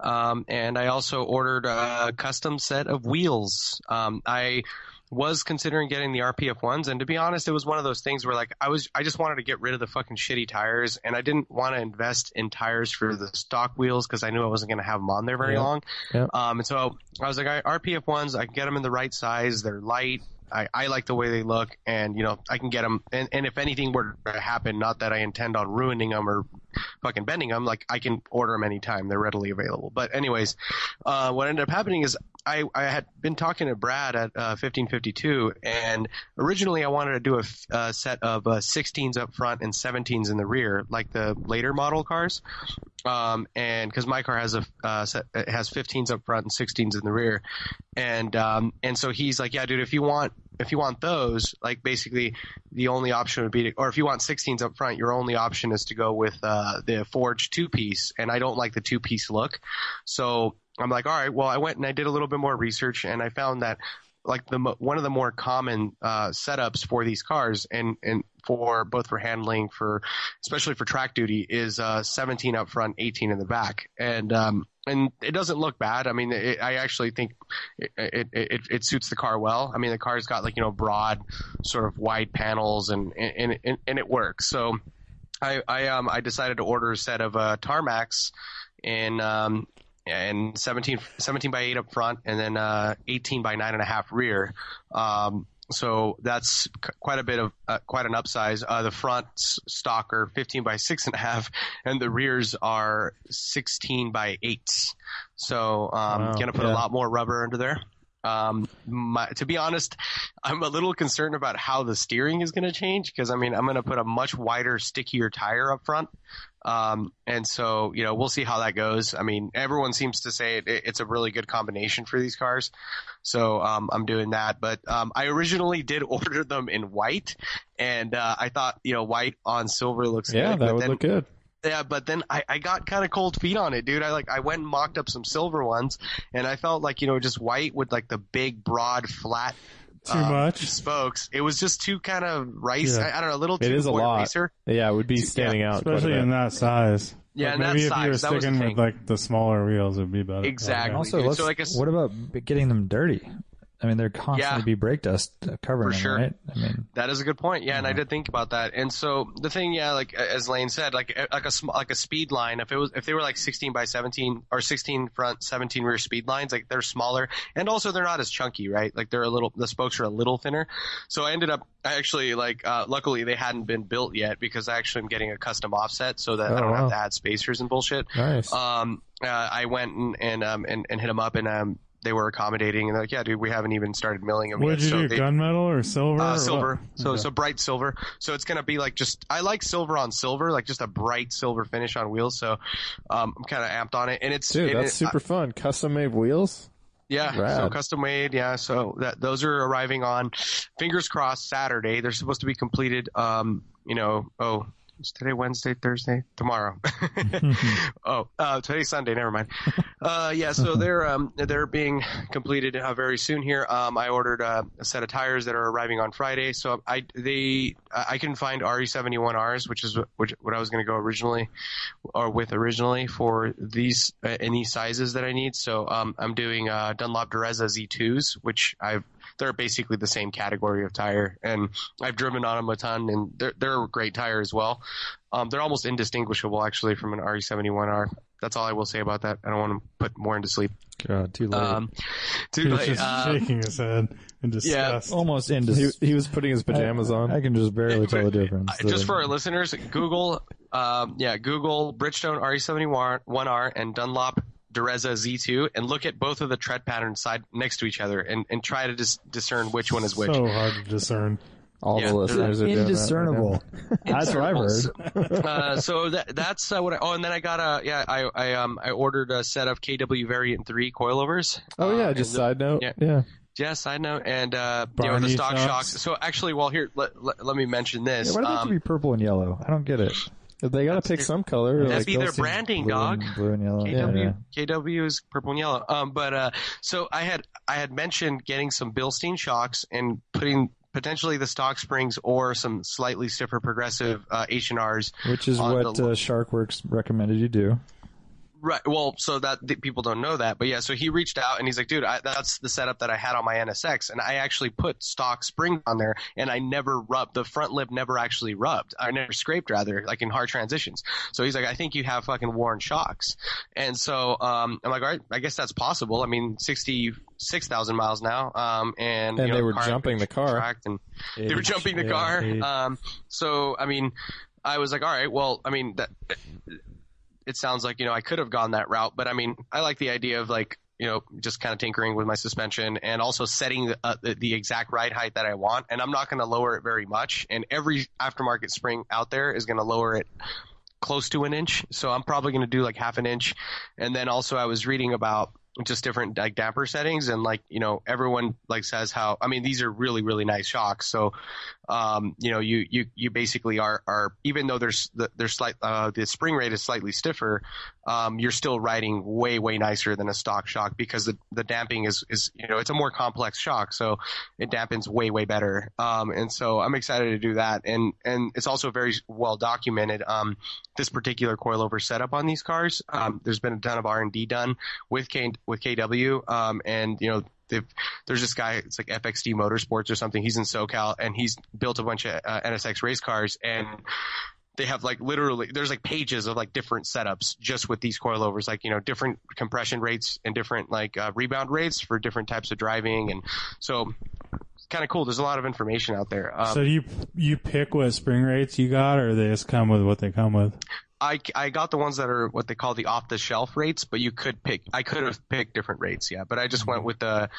[SPEAKER 3] Um, and I also ordered a custom set of wheels. Um, I was considering getting the RPF ones, and to be honest, it was one of those things where like I was, I just wanted to get rid of the fucking shitty tires, and I didn't want to invest in tires for the stock wheels because I knew I wasn't going to have them on there very
[SPEAKER 4] Yeah.
[SPEAKER 3] long.
[SPEAKER 4] Yeah.
[SPEAKER 3] Um, and so I was like, I, RPF ones, I can get them in the right size. They're light. I, I like the way they look, and you know I can get them. And, and if anything were to happen, not that I intend on ruining them or fucking bending them, like I can order them anytime. They're readily available. But anyways, uh, what ended up happening is I I had been talking to Brad at uh, 1552, and originally I wanted to do a, f- a set of uh, 16s up front and 17s in the rear, like the later model cars um, and because my car has a uh, set, it has 15s up front and 16s in the rear, and um, and so he's like, yeah, dude, if you want if you want those, like basically the only option would be, to, or if you want 16s up front, your only option is to go with uh, the forged two piece, and I don't like the two piece look, so I'm like, all right, well, I went and I did a little bit more research, and I found that like the mo- one of the more common uh, setups for these cars and and for both for handling for especially for track duty is uh, 17 up front 18 in the back and um, and it doesn't look bad. I mean, it, I actually think it, it, it it suits the car well. I mean, the car's got like you know broad, sort of wide panels, and and and, and it works. So, I I um I decided to order a set of uh, tarmacs, in um and 17, 17 by eight up front, and then uh, eighteen by nine and a half rear. Um, so that's c- quite a bit of uh, quite an upsize. Uh, the front stock are 15 by six and a half, and the rears are 16 by eight. So um,
[SPEAKER 1] Wow.
[SPEAKER 3] gonna put a lot more rubber under there. Um, my, to be honest, I'm a little concerned about how the steering is gonna change because I mean I'm gonna put a much wider, stickier tire up front. Um, and so, you know, we'll see how that goes. I mean, everyone seems to say it, it- it's a really good combination for these cars. So, um, I'm doing that. But, um, I originally did order them in white and, uh, I thought, you know, white on silver looks
[SPEAKER 1] Yeah,
[SPEAKER 3] good.
[SPEAKER 1] that
[SPEAKER 3] but
[SPEAKER 1] would
[SPEAKER 3] then,
[SPEAKER 1] look good.
[SPEAKER 3] yeah, but then I, I got kind of cold feet on it, dude. I like, I went and mocked up some silver ones and I felt like, you know, just white with like the big, broad, flat,
[SPEAKER 1] Too
[SPEAKER 3] uh,
[SPEAKER 1] much.
[SPEAKER 3] spokes. It was just too kind of rice.
[SPEAKER 1] Yeah.
[SPEAKER 3] I, I don't know, a little too
[SPEAKER 4] It is a
[SPEAKER 3] Ford
[SPEAKER 4] lot.
[SPEAKER 3] racer.
[SPEAKER 4] Yeah, it would be standing out. quite a
[SPEAKER 1] Especially
[SPEAKER 4] bit.
[SPEAKER 1] in that size.
[SPEAKER 3] Yeah,
[SPEAKER 1] Like,
[SPEAKER 3] in that
[SPEAKER 1] maybe if
[SPEAKER 3] size,
[SPEAKER 1] you were
[SPEAKER 3] that was the
[SPEAKER 1] sticking
[SPEAKER 3] thing.
[SPEAKER 1] with like the smaller wheels, it'd be better.
[SPEAKER 3] Exactly.
[SPEAKER 1] Okay.
[SPEAKER 2] Also,
[SPEAKER 3] dude.
[SPEAKER 2] let's,
[SPEAKER 3] So, like, it's-
[SPEAKER 2] what about b- getting them dirty? I mean, they're constantly
[SPEAKER 3] Yeah.
[SPEAKER 2] be brake dust uh, covering
[SPEAKER 3] For
[SPEAKER 2] them,
[SPEAKER 3] sure.
[SPEAKER 2] right? I mean,
[SPEAKER 3] That is a good point. Yeah, and I did think about that. And so the thing, yeah, like as Lane said, like like a sm- like a speed line. If it was if they were like 16 by 17 or 16 front, 17 rear speed lines, like they're smaller, and also they're not as chunky, right? Like they're a little the spokes are a little thinner. So I ended up I actually like uh, luckily they hadn't been built yet because I actually am getting a custom offset so that
[SPEAKER 4] Oh,
[SPEAKER 3] I don't
[SPEAKER 4] wow.
[SPEAKER 3] have to add spacers and bullshit.
[SPEAKER 4] nice.
[SPEAKER 3] Um, uh, I went and and um and, and hit them up and um. They were accommodating, and they're like, "Yeah, dude, we haven't even started milling them
[SPEAKER 1] What
[SPEAKER 3] yet."
[SPEAKER 1] did you
[SPEAKER 3] so
[SPEAKER 1] do?
[SPEAKER 3] they-
[SPEAKER 1] gunmetal or silver? or
[SPEAKER 3] uh,
[SPEAKER 1] what?
[SPEAKER 3] silver. So
[SPEAKER 1] Okay.
[SPEAKER 3] so bright silver. So it's gonna be like just I like silver on silver, like just a bright silver finish on wheels. So um, I'm kind of amped on it, and it's
[SPEAKER 4] Dude,
[SPEAKER 3] and
[SPEAKER 4] that's
[SPEAKER 3] it-
[SPEAKER 4] super fun. Custom made wheels.
[SPEAKER 3] yeah, so
[SPEAKER 4] Rad.
[SPEAKER 3] custom made. Yeah, so that those are arriving on, fingers crossed, Saturday. They're supposed to be completed. Um, you know, oh, is today Wednesday, Thursday, tomorrow. oh, uh, today's Sunday. Never mind. Uh, yeah, so they're um they're being completed uh, very soon here. Um, I ordered uh, a set of tires that are arriving on Friday. So I they I I couldn't find RE71Rs, which is what- which what I was going to go originally or with originally for these uh, any sizes that I need. So um, I'm doing uh, Dunlop Dureza Z2s, which I've they're basically the same category of tire, and I've driven on them a ton, and they're they're a great tire as well. Um, they're almost indistinguishable actually from an RE71R. That's all I will say about that. I don't want to put more into sleep.
[SPEAKER 2] God, too late.
[SPEAKER 3] Um, too
[SPEAKER 1] He was
[SPEAKER 3] late,
[SPEAKER 1] just
[SPEAKER 3] uh, oh,
[SPEAKER 1] shaking his head in disgust.
[SPEAKER 2] Almost into
[SPEAKER 4] He, he was putting his pajamas on.
[SPEAKER 2] I can just barely tell the difference.
[SPEAKER 3] Uh, just for our listeners, Google, um, yeah, Google Bridgestone E RE71R and Dunlop Dureza Z2, and look at both of the tread patterns side next to each other, and, and try to dis- discern which one is which.
[SPEAKER 1] So hard to discern.
[SPEAKER 4] All
[SPEAKER 3] Yeah,
[SPEAKER 4] the listeners are doing that right
[SPEAKER 2] indiscernible. That's what I've heard.
[SPEAKER 3] uh, so that, that's uh, what. I, oh, and then I got a yeah, I I um I ordered a set of KW Variant three coilovers.
[SPEAKER 4] now. oh
[SPEAKER 3] Uh,
[SPEAKER 4] yeah,
[SPEAKER 3] and
[SPEAKER 4] just
[SPEAKER 3] the-
[SPEAKER 4] side note.
[SPEAKER 3] yeah.
[SPEAKER 4] Yeah.
[SPEAKER 3] yeah, side note, and uh, you know, the
[SPEAKER 1] Barney
[SPEAKER 3] stock
[SPEAKER 1] shocks.
[SPEAKER 3] shocks. So actually, well, here let, let, let me mention
[SPEAKER 2] Yeah,
[SPEAKER 3] this.
[SPEAKER 2] why do they have
[SPEAKER 3] Um,
[SPEAKER 2] to be purple and yellow? I don't get it.
[SPEAKER 4] They gotta pick some color.
[SPEAKER 3] That'd
[SPEAKER 4] like,
[SPEAKER 3] be
[SPEAKER 4] they'll
[SPEAKER 3] their
[SPEAKER 4] seem-
[SPEAKER 3] branding,
[SPEAKER 2] blue
[SPEAKER 3] dog.
[SPEAKER 2] And, blue and yellow. Oh, Yeah,
[SPEAKER 3] KW,
[SPEAKER 2] yeah.
[SPEAKER 3] KW is purple and yellow. Um, but uh, so I had I had mentioned getting some Bilstein shocks and putting potentially the stock springs or some slightly stiffer progressive uh, H and R's.
[SPEAKER 2] Which is
[SPEAKER 3] On
[SPEAKER 2] what
[SPEAKER 3] the-
[SPEAKER 2] uh, Sharkworks recommended you do.
[SPEAKER 3] Right. Well, so that the people don't know that, but yeah. So he reached out and he's like, "Dude, I, that's the setup that I had on my NSX, and I actually put stock springs on there, and I never rubbed the front lip, never actually rubbed, I never scraped rather, like in hard transitions." So he's like, "I think you have fucking worn shocks," and so um, I'm like, "All right, I guess that's possible. I mean, sixty six thousand miles now, um, and
[SPEAKER 4] And
[SPEAKER 3] you know,
[SPEAKER 4] they were
[SPEAKER 3] car-
[SPEAKER 4] jumping the car.
[SPEAKER 3] tracked and they were jumping the car. Um, so I mean, I was like, all right, well, I mean, that it sounds like you know I could have gone that route, but I mean, I like the idea of like you know just kind of tinkering with my suspension and also setting the, uh, the, the exact ride height that I want, and I'm not going to lower it very much. And every aftermarket spring out there is going to lower it close to an inch, so I'm probably going to do like half an inch. And then also, I was reading about just different like damper settings and like you know everyone like says how I mean these are really really nice shocks so um you know you you you basically are are even though there's the, there's slight uh, the spring rate is slightly stiffer um you're still riding way way nicer than a stock shock because the the damping is is you know it's a more complex shock so it dampens way way better um and so I'm excited to do that and and it's also very well documented um this particular coilover setup on these cars um there's been a ton of R&D done with K with KW, um, and you know they've, there's this guy, it's like FXD Motorsports or something. He's in SoCal and he's built a bunch of uh, NSX race cars and. They have like literally, there's like pages of like different setups just with these coilovers, like, you know, different compression rates and different like uh, rebound rates for different types of driving. And so it's kind of cool. There's a lot of information out there. Um,
[SPEAKER 1] so do you you pick what spring rates you got, or they just come with what they come with?
[SPEAKER 3] I, I got the ones that are what they call the off the shelf rates, but you could pick. I could have picked different rates, yeah. But I just went with the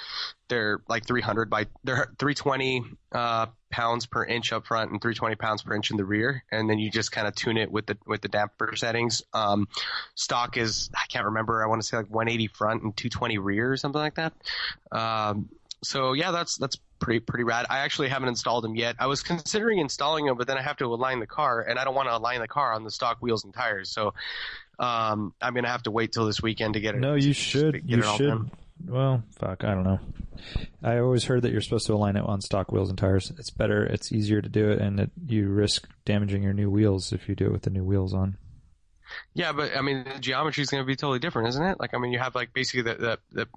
[SPEAKER 3] they're like 300 by they're 320 uh, pounds per inch up front and 320 pounds per inch in the rear, and then you just kind of tune it with the with the damper settings. Um, stock is I can't remember. I want to say like 180 front and 220 rear or something like that. Um, so yeah, that's that's pretty pretty rad. I actually haven't installed them yet. I was considering installing them, but then I have to align the car, and I don't want to align the car on the stock wheels and tires. So um, I'm gonna have to wait till this weekend to get it.
[SPEAKER 2] No, you should.
[SPEAKER 3] get
[SPEAKER 2] You
[SPEAKER 3] it all
[SPEAKER 2] should.
[SPEAKER 3] done.
[SPEAKER 2] Well, fuck, I don't know. I always heard that you're supposed to align it on stock wheels and tires. It's better, it's easier to do it, and it, you risk damaging your new wheels if you do it with the new wheels on.
[SPEAKER 3] Yeah, but I mean, the geometry is going to be totally different, isn't it? Like, I mean, you have like basically the the the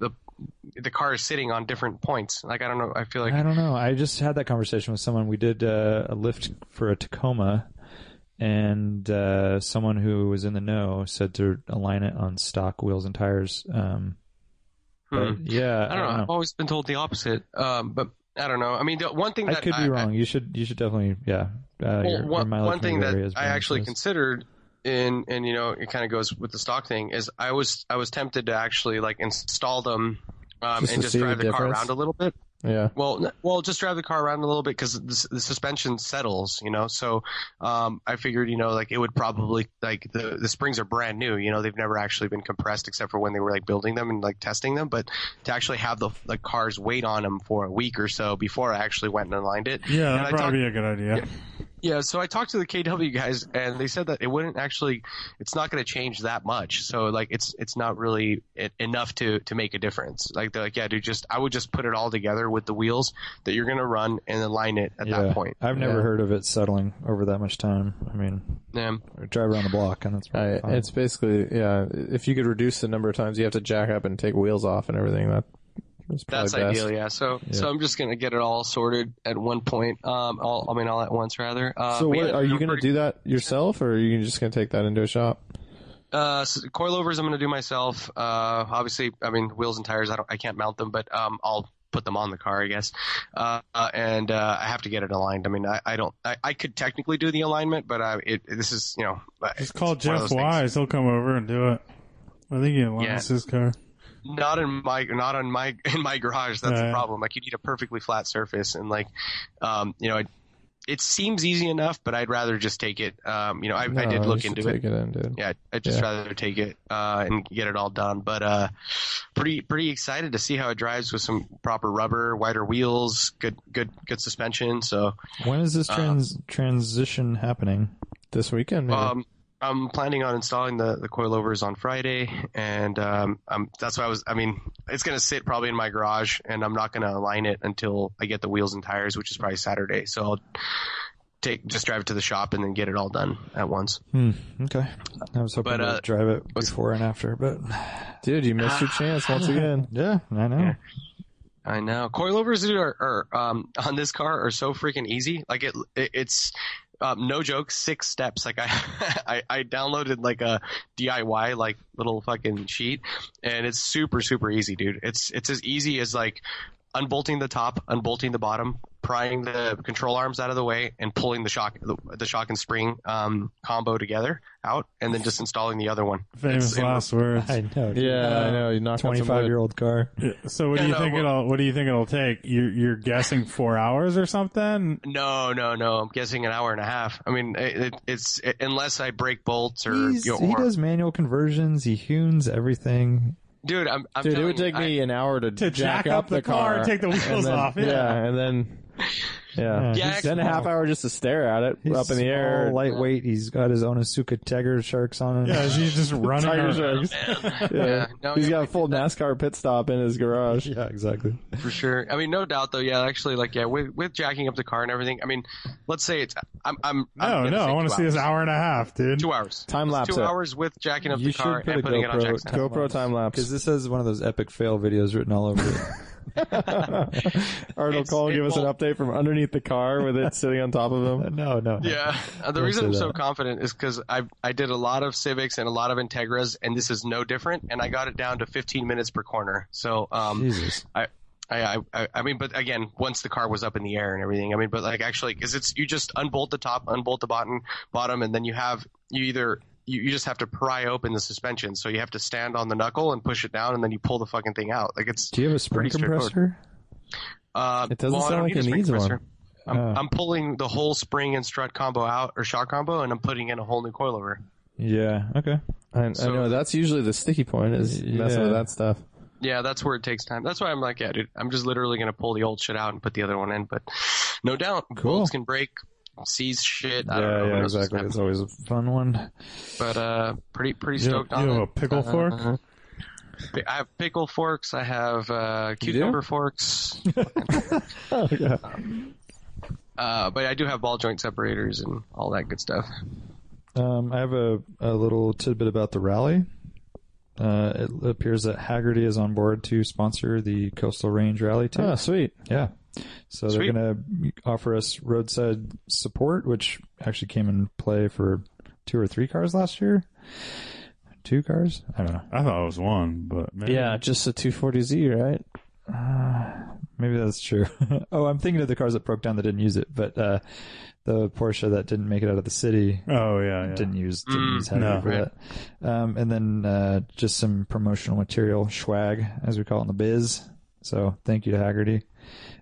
[SPEAKER 3] the, the car is sitting on different points. Like, I don't know. I feel like
[SPEAKER 2] I don't know. I just had that conversation with someone. We did uh, a lift for a Tacoma, and uh, someone who was in the know said to align it on stock wheels and tires. Um, but
[SPEAKER 3] Hmm.
[SPEAKER 2] yeah,
[SPEAKER 3] I don't know. I've always been told the opposite. Um, but I don't know. I mean, the one thing
[SPEAKER 2] I
[SPEAKER 3] that
[SPEAKER 2] could be wrong. you should you should definitely yeah. Uh,
[SPEAKER 3] Well,
[SPEAKER 2] your, your
[SPEAKER 3] one,
[SPEAKER 2] mileage
[SPEAKER 3] one thing
[SPEAKER 2] from your
[SPEAKER 3] that
[SPEAKER 2] area is
[SPEAKER 3] I
[SPEAKER 2] very
[SPEAKER 3] actually
[SPEAKER 2] close.
[SPEAKER 3] considered in and you know it kind of goes with the stock thing is I was I was tempted to actually like install them um,
[SPEAKER 4] Just
[SPEAKER 3] and
[SPEAKER 4] to
[SPEAKER 3] just
[SPEAKER 4] see the
[SPEAKER 3] drive the car
[SPEAKER 4] difference?
[SPEAKER 3] around a little bit.
[SPEAKER 4] Yeah.
[SPEAKER 3] Well, n- well, just drive the car around a little bit because the, s- the suspension settles, you know. So um, I figured, you know, like it would probably like the the springs are brand new, you know, they've never actually been compressed except for when they were like building them and like testing them. But to actually have the the car's weight on them for a week or so before I actually went and aligned it,
[SPEAKER 1] Yeah,
[SPEAKER 3] And
[SPEAKER 1] that'd
[SPEAKER 3] I
[SPEAKER 1] probably be
[SPEAKER 3] talked-
[SPEAKER 1] a good idea.
[SPEAKER 3] yeah, so I talked to the KW guys, and they said that it wouldn't actually. It's not going to change that much. So like, it's it's not really it, enough to to make a difference. Like they're like, yeah, dude, just I would just put it all together with the wheels that you're going to run and align it at
[SPEAKER 2] Yeah.
[SPEAKER 3] that point.
[SPEAKER 2] I've never
[SPEAKER 4] Yeah.
[SPEAKER 2] heard of it settling over that much time. I mean,
[SPEAKER 3] Yeah.
[SPEAKER 2] drive around the block and that's
[SPEAKER 4] I,
[SPEAKER 2] probably fine.
[SPEAKER 4] it's basically yeah. If you could reduce the number of times you have to jack up and take wheels off and everything, that was probably
[SPEAKER 3] That's
[SPEAKER 4] best.
[SPEAKER 3] ideal, yeah. So, so I'm just gonna get it all sorted at one point. Um, all, I mean, all at once rather. Uh,
[SPEAKER 4] So
[SPEAKER 3] but
[SPEAKER 4] what
[SPEAKER 3] yeah,
[SPEAKER 4] are you
[SPEAKER 3] I'm
[SPEAKER 4] going to
[SPEAKER 3] pretty-
[SPEAKER 4] do that yourself, or are you just going to take that into a shop?
[SPEAKER 3] Uh, s coilovers I'm gonna do myself. Uh, obviously, I mean wheels and tires. I don't, I can't mount them, but um, I'll put them on the car, I guess. Uh, uh, and uh, I have to get it aligned. I mean, I, I don't, I, I could technically do the alignment, but I, it, this is, you know, it's
[SPEAKER 1] Just call
[SPEAKER 3] one of
[SPEAKER 1] Jeff
[SPEAKER 3] those things.
[SPEAKER 1] Wise. He'll come over and do it. I think he aligns his car.
[SPEAKER 3] Not in my, not on my, in my garage. That's
[SPEAKER 1] Yeah.
[SPEAKER 3] the problem. Like you need a perfectly flat surface, and like, um, you know, it, it seems easy enough, but I'd rather just take it. Um, you know, I, I
[SPEAKER 4] No,
[SPEAKER 3] did look
[SPEAKER 4] you should
[SPEAKER 3] into it.
[SPEAKER 4] Take it in, dude.
[SPEAKER 3] yeah, I'd just rather take it uh, and get it all done. But uh, pretty pretty excited to see how it drives with some proper rubber, wider wheels, good good good suspension. So
[SPEAKER 2] when is
[SPEAKER 3] Uh,
[SPEAKER 2] this trans- transition happening?
[SPEAKER 4] This weekend, maybe.
[SPEAKER 3] um, I'm planning on installing the the coilovers on Friday, and um, I'm, that's why I was. I mean, it's gonna sit probably in my garage, and I'm not gonna align it until I get the wheels and tires, which is probably Saturday. So I'll take just drive it to the shop and then get it all done at once.
[SPEAKER 2] Hmm. Okay. I was hoping
[SPEAKER 3] But,
[SPEAKER 2] to
[SPEAKER 3] uh,
[SPEAKER 2] drive it before and after, but
[SPEAKER 4] dude, you missed your chance once again.
[SPEAKER 2] yeah, I know.
[SPEAKER 3] Yeah. I know. Coilovers dude, are, are um, on this car are so freaking easy. Like it, it it's um, no joke, six steps. Like I, I, I downloaded like a DIY like little fucking sheet, and it's super super easy, dude. It's it's as easy as like unbolting the top, unbolting the bottom, prying the control arms out of the way, and pulling the shock the, the shock and spring um, combo together out, and then just installing the other one.
[SPEAKER 1] Famous
[SPEAKER 3] It's- it-
[SPEAKER 1] last words.
[SPEAKER 2] I know.
[SPEAKER 4] Yeah, I know. You knocked on some
[SPEAKER 2] Twenty-five
[SPEAKER 4] wood.
[SPEAKER 2] year old car.
[SPEAKER 1] So what do
[SPEAKER 3] Yeah,
[SPEAKER 1] you
[SPEAKER 3] no,
[SPEAKER 1] think
[SPEAKER 3] well-
[SPEAKER 1] it'll? What do you think it'll take? You're, you're guessing four hours or something?
[SPEAKER 3] No, no, no. I'm guessing an hour and a half. I mean, it, it, it's unless I break bolts or,
[SPEAKER 2] He's-
[SPEAKER 3] you know,
[SPEAKER 2] he
[SPEAKER 3] or-
[SPEAKER 2] does manual conversions. He hoons everything.
[SPEAKER 3] dude, I'm, I'm
[SPEAKER 4] Dude, it
[SPEAKER 3] telling
[SPEAKER 4] would take
[SPEAKER 3] you, I-
[SPEAKER 4] me an hour to,
[SPEAKER 1] To jack up the car, take the wheels
[SPEAKER 4] then-
[SPEAKER 1] off, yeah.
[SPEAKER 4] and then yeah,
[SPEAKER 3] Yeah,
[SPEAKER 4] then a half hour just to stare at it
[SPEAKER 2] He's
[SPEAKER 4] up in the air.
[SPEAKER 2] small, lightweight. He's got his own Asuka Tiger sharks on him.
[SPEAKER 1] Yeah, she's just running.
[SPEAKER 4] Tiger
[SPEAKER 1] around.
[SPEAKER 4] Sharks.
[SPEAKER 3] Yeah,
[SPEAKER 4] Yeah.
[SPEAKER 3] no,
[SPEAKER 4] He's
[SPEAKER 3] yeah,
[SPEAKER 4] got
[SPEAKER 3] we
[SPEAKER 4] a full NASCAR pit stop in his garage.
[SPEAKER 2] Yeah, exactly.
[SPEAKER 3] for sure. I mean, no doubt though. Yeah, actually, like yeah, with with jacking up the car and everything. I mean, let's say it's I'm I'm
[SPEAKER 1] No,
[SPEAKER 3] I'm gonna
[SPEAKER 1] no,
[SPEAKER 3] say
[SPEAKER 1] I want
[SPEAKER 3] two
[SPEAKER 1] to see
[SPEAKER 3] hours.
[SPEAKER 1] this hour and a half, dude.
[SPEAKER 3] Two hours.
[SPEAKER 4] Time lapse
[SPEAKER 3] Two
[SPEAKER 4] it.
[SPEAKER 3] hours with jacking up the
[SPEAKER 4] You
[SPEAKER 3] car
[SPEAKER 4] should put
[SPEAKER 3] and
[SPEAKER 4] a
[SPEAKER 3] putting it on
[SPEAKER 4] GoPro,
[SPEAKER 3] Jackson.
[SPEAKER 4] GoPro time
[SPEAKER 2] Because
[SPEAKER 4] lapse.
[SPEAKER 2] this has one of those epic fail videos written all over it.
[SPEAKER 4] Arnold
[SPEAKER 3] It's-
[SPEAKER 4] Cole
[SPEAKER 3] it
[SPEAKER 4] give us an
[SPEAKER 3] won't-
[SPEAKER 4] update from underneath the car with it sitting on top of him.
[SPEAKER 2] no, no.
[SPEAKER 3] Yeah, Uh, the reason
[SPEAKER 2] say
[SPEAKER 3] I'm so
[SPEAKER 2] that.
[SPEAKER 3] confident is because I I did a lot of civics and a lot of Integras, and this is no different. And I got it down to 15 minutes per corner. So um,
[SPEAKER 2] Jesus.
[SPEAKER 3] I, I, I, I mean, but again, once the car was up in the air and everything, I mean, but like actually, because it's you just unbolt the top, unbolt the bottom, bottom, and then you have you either you, you just have to pry open the suspension, so you have to stand on the knuckle and push it down, and then you pull the fucking thing out. Like it's
[SPEAKER 2] Do you have a spring
[SPEAKER 3] Pretty straightforward.
[SPEAKER 2] compressor?
[SPEAKER 3] uh,
[SPEAKER 4] It doesn't
[SPEAKER 3] well, I
[SPEAKER 4] sound
[SPEAKER 3] don't
[SPEAKER 4] like
[SPEAKER 3] need a
[SPEAKER 4] it
[SPEAKER 3] spring
[SPEAKER 4] needs one.
[SPEAKER 3] compressor. I'm, I'm pulling the whole spring and strut combo out or shock combo, and I'm putting in a whole new coilover.
[SPEAKER 2] Yeah. Okay.
[SPEAKER 4] I, I
[SPEAKER 3] So-
[SPEAKER 4] know that's usually the sticky point is messing
[SPEAKER 2] Yeah.
[SPEAKER 4] with that stuff.
[SPEAKER 3] Yeah, that's where it takes time. That's why I'm like, yeah, dude, I'm just literally gonna pull the old shit out and put the other one in. But no doubt, bolts can break, sees shit. I don't know.
[SPEAKER 2] yeah,
[SPEAKER 3] Who knows what's
[SPEAKER 2] exactly.
[SPEAKER 3] happening.
[SPEAKER 2] It's always a fun one.
[SPEAKER 3] but uh, pretty pretty
[SPEAKER 1] You have,
[SPEAKER 3] stoked
[SPEAKER 1] you
[SPEAKER 3] on
[SPEAKER 1] have
[SPEAKER 3] it. Uh-huh,
[SPEAKER 1] a pickle fork?
[SPEAKER 3] Pi- I have pickle forks. I have uh, cucumber forks. Uh, but I do have ball joint separators and all that good stuff.
[SPEAKER 2] Um, I have a, a little tidbit about the rally. Uh, it appears that Haggerty is on board to sponsor the Coastal Range Rally too.
[SPEAKER 4] Oh, sweet.
[SPEAKER 2] Yeah. So they're
[SPEAKER 3] Sweet.
[SPEAKER 2] going to offer us roadside support, which actually came in play for two or three cars last year. Two cars? I don't know.
[SPEAKER 1] I thought it was one, but maybe.
[SPEAKER 4] Yeah, just a 240Z, right?
[SPEAKER 2] Maybe that's true. oh, I'm thinking of the cars that broke down that didn't use it, but uh, the Porsche that didn't make it out of the city
[SPEAKER 1] Oh yeah, yeah.
[SPEAKER 2] didn't use didn't use Haggerty
[SPEAKER 1] no.
[SPEAKER 2] for that. Um, and then uh, just some promotional material, swag, as we call it in the biz. So thank you to Haggerty.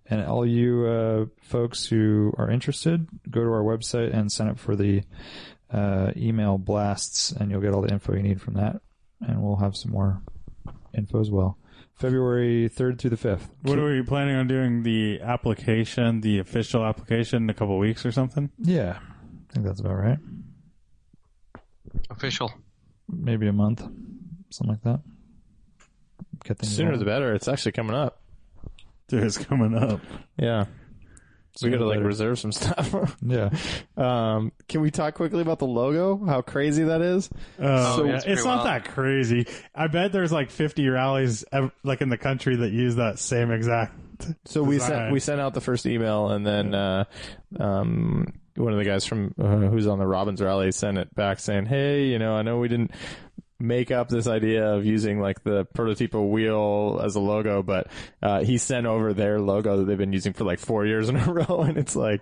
[SPEAKER 2] And all you uh, folks who are interested, go to our website and sign up for the uh, email blasts, and you'll get all the info you need from that. And we'll have some more info as well. February 3rd through the 5th.
[SPEAKER 1] What are we planning on doing? The application, the official application, in a couple weeks or something.
[SPEAKER 2] Yeah, I think that's about right.
[SPEAKER 3] Official.
[SPEAKER 2] Maybe a month, something like that. Get things
[SPEAKER 4] Sooner
[SPEAKER 2] rolling.
[SPEAKER 4] the better. It's actually coming up.
[SPEAKER 1] Dude, it's coming up.
[SPEAKER 4] Yeah. So we got to
[SPEAKER 2] the
[SPEAKER 4] like
[SPEAKER 2] better.
[SPEAKER 4] reserve some stuff.
[SPEAKER 2] Yeah.
[SPEAKER 4] um, can we talk quickly about the logo? How crazy that is?
[SPEAKER 1] Oh,
[SPEAKER 3] So-
[SPEAKER 1] yeah.
[SPEAKER 3] That's
[SPEAKER 1] it's
[SPEAKER 3] pretty
[SPEAKER 1] not
[SPEAKER 3] wild.
[SPEAKER 1] that crazy. I bet there's like 50 rallies ev- like in the country that use that same exact.
[SPEAKER 4] So we sent
[SPEAKER 1] Design.
[SPEAKER 4] we sent out the first email, and then uh, um, one of the guys from uh, who's on the Robbins Rally sent it back saying, "Hey, you know, I know we didn't make up this idea of using like the prototypo wheel as a logo, but uh, he sent over their logo that they've been using for like four years in a row, and it's like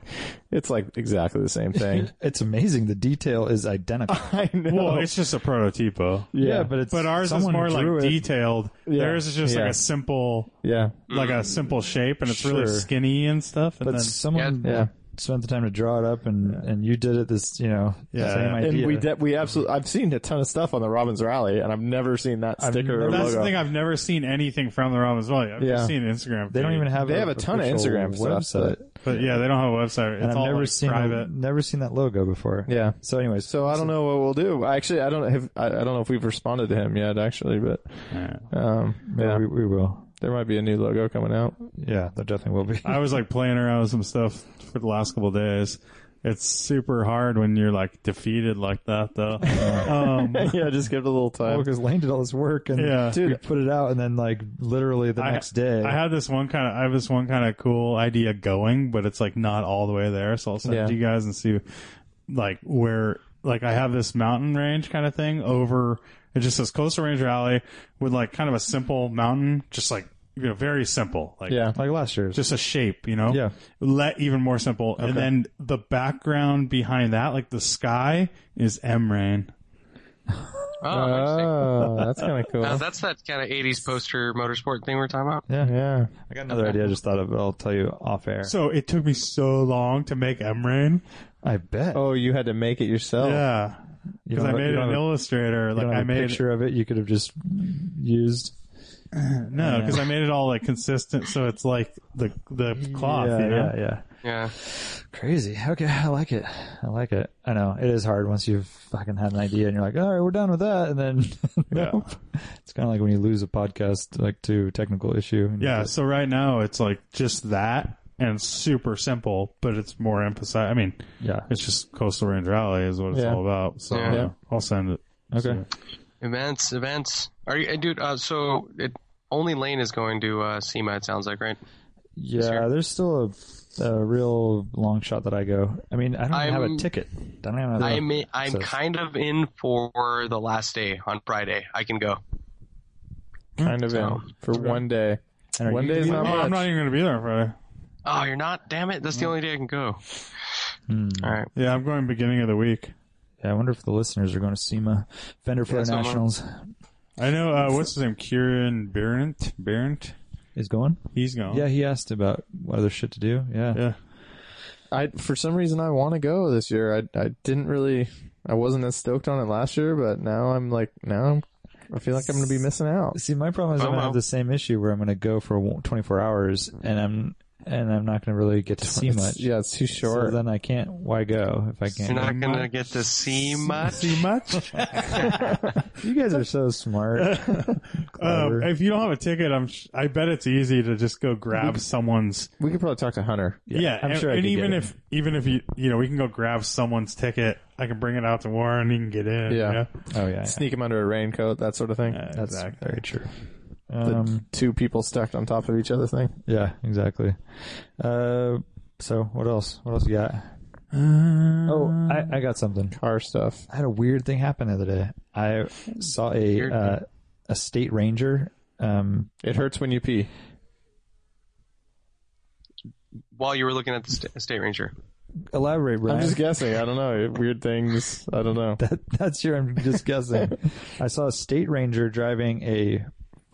[SPEAKER 4] it's like exactly the same thing.
[SPEAKER 2] It's amazing. The detail is identical.
[SPEAKER 4] I know.
[SPEAKER 1] Well, it's just a prototypo.
[SPEAKER 4] yeah,
[SPEAKER 2] it's
[SPEAKER 1] But ours is
[SPEAKER 2] someone
[SPEAKER 1] more like
[SPEAKER 2] drew it.
[SPEAKER 1] detailed.
[SPEAKER 4] Yeah.
[SPEAKER 1] Theirs is just like
[SPEAKER 4] Yeah.
[SPEAKER 1] a simple,
[SPEAKER 4] yeah,
[SPEAKER 1] like a simple shape, and it's really
[SPEAKER 2] Sure.
[SPEAKER 1] skinny and stuff. And
[SPEAKER 2] But
[SPEAKER 1] then
[SPEAKER 2] someone
[SPEAKER 4] Yeah. Yeah.
[SPEAKER 2] spent the time to draw it up, and and you did it. This, you know,
[SPEAKER 1] Yeah.
[SPEAKER 2] same
[SPEAKER 1] And
[SPEAKER 2] idea.
[SPEAKER 4] and we de- we absolutely. I've seen a ton of stuff on the Robbins Rally, and I've never seen that sticker or
[SPEAKER 1] that's
[SPEAKER 4] logo.
[SPEAKER 1] the thing. I've never seen anything from the Robbins Valley. I've
[SPEAKER 4] Yeah.
[SPEAKER 1] just seen Instagram.
[SPEAKER 2] they don't even have.
[SPEAKER 4] They
[SPEAKER 2] a
[SPEAKER 4] have a ton of
[SPEAKER 2] official
[SPEAKER 4] Instagram stuff, so-
[SPEAKER 2] website,
[SPEAKER 1] But yeah, they don't have a website. It's
[SPEAKER 2] and I've
[SPEAKER 1] all
[SPEAKER 2] never
[SPEAKER 1] like,
[SPEAKER 2] seen
[SPEAKER 1] private.
[SPEAKER 2] that, never seen that logo before.
[SPEAKER 4] Yeah.
[SPEAKER 2] So, anyways,
[SPEAKER 4] So I don't know what we'll do. Actually, I don't have. I, I don't know if we've responded to him yet. Actually, but um, yeah,
[SPEAKER 2] we, we will.
[SPEAKER 4] there might be a new logo coming out.
[SPEAKER 2] Yeah, there definitely will be.
[SPEAKER 1] I was like playing around with some stuff for the last couple of days. It's super hard when you're like defeated like that, though. um,
[SPEAKER 4] yeah, just give it a little time.
[SPEAKER 2] Because Lane did all this work and
[SPEAKER 1] Yeah.
[SPEAKER 2] we put it out, and then like literally the
[SPEAKER 1] I-
[SPEAKER 2] next day,
[SPEAKER 1] I had this one kind of I have this one kind of cool idea going, but it's like not all the way there. So I'll send
[SPEAKER 4] Yeah.
[SPEAKER 1] it to you guys and see like where like I have this mountain range kind of thing over it just says coastal range rally with like kind of a simple mountain, just like you know, very simple. Like
[SPEAKER 4] Yeah.
[SPEAKER 2] like last year's.
[SPEAKER 1] just a shape, you know?
[SPEAKER 2] Yeah.
[SPEAKER 1] Let even more simple. And then the background behind that, like the sky, is M Rain.
[SPEAKER 3] Oh, interesting.
[SPEAKER 4] Oh, that's kind of cool.
[SPEAKER 3] Uh, that's that kind of 80s poster motorsport thing we are talking about.
[SPEAKER 4] yeah,
[SPEAKER 2] I got another idea. I just thought of. I'll tell you off air.
[SPEAKER 1] So it took me so long to make M Rain.
[SPEAKER 2] I bet.
[SPEAKER 4] Oh, you had to make it yourself.
[SPEAKER 1] Yeah.
[SPEAKER 2] You
[SPEAKER 1] Because
[SPEAKER 2] don't
[SPEAKER 1] I
[SPEAKER 2] have- Oh. you
[SPEAKER 1] made
[SPEAKER 2] don't have
[SPEAKER 1] an
[SPEAKER 2] a-
[SPEAKER 1] illustrator.
[SPEAKER 2] you
[SPEAKER 1] Like
[SPEAKER 2] don't
[SPEAKER 1] I
[SPEAKER 2] have a
[SPEAKER 1] made
[SPEAKER 2] picture of it. You could have just used.
[SPEAKER 1] No, because I made it all like consistent, so it's like the the cloth.
[SPEAKER 2] yeah,
[SPEAKER 1] you know?
[SPEAKER 2] yeah, yeah.
[SPEAKER 3] Yeah.
[SPEAKER 2] Crazy. Okay, I like it. I like it. I know it is hard once you've fucking had an idea and you're like, all right, we're done with that, and then nope. It's kind of like when you lose a podcast like to a technical issue. and
[SPEAKER 1] Yeah,
[SPEAKER 2] it's
[SPEAKER 1] so right now it's like just that and it's super simple, but it's more emphasized. I mean,
[SPEAKER 2] like-
[SPEAKER 1] it's just Coastal Ranger Alley is what it's
[SPEAKER 4] Yeah.
[SPEAKER 1] all about. So
[SPEAKER 3] Yeah.
[SPEAKER 1] uh, I'll send it.
[SPEAKER 2] yeah. Okay.
[SPEAKER 3] Events, events. Are you, uh, dude? Uh, so it only Lane is going to uh, SEMA. It sounds like, right?
[SPEAKER 2] Yeah,
[SPEAKER 3] Sure.
[SPEAKER 2] there's still a, a real long shot that I go. I mean, I don't even have a
[SPEAKER 3] I'm-
[SPEAKER 2] ticket. I don't even have
[SPEAKER 3] I'm
[SPEAKER 2] a,
[SPEAKER 3] in, I'm
[SPEAKER 2] So-
[SPEAKER 3] kind of in for the last day on Friday. I can go.
[SPEAKER 4] Kind of in
[SPEAKER 3] So-
[SPEAKER 4] for one day.
[SPEAKER 2] And are
[SPEAKER 4] One
[SPEAKER 2] you
[SPEAKER 4] day's
[SPEAKER 1] Oh,
[SPEAKER 4] not much.
[SPEAKER 1] I'm not even going to be there on Friday.
[SPEAKER 3] Oh, you're not? Damn it! That's the only day I can go.
[SPEAKER 2] Hmm.
[SPEAKER 3] All right.
[SPEAKER 1] Yeah, I'm going beginning of the week.
[SPEAKER 2] Yeah, I wonder if the listeners are going to SEMA Vendor Flare
[SPEAKER 3] Yeah, someone-
[SPEAKER 2] Nationals
[SPEAKER 1] I know uh, what's his name, Kieran Berendt. Berendt,
[SPEAKER 2] is going.
[SPEAKER 1] he's gone.
[SPEAKER 2] Yeah, he asked about what other shit to do. Yeah,
[SPEAKER 1] yeah.
[SPEAKER 4] I for some reason I want to go this year. I I didn't really I wasn't as stoked on it last year, but now I'm like now I'm, I feel like I'm going to be missing out.
[SPEAKER 2] See, my problem is I'm going
[SPEAKER 3] FOMO.
[SPEAKER 2] to have the same issue where I'm going to go for wo- 24 hours and I'm and I'm not going to really get to see
[SPEAKER 4] It's-
[SPEAKER 2] much.
[SPEAKER 4] Yeah, it's too
[SPEAKER 2] So
[SPEAKER 4] short.
[SPEAKER 2] then I can't. Why go if I
[SPEAKER 3] You're
[SPEAKER 2] can't?
[SPEAKER 3] not gonna get to see much.
[SPEAKER 1] See much?
[SPEAKER 2] you guys are so smart.
[SPEAKER 1] um,
[SPEAKER 2] Clever.
[SPEAKER 1] if you don't have a ticket, I'm sh- I bet it's easy to just go grab someone's.
[SPEAKER 4] we could probably talk to Hunter.
[SPEAKER 1] Yeah,
[SPEAKER 2] I'm
[SPEAKER 1] and,
[SPEAKER 2] sure I
[SPEAKER 1] and
[SPEAKER 2] could get
[SPEAKER 1] even
[SPEAKER 2] it.
[SPEAKER 1] if even if you you know we can go grab someone's ticket, I can bring it out to Warren. He can get in.
[SPEAKER 4] Yeah.
[SPEAKER 1] you know?
[SPEAKER 2] oh yeah, yeah.
[SPEAKER 4] Sneak him under a raincoat, that sort of thing.
[SPEAKER 1] Uh,
[SPEAKER 2] that's
[SPEAKER 1] exactly.
[SPEAKER 2] very true.
[SPEAKER 4] The
[SPEAKER 2] Um,
[SPEAKER 4] two people stacked on top of each other thing.
[SPEAKER 2] Yeah, exactly. Uh, so what else? What else you got? Oh, I, I got something.
[SPEAKER 4] Car stuff.
[SPEAKER 2] I had a weird thing happen the other day. I saw a
[SPEAKER 3] Weird thing.
[SPEAKER 2] uh, a state ranger. Um,
[SPEAKER 4] It hurts when you pee.
[SPEAKER 3] While you were looking at the sta- state ranger.
[SPEAKER 2] elaborate, Brian.
[SPEAKER 4] I'm just guessing. I don't know. Weird things. I don't know.
[SPEAKER 2] that, that's your. I'm just guessing. I saw a state ranger driving a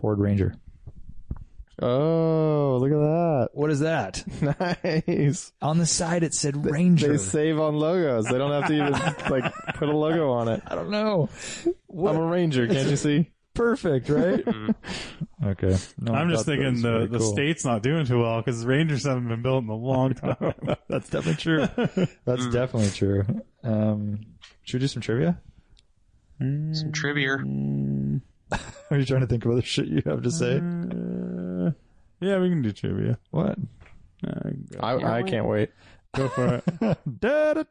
[SPEAKER 2] Ford Ranger.
[SPEAKER 4] Oh, look at
[SPEAKER 2] What is that?
[SPEAKER 4] that. Nice.
[SPEAKER 2] On the side, it said Ranger.
[SPEAKER 4] They save on logos. They don't have to even like put a logo on it.
[SPEAKER 2] I don't know.
[SPEAKER 4] I'm a ranger. Can't you see?
[SPEAKER 2] Perfect, right? okay. No, I
[SPEAKER 1] I'm just
[SPEAKER 2] thought that
[SPEAKER 1] thinking
[SPEAKER 2] was
[SPEAKER 1] the,
[SPEAKER 2] pretty
[SPEAKER 1] the
[SPEAKER 2] cool.
[SPEAKER 1] state's not doing too well because Rangers haven't been built in a long time.
[SPEAKER 2] That's definitely true.
[SPEAKER 1] Mm.
[SPEAKER 2] That's definitely true. Um, should we do some trivia?
[SPEAKER 3] Some trivia.
[SPEAKER 2] Are you trying to think of other shit you have to say?
[SPEAKER 1] Uh, yeah, we can do trivia.
[SPEAKER 2] What?
[SPEAKER 1] Uh, go-
[SPEAKER 4] I, I can't wait.
[SPEAKER 1] go for it.
[SPEAKER 2] Maybe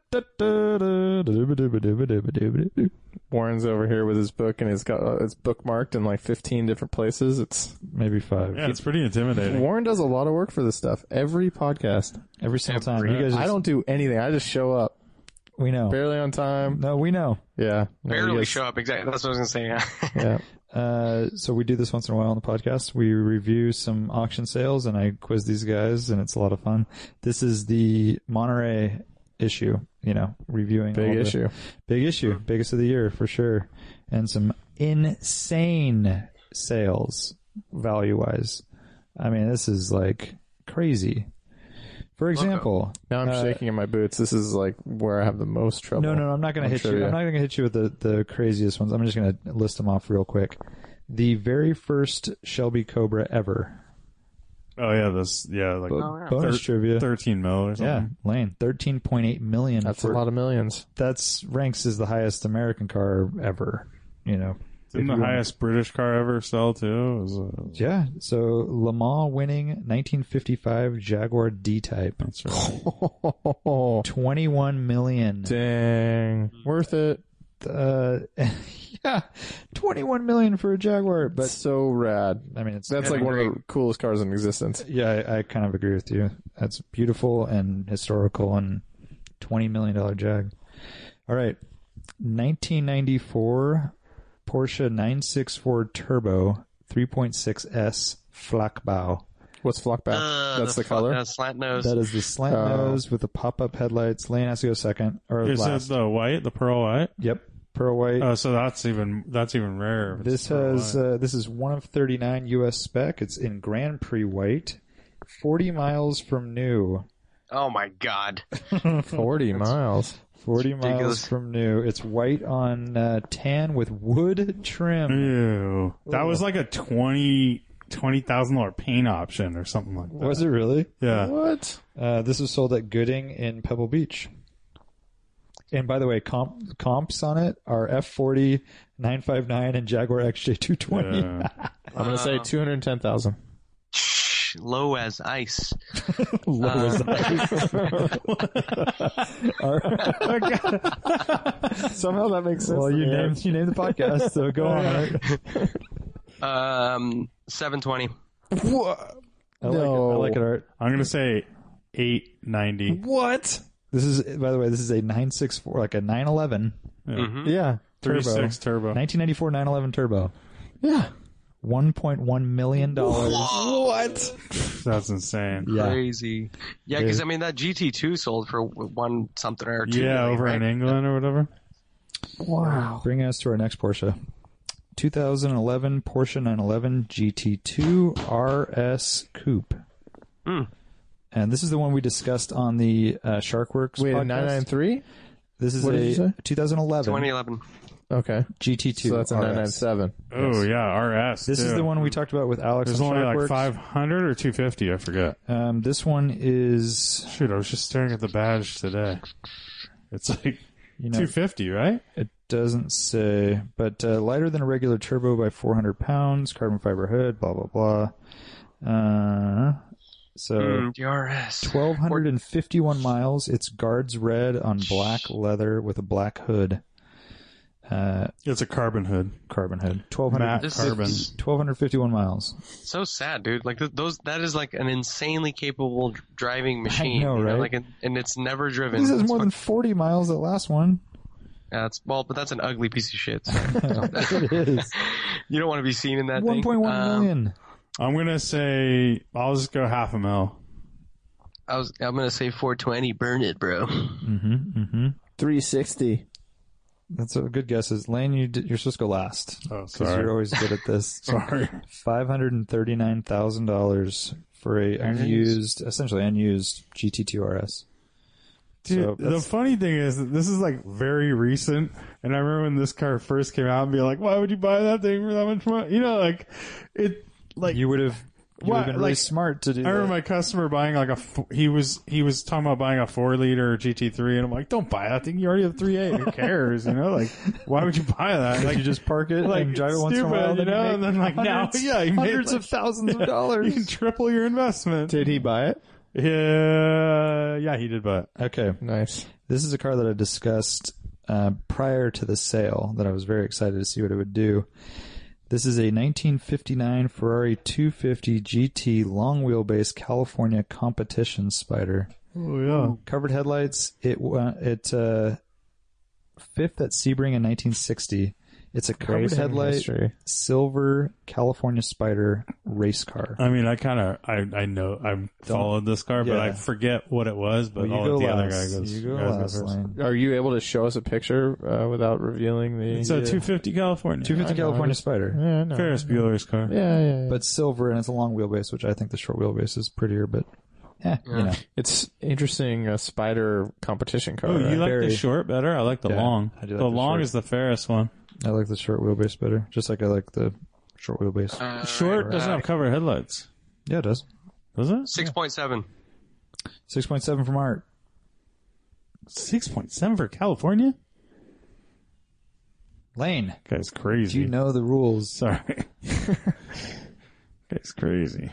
[SPEAKER 4] Warren's over here with his book, and it's got uh, it's bookmarked in like 15 different places. It's
[SPEAKER 2] five.
[SPEAKER 1] Yeah, it's pretty intimidating.
[SPEAKER 4] Warren does a lot of work for this stuff. Every podcast,
[SPEAKER 2] Every single time. You guys
[SPEAKER 4] I
[SPEAKER 2] just-
[SPEAKER 4] don't do anything. I just show up
[SPEAKER 2] we know.
[SPEAKER 4] barely on time.
[SPEAKER 2] No, we know.
[SPEAKER 4] Yeah, No, you
[SPEAKER 3] Barely
[SPEAKER 4] guys-
[SPEAKER 3] show up. Exactly. That's what I was gonna say. Yeah.
[SPEAKER 4] Yeah,
[SPEAKER 2] Uh, so we do this once in a while on the podcast. We review some auction sales and I quiz these guys and it's a lot of fun. This is the Monterey issue, you know, reviewing all
[SPEAKER 4] big
[SPEAKER 2] the-
[SPEAKER 4] issue.
[SPEAKER 2] Big issue, biggest of the year for sure, and some insane sales value wise. I mean, this is like crazy. For example,
[SPEAKER 4] Now I'm
[SPEAKER 2] uh,
[SPEAKER 4] shaking in my boots. This is like where I have the most trouble.
[SPEAKER 2] no, no, no, I'm not going
[SPEAKER 4] on
[SPEAKER 2] to hit you.
[SPEAKER 4] trivia.
[SPEAKER 2] I'm not going to hit you with the the craziest ones. I'm just going to list them off real quick. The very first Shelby Cobra ever.
[SPEAKER 1] Oh yeah, this yeah like
[SPEAKER 2] Bo-
[SPEAKER 3] Oh, yeah.
[SPEAKER 2] Bonus trivia.
[SPEAKER 1] 13 mil or
[SPEAKER 2] yeah,
[SPEAKER 1] something.
[SPEAKER 2] Lane, thirteen point eight million.
[SPEAKER 4] That's
[SPEAKER 2] for-
[SPEAKER 4] a lot of millions.
[SPEAKER 2] That's ranks as the highest American car ever. You know,
[SPEAKER 1] Didn't the
[SPEAKER 2] If you-
[SPEAKER 1] highest British car ever sell too? It was, uh,
[SPEAKER 2] Yeah, so Le Mans winning 1955 Jaguar D Type,
[SPEAKER 1] that's right.
[SPEAKER 2] 21 million.
[SPEAKER 4] Dang, worth it.
[SPEAKER 2] Uh, yeah, 21 million for a Jaguar.
[SPEAKER 4] But
[SPEAKER 2] But
[SPEAKER 4] so rad.
[SPEAKER 2] I mean, it's
[SPEAKER 4] That's like one of the coolest cars in existence.
[SPEAKER 2] yeah, I, I kind of agree with you. That's beautiful and historical, and 20 million dollar Jag. All right, 1994 Porsche 964 Turbo 3.6 S Flakbau.
[SPEAKER 4] What's flockback?
[SPEAKER 3] Uh,
[SPEAKER 4] That's the,
[SPEAKER 3] fu-
[SPEAKER 4] color.
[SPEAKER 3] uh, slant nose.
[SPEAKER 2] That is the slant
[SPEAKER 4] Oh.
[SPEAKER 2] nose with the pop-up headlights. Lane has to go second or
[SPEAKER 1] Is
[SPEAKER 2] last.
[SPEAKER 1] it the white, the pearl white?
[SPEAKER 2] Yep, pearl white.
[SPEAKER 1] Oh, so that's even that's even rare. if it's
[SPEAKER 2] this
[SPEAKER 1] pearl
[SPEAKER 2] has
[SPEAKER 1] white.
[SPEAKER 2] uh, this is one of 39 U.S. spec. It's in Grand Prix white, 40 miles from new.
[SPEAKER 3] oh my god.
[SPEAKER 4] 40 miles.
[SPEAKER 2] 40 miles
[SPEAKER 3] ridiculous.
[SPEAKER 2] from new. It's white on uh, tan with wood trim.
[SPEAKER 1] Ew. That was like a 20 twenty thousand dollar paint option or something like that.
[SPEAKER 2] Was it really?
[SPEAKER 1] Yeah.
[SPEAKER 4] What?
[SPEAKER 2] Uh, this was sold at Gooding in Pebble Beach. And by the way, comp, comps on it are F40, 959, and Jaguar XJ220.
[SPEAKER 1] Yeah.
[SPEAKER 4] I'm gonna say two hundred ten thousand.
[SPEAKER 3] Low as ice. Uh,
[SPEAKER 4] Low as ice. Somehow that makes sense.
[SPEAKER 2] Well,
[SPEAKER 4] to
[SPEAKER 2] you
[SPEAKER 4] me.
[SPEAKER 2] named you named the podcast, so go on. Eric.
[SPEAKER 3] Um, seven twenty.
[SPEAKER 4] Wha-
[SPEAKER 2] I like it. I
[SPEAKER 4] No.
[SPEAKER 2] like it, Art.
[SPEAKER 1] I'm gonna say eight ninety.
[SPEAKER 4] What?
[SPEAKER 2] This is, by the way, this is a 964, like a 911,
[SPEAKER 4] Yeah.
[SPEAKER 1] Three
[SPEAKER 4] turbo.
[SPEAKER 1] six turbo.
[SPEAKER 2] 1994 911 turbo.
[SPEAKER 4] Yeah.
[SPEAKER 2] 1.1 million dollars.
[SPEAKER 4] What?
[SPEAKER 1] That's insane.
[SPEAKER 2] Yeah.
[SPEAKER 3] Crazy. Yeah, because I mean that GT2 sold for one something or two.
[SPEAKER 1] Yeah,
[SPEAKER 3] million,
[SPEAKER 1] over
[SPEAKER 3] right?
[SPEAKER 1] in England or whatever.
[SPEAKER 4] Wow.
[SPEAKER 2] Bring us to our next Porsche. 2011 Porsche 911 GT2 RS Coupe. And this is the one we discussed on the uh, Sharkworks
[SPEAKER 4] Wait,
[SPEAKER 2] podcast.
[SPEAKER 4] nine nine three?
[SPEAKER 2] this is
[SPEAKER 4] what
[SPEAKER 2] a
[SPEAKER 4] did you say?
[SPEAKER 2] 2011
[SPEAKER 3] 2011.
[SPEAKER 4] Okay.
[SPEAKER 2] GT2
[SPEAKER 4] So that's a
[SPEAKER 2] RS.
[SPEAKER 4] nine nine seven.
[SPEAKER 1] Oh yeah, RS.
[SPEAKER 2] This is
[SPEAKER 1] too.
[SPEAKER 2] the one we talked about with Alex.
[SPEAKER 1] There's
[SPEAKER 2] on
[SPEAKER 1] only
[SPEAKER 2] Sharkworks.
[SPEAKER 1] like 500 or 250. I forget.
[SPEAKER 2] Um, this one is
[SPEAKER 1] Shoot, I was just staring at the badge today. It's like
[SPEAKER 2] you know
[SPEAKER 1] 250, right?
[SPEAKER 2] It doesn't say, but uh, lighter than a regular turbo by 400 pounds, carbon fiber hood, blah blah blah. Uh, so
[SPEAKER 3] Mm, DRS.
[SPEAKER 2] 1,251 miles. It's guards red on black leather with a black hood, uh,
[SPEAKER 1] It's a carbon hood.
[SPEAKER 2] carbon hood. 1,200,
[SPEAKER 1] Matte
[SPEAKER 3] This is-
[SPEAKER 1] carbon.
[SPEAKER 2] 1,251 miles.
[SPEAKER 3] So sad, dude. Like th- those, that is like an insanely capable dr- driving machine.
[SPEAKER 2] know,
[SPEAKER 3] you
[SPEAKER 2] right?
[SPEAKER 3] Like, and- and it's never driven.
[SPEAKER 2] This is
[SPEAKER 3] It's
[SPEAKER 2] more than 40 miles. That last one.
[SPEAKER 3] fuck- yeah, it's- well, but that's an ugly piece of shit. so
[SPEAKER 2] it is
[SPEAKER 3] you don't want to be seen in that. thing.
[SPEAKER 2] 1.1
[SPEAKER 3] Um,
[SPEAKER 2] million.
[SPEAKER 1] I'm gonna say I'll just go half a mil.
[SPEAKER 3] I was. I'm gonna say 420. Burn it, bro.
[SPEAKER 4] Three sixty.
[SPEAKER 2] Mm-hmm, That's a good guess. Is Lane? You d- you're supposed to go last
[SPEAKER 1] Oh,
[SPEAKER 2] because you're
[SPEAKER 1] sorry.
[SPEAKER 2] always good at this.
[SPEAKER 1] Sorry.
[SPEAKER 2] five hundred and thirty nine thousand dollars for a unused, essentially unused GT2 RS.
[SPEAKER 1] Dude,
[SPEAKER 2] So
[SPEAKER 1] the
[SPEAKER 2] that's-
[SPEAKER 1] funny thing is, that this is like very recent, and I remember when this car first came out and be like, "Why would you buy that thing for that much money?" You know, like it, like
[SPEAKER 2] You would have, you would
[SPEAKER 1] Why-
[SPEAKER 2] have been really
[SPEAKER 1] like,
[SPEAKER 2] smart to do.
[SPEAKER 1] I remember
[SPEAKER 2] that.
[SPEAKER 1] my customer buying like a f- he was he was talking about buying a four liter GT3, and I'm like, don't buy that thing. You already have three eight. Who cares? You know, like why would you buy that? Like
[SPEAKER 2] you just park it
[SPEAKER 1] like,
[SPEAKER 2] and drive it
[SPEAKER 1] it's
[SPEAKER 2] once in a
[SPEAKER 1] stupid,
[SPEAKER 2] while,
[SPEAKER 1] you
[SPEAKER 2] then
[SPEAKER 1] know,
[SPEAKER 2] make
[SPEAKER 1] and then, like, now-
[SPEAKER 2] hundreds,
[SPEAKER 1] yeah, you made,
[SPEAKER 2] hundreds
[SPEAKER 1] like-
[SPEAKER 2] of thousands of
[SPEAKER 1] you can
[SPEAKER 2] dollars.
[SPEAKER 1] triple your investment.
[SPEAKER 4] Did he buy it?
[SPEAKER 1] Yeah, yeah, he did buy it.
[SPEAKER 2] okay,
[SPEAKER 4] Nice.
[SPEAKER 2] this is a car that I discussed uh, prior to the sale that I was very excited to see what it would do. This is a 1959 Ferrari 250 GT long wheelbase California competition spider.
[SPEAKER 1] Oh yeah.
[SPEAKER 2] covered headlights. It wa- it uh, fifth at Sebring in 1960. It's a covered
[SPEAKER 4] Racing
[SPEAKER 2] headlight
[SPEAKER 4] history.
[SPEAKER 2] silver California Spider race car.
[SPEAKER 1] I mean, I kind of, I, I know, I followed this car, but
[SPEAKER 2] yeah.
[SPEAKER 1] I forget what it was. But
[SPEAKER 2] Well, you
[SPEAKER 1] I'll
[SPEAKER 2] go
[SPEAKER 1] let Oh, the other guy
[SPEAKER 2] last.
[SPEAKER 1] goes.
[SPEAKER 2] You go
[SPEAKER 1] guys go
[SPEAKER 2] last,
[SPEAKER 1] first.
[SPEAKER 2] Lane.
[SPEAKER 4] Are you able to show us a picture uh, without revealing the?
[SPEAKER 1] It's a 250 California.
[SPEAKER 2] 250 California Spider,
[SPEAKER 4] Yeah, I know.
[SPEAKER 1] Ferris Bueller's car.
[SPEAKER 4] Yeah, yeah, yeah.
[SPEAKER 2] but silver and it's a long wheelbase, which I think the short wheelbase is prettier, but. eh, you know.
[SPEAKER 4] It's interesting. uh, spider competition car.
[SPEAKER 1] Oh,
[SPEAKER 4] right?
[SPEAKER 1] you like
[SPEAKER 2] Very-
[SPEAKER 1] the short better? I like the
[SPEAKER 2] Yeah,
[SPEAKER 1] long.
[SPEAKER 2] I do like
[SPEAKER 1] the
[SPEAKER 2] the
[SPEAKER 1] long
[SPEAKER 2] short.
[SPEAKER 1] is the Ferris one.
[SPEAKER 2] I like the short wheelbase better, just like I like the short wheelbase.
[SPEAKER 3] Uh,
[SPEAKER 1] Short doesn't have covered headlights,
[SPEAKER 2] yeah, it does.
[SPEAKER 1] does it?
[SPEAKER 3] Six point seven.
[SPEAKER 2] 6.7 from Art.
[SPEAKER 1] Six point seven for California.
[SPEAKER 2] Lane,
[SPEAKER 1] Guy's
[SPEAKER 2] do
[SPEAKER 1] crazy.
[SPEAKER 2] you know the rules?
[SPEAKER 1] Sorry. Guy's crazy.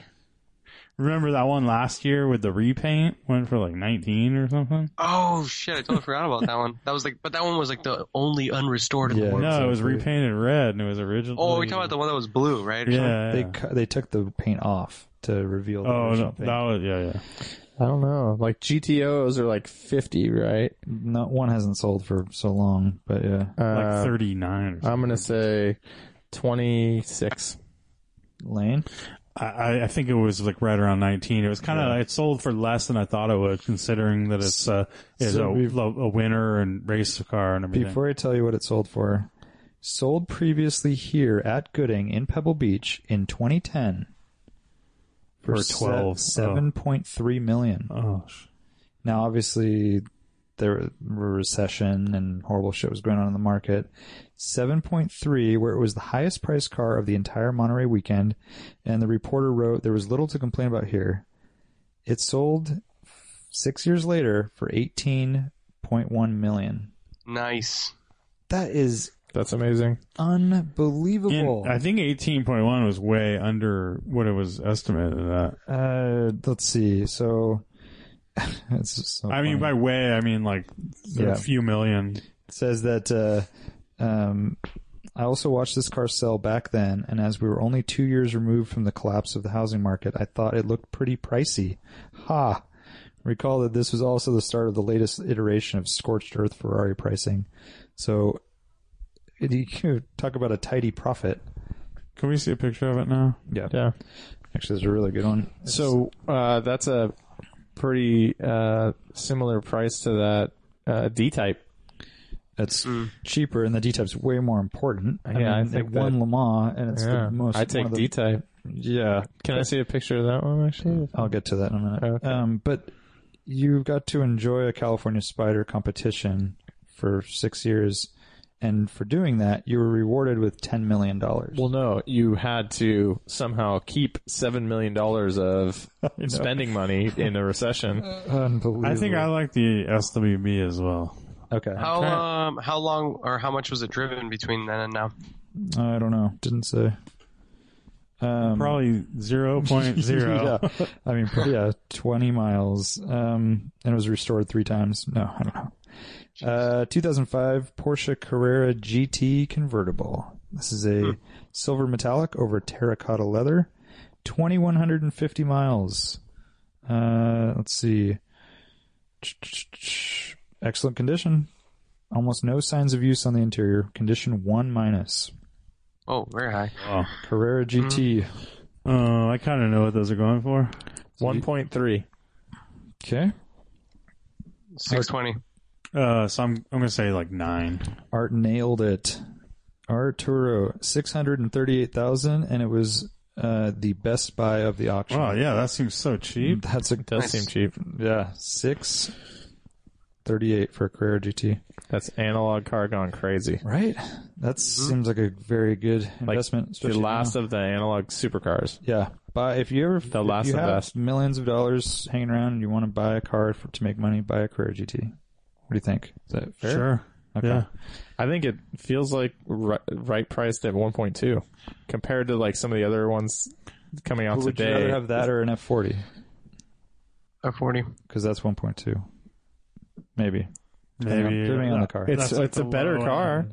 [SPEAKER 1] Remember that one last year with the repaint? Went for like 19 or something?
[SPEAKER 3] Oh shit! I totally forgot about that one. That was like, but that one was like the only unrestored in
[SPEAKER 2] Yeah.
[SPEAKER 3] the world.
[SPEAKER 1] No, it was
[SPEAKER 2] Exactly.
[SPEAKER 1] repainted red and it was original.
[SPEAKER 3] Oh, we talking about the one that was blue, right? or
[SPEAKER 1] Yeah.
[SPEAKER 3] something?
[SPEAKER 1] yeah.
[SPEAKER 2] They cu- they took the paint off to reveal the
[SPEAKER 1] Oh
[SPEAKER 2] original
[SPEAKER 1] no,
[SPEAKER 2] paint.
[SPEAKER 1] that was yeah, yeah.
[SPEAKER 4] I don't know. Like GTOs are like fifty, right?
[SPEAKER 2] Not one hasn't sold for so long, but yeah.
[SPEAKER 1] Like
[SPEAKER 4] Uh,
[SPEAKER 1] thirty nine or something.
[SPEAKER 2] um,
[SPEAKER 4] I'm gonna say twenty six.
[SPEAKER 2] Lane,
[SPEAKER 1] I- I, I think it was like right around nineteen. It was kind of it sold for less than I thought it would, considering that it's uh is
[SPEAKER 2] So
[SPEAKER 1] a,
[SPEAKER 2] we've-
[SPEAKER 1] a winner and race car and everything.
[SPEAKER 2] before I tell you what it sold for, sold previously here at Gooding in Pebble Beach in 2010
[SPEAKER 1] For 12, oh.
[SPEAKER 2] seven point three million.
[SPEAKER 1] oh, sh-
[SPEAKER 2] Now, obviously, there were recession and horrible shit was going on in the market. 7.3, where it was the highest priced car of the entire Monterey weekend. And the reporter wrote, there was little to complain about here. It sold six years later for 18.1 million.
[SPEAKER 3] Nice.
[SPEAKER 2] That is
[SPEAKER 4] That's amazing.
[SPEAKER 1] And uh,
[SPEAKER 2] unbelievable.
[SPEAKER 1] I think 18.1 was way under what it was estimated at.
[SPEAKER 2] uh, let's see. So, it's just so
[SPEAKER 1] I mean,
[SPEAKER 2] funny.
[SPEAKER 1] by way, I mean like
[SPEAKER 2] Yeah.
[SPEAKER 1] a few million.
[SPEAKER 2] says that uh, um, I also watched this car sell back then, and as we were only two years removed from the collapse of the housing market, I thought it looked pretty pricey. Ha! Recall that this was also the start of the latest iteration of scorched earth Ferrari pricing. So, it- you can talk about a tidy profit.
[SPEAKER 1] Can we see a picture of it now?
[SPEAKER 2] Yeah.
[SPEAKER 4] Yeah.
[SPEAKER 2] Actually, there's a really good one. It's-
[SPEAKER 4] So uh, that's a pretty uh, similar price to that uh, D type.
[SPEAKER 2] it's cheaper, and the D-type's way more important. I
[SPEAKER 4] Yeah, I
[SPEAKER 2] mean,
[SPEAKER 4] think
[SPEAKER 2] it won
[SPEAKER 4] that-
[SPEAKER 2] Le Mans, and it's
[SPEAKER 4] Yeah.
[SPEAKER 2] the most.
[SPEAKER 4] I
[SPEAKER 2] one
[SPEAKER 4] take
[SPEAKER 2] of the-
[SPEAKER 4] D type.
[SPEAKER 2] Yeah,
[SPEAKER 4] Can I see a picture of that one actually?
[SPEAKER 2] I'll get to that in a minute.
[SPEAKER 4] Okay.
[SPEAKER 2] Um, but you got to enjoy a California spider competition for six years, and for doing that, you were rewarded with ten million dollars.
[SPEAKER 4] Well, no, you had to somehow keep seven million dollars of spending money in a recession.
[SPEAKER 2] Unbelievable.
[SPEAKER 1] I think I like the SWB as well.
[SPEAKER 2] okay.
[SPEAKER 3] How
[SPEAKER 1] Okay.
[SPEAKER 3] um how long or how much was it driven between then and now?
[SPEAKER 2] I don't know. Didn't say. Um,
[SPEAKER 1] Probably 0.0.
[SPEAKER 2] yeah. I mean, yeah, twenty miles. Um, and it was restored three times. No, I don't know. Uh, 2005 Porsche Carrera GT convertible. This is a silver metallic over terracotta leather, 2150 miles. Uh, let's see. Excellent condition. Almost no signs of use on the interior. Condition one minus.
[SPEAKER 3] Oh, very high.
[SPEAKER 1] Wow.
[SPEAKER 2] Carrera GT.
[SPEAKER 1] Uh, I kind of know what those are going for.
[SPEAKER 4] One point three.
[SPEAKER 2] Okay.
[SPEAKER 3] Six twenty.
[SPEAKER 1] Uh, so I'm I'm gonna say like nine.
[SPEAKER 2] Art nailed it. Arturo, 638,000 and it was uh, the best buy of the auction.
[SPEAKER 1] Wow, yeah, that seems so cheap.
[SPEAKER 2] That's a
[SPEAKER 4] Does seem cheap.
[SPEAKER 2] yeah, 638 for a Carrera GT.
[SPEAKER 4] That's analog car gone crazy.
[SPEAKER 2] Right? That seems like a very good investment.
[SPEAKER 4] Mm-hmm. The
[SPEAKER 2] especially
[SPEAKER 4] last
[SPEAKER 2] now.
[SPEAKER 4] of the analog supercars.
[SPEAKER 2] yeah. Buy if you ever the
[SPEAKER 4] last
[SPEAKER 2] you
[SPEAKER 4] of
[SPEAKER 2] have
[SPEAKER 4] best.
[SPEAKER 2] millions of dollars hanging around and you want to buy a car for, to make money, buy a Carrera GT. What do you think? Is that fair?
[SPEAKER 1] Sure.
[SPEAKER 2] Okay.
[SPEAKER 1] Yeah.
[SPEAKER 4] I think it feels like right, right priced at 1.2 compared to like some of the other ones coming out
[SPEAKER 2] But would you
[SPEAKER 4] today.
[SPEAKER 2] rather have that or an F40?
[SPEAKER 3] A forty.
[SPEAKER 2] Because that's 1.2. Maybe.
[SPEAKER 1] Mm-hmm. Maybe uh,
[SPEAKER 2] Depending on the car.
[SPEAKER 4] it's
[SPEAKER 1] That's
[SPEAKER 4] it's a
[SPEAKER 1] the
[SPEAKER 4] better
[SPEAKER 1] low
[SPEAKER 4] car.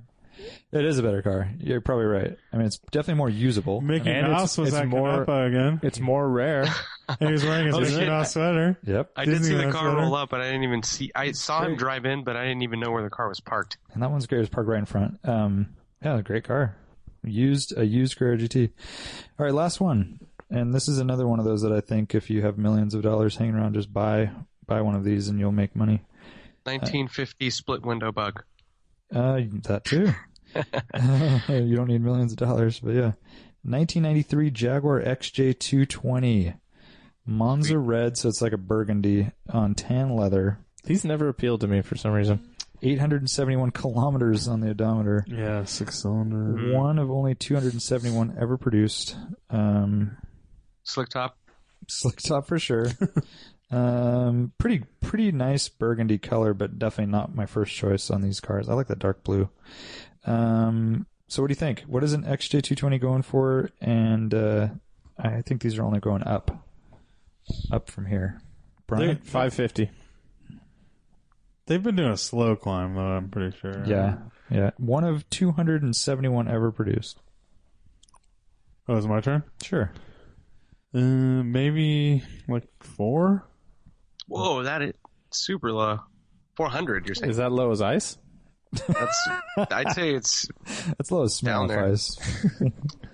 [SPEAKER 2] It is a better car. You're probably right. I mean, it's definitely more usable.
[SPEAKER 1] Mickey
[SPEAKER 4] And it's-
[SPEAKER 1] Mouse was
[SPEAKER 4] it's
[SPEAKER 1] at
[SPEAKER 4] more-
[SPEAKER 1] more, again.
[SPEAKER 4] It's more rare.
[SPEAKER 1] He was wearing his
[SPEAKER 3] Oh,
[SPEAKER 1] Mickey
[SPEAKER 3] shit.
[SPEAKER 1] Mouse sweater.
[SPEAKER 2] Yep.
[SPEAKER 3] I did see the
[SPEAKER 1] Disneyland's
[SPEAKER 3] car
[SPEAKER 1] better.
[SPEAKER 3] roll up, but I didn't even see. I saw him drive in, but I didn't even know where the car was parked.
[SPEAKER 2] And that one's great. It's parked right in front. Um, yeah, great car. Used a used Carrera GT. All right, last one. And this is another one of those that I think if you have millions of dollars hanging around, just buy buy one of these and you'll make money.
[SPEAKER 3] 1950 split window bug.
[SPEAKER 2] Uh, that too. you don't need millions of dollars, but yeah. 1993 Jaguar XJ220 Monza red, so it's like a burgundy on tan leather.
[SPEAKER 4] These never appealed to me for some reason.
[SPEAKER 2] 871 kilometers on the odometer.
[SPEAKER 1] Yeah, six cylinder.
[SPEAKER 4] Mm-hmm.
[SPEAKER 2] One of only 271 ever produced. Um,
[SPEAKER 3] Slick top.
[SPEAKER 2] slick top for sure. um, pretty pretty nice burgundy color, but definitely not my first choice on these cars. I like that dark blue. Um, so what do you think? What is an XJ220 going for? And uh, I think these are only going up, up from here. Brian,
[SPEAKER 4] 550.
[SPEAKER 1] They've been doing a slow climb though. I'm pretty sure.
[SPEAKER 2] yeah, yeah, one of 271 ever produced.
[SPEAKER 1] Oh, it's my turn.
[SPEAKER 2] Sure.
[SPEAKER 1] Uh, maybe like four.
[SPEAKER 3] Whoa, that is super low. 400. You're saying
[SPEAKER 4] Is that low as ice?
[SPEAKER 3] that's? I'd say it's.
[SPEAKER 2] That's low as smell
[SPEAKER 3] Down there.
[SPEAKER 2] flies.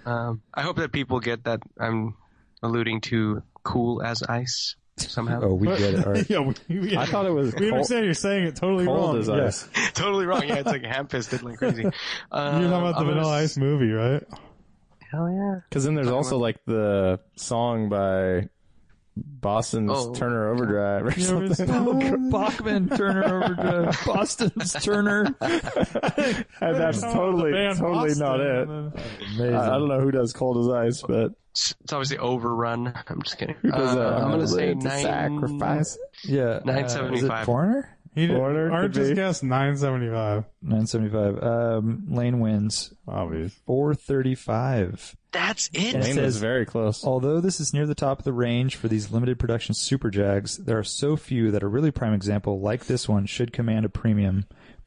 [SPEAKER 3] Um, I hope that people get that I'm alluding to cool as ice somehow.
[SPEAKER 2] Oh, we get it. All right.
[SPEAKER 1] yeah, we, we,
[SPEAKER 4] I thought it was
[SPEAKER 1] we
[SPEAKER 4] cold-
[SPEAKER 1] understand you're saying it totally
[SPEAKER 4] Cold
[SPEAKER 1] wrong.
[SPEAKER 4] as
[SPEAKER 1] Yeah.
[SPEAKER 4] ice.
[SPEAKER 3] totally wrong. Yeah, it's like ham fisted like crazy. Um,
[SPEAKER 1] You're talking
[SPEAKER 4] Uh,
[SPEAKER 1] about the
[SPEAKER 3] I'm gonna
[SPEAKER 1] Vanilla
[SPEAKER 3] s-
[SPEAKER 1] Ice movie, right?
[SPEAKER 3] Hell yeah.
[SPEAKER 4] Because then there's also like the song by Boston's
[SPEAKER 3] Oh.
[SPEAKER 4] Turner Overdrive or something.
[SPEAKER 2] Bachman Turner Overdrive, Boston's Turner.
[SPEAKER 4] That's totally totally not it.
[SPEAKER 2] Amazing.
[SPEAKER 4] I, I don't know who does Cold as Ice, but
[SPEAKER 3] It's it's obviously overrun. Uh, I'm just kidding.
[SPEAKER 4] who does
[SPEAKER 3] Uh,
[SPEAKER 4] uh,
[SPEAKER 3] I'm gonna say
[SPEAKER 4] it's a
[SPEAKER 3] nine.
[SPEAKER 4] sacrifice.
[SPEAKER 2] yeah, Uh, is
[SPEAKER 3] 975.
[SPEAKER 2] it Foreigner?
[SPEAKER 1] He did,
[SPEAKER 4] Warner
[SPEAKER 1] Art
[SPEAKER 4] could
[SPEAKER 1] just
[SPEAKER 4] be.
[SPEAKER 1] guessed 975.
[SPEAKER 2] Nine seventy-five. Um, Lane wins
[SPEAKER 1] Obvious.
[SPEAKER 2] four thirty-five.
[SPEAKER 3] That's it.
[SPEAKER 2] It
[SPEAKER 4] Lane
[SPEAKER 2] says-
[SPEAKER 4] was very
[SPEAKER 1] Oh,
[SPEAKER 4] close.
[SPEAKER 2] Although this is near the top of the range for these limited production super jags, there are so few that a really prime example like this one should command a premium.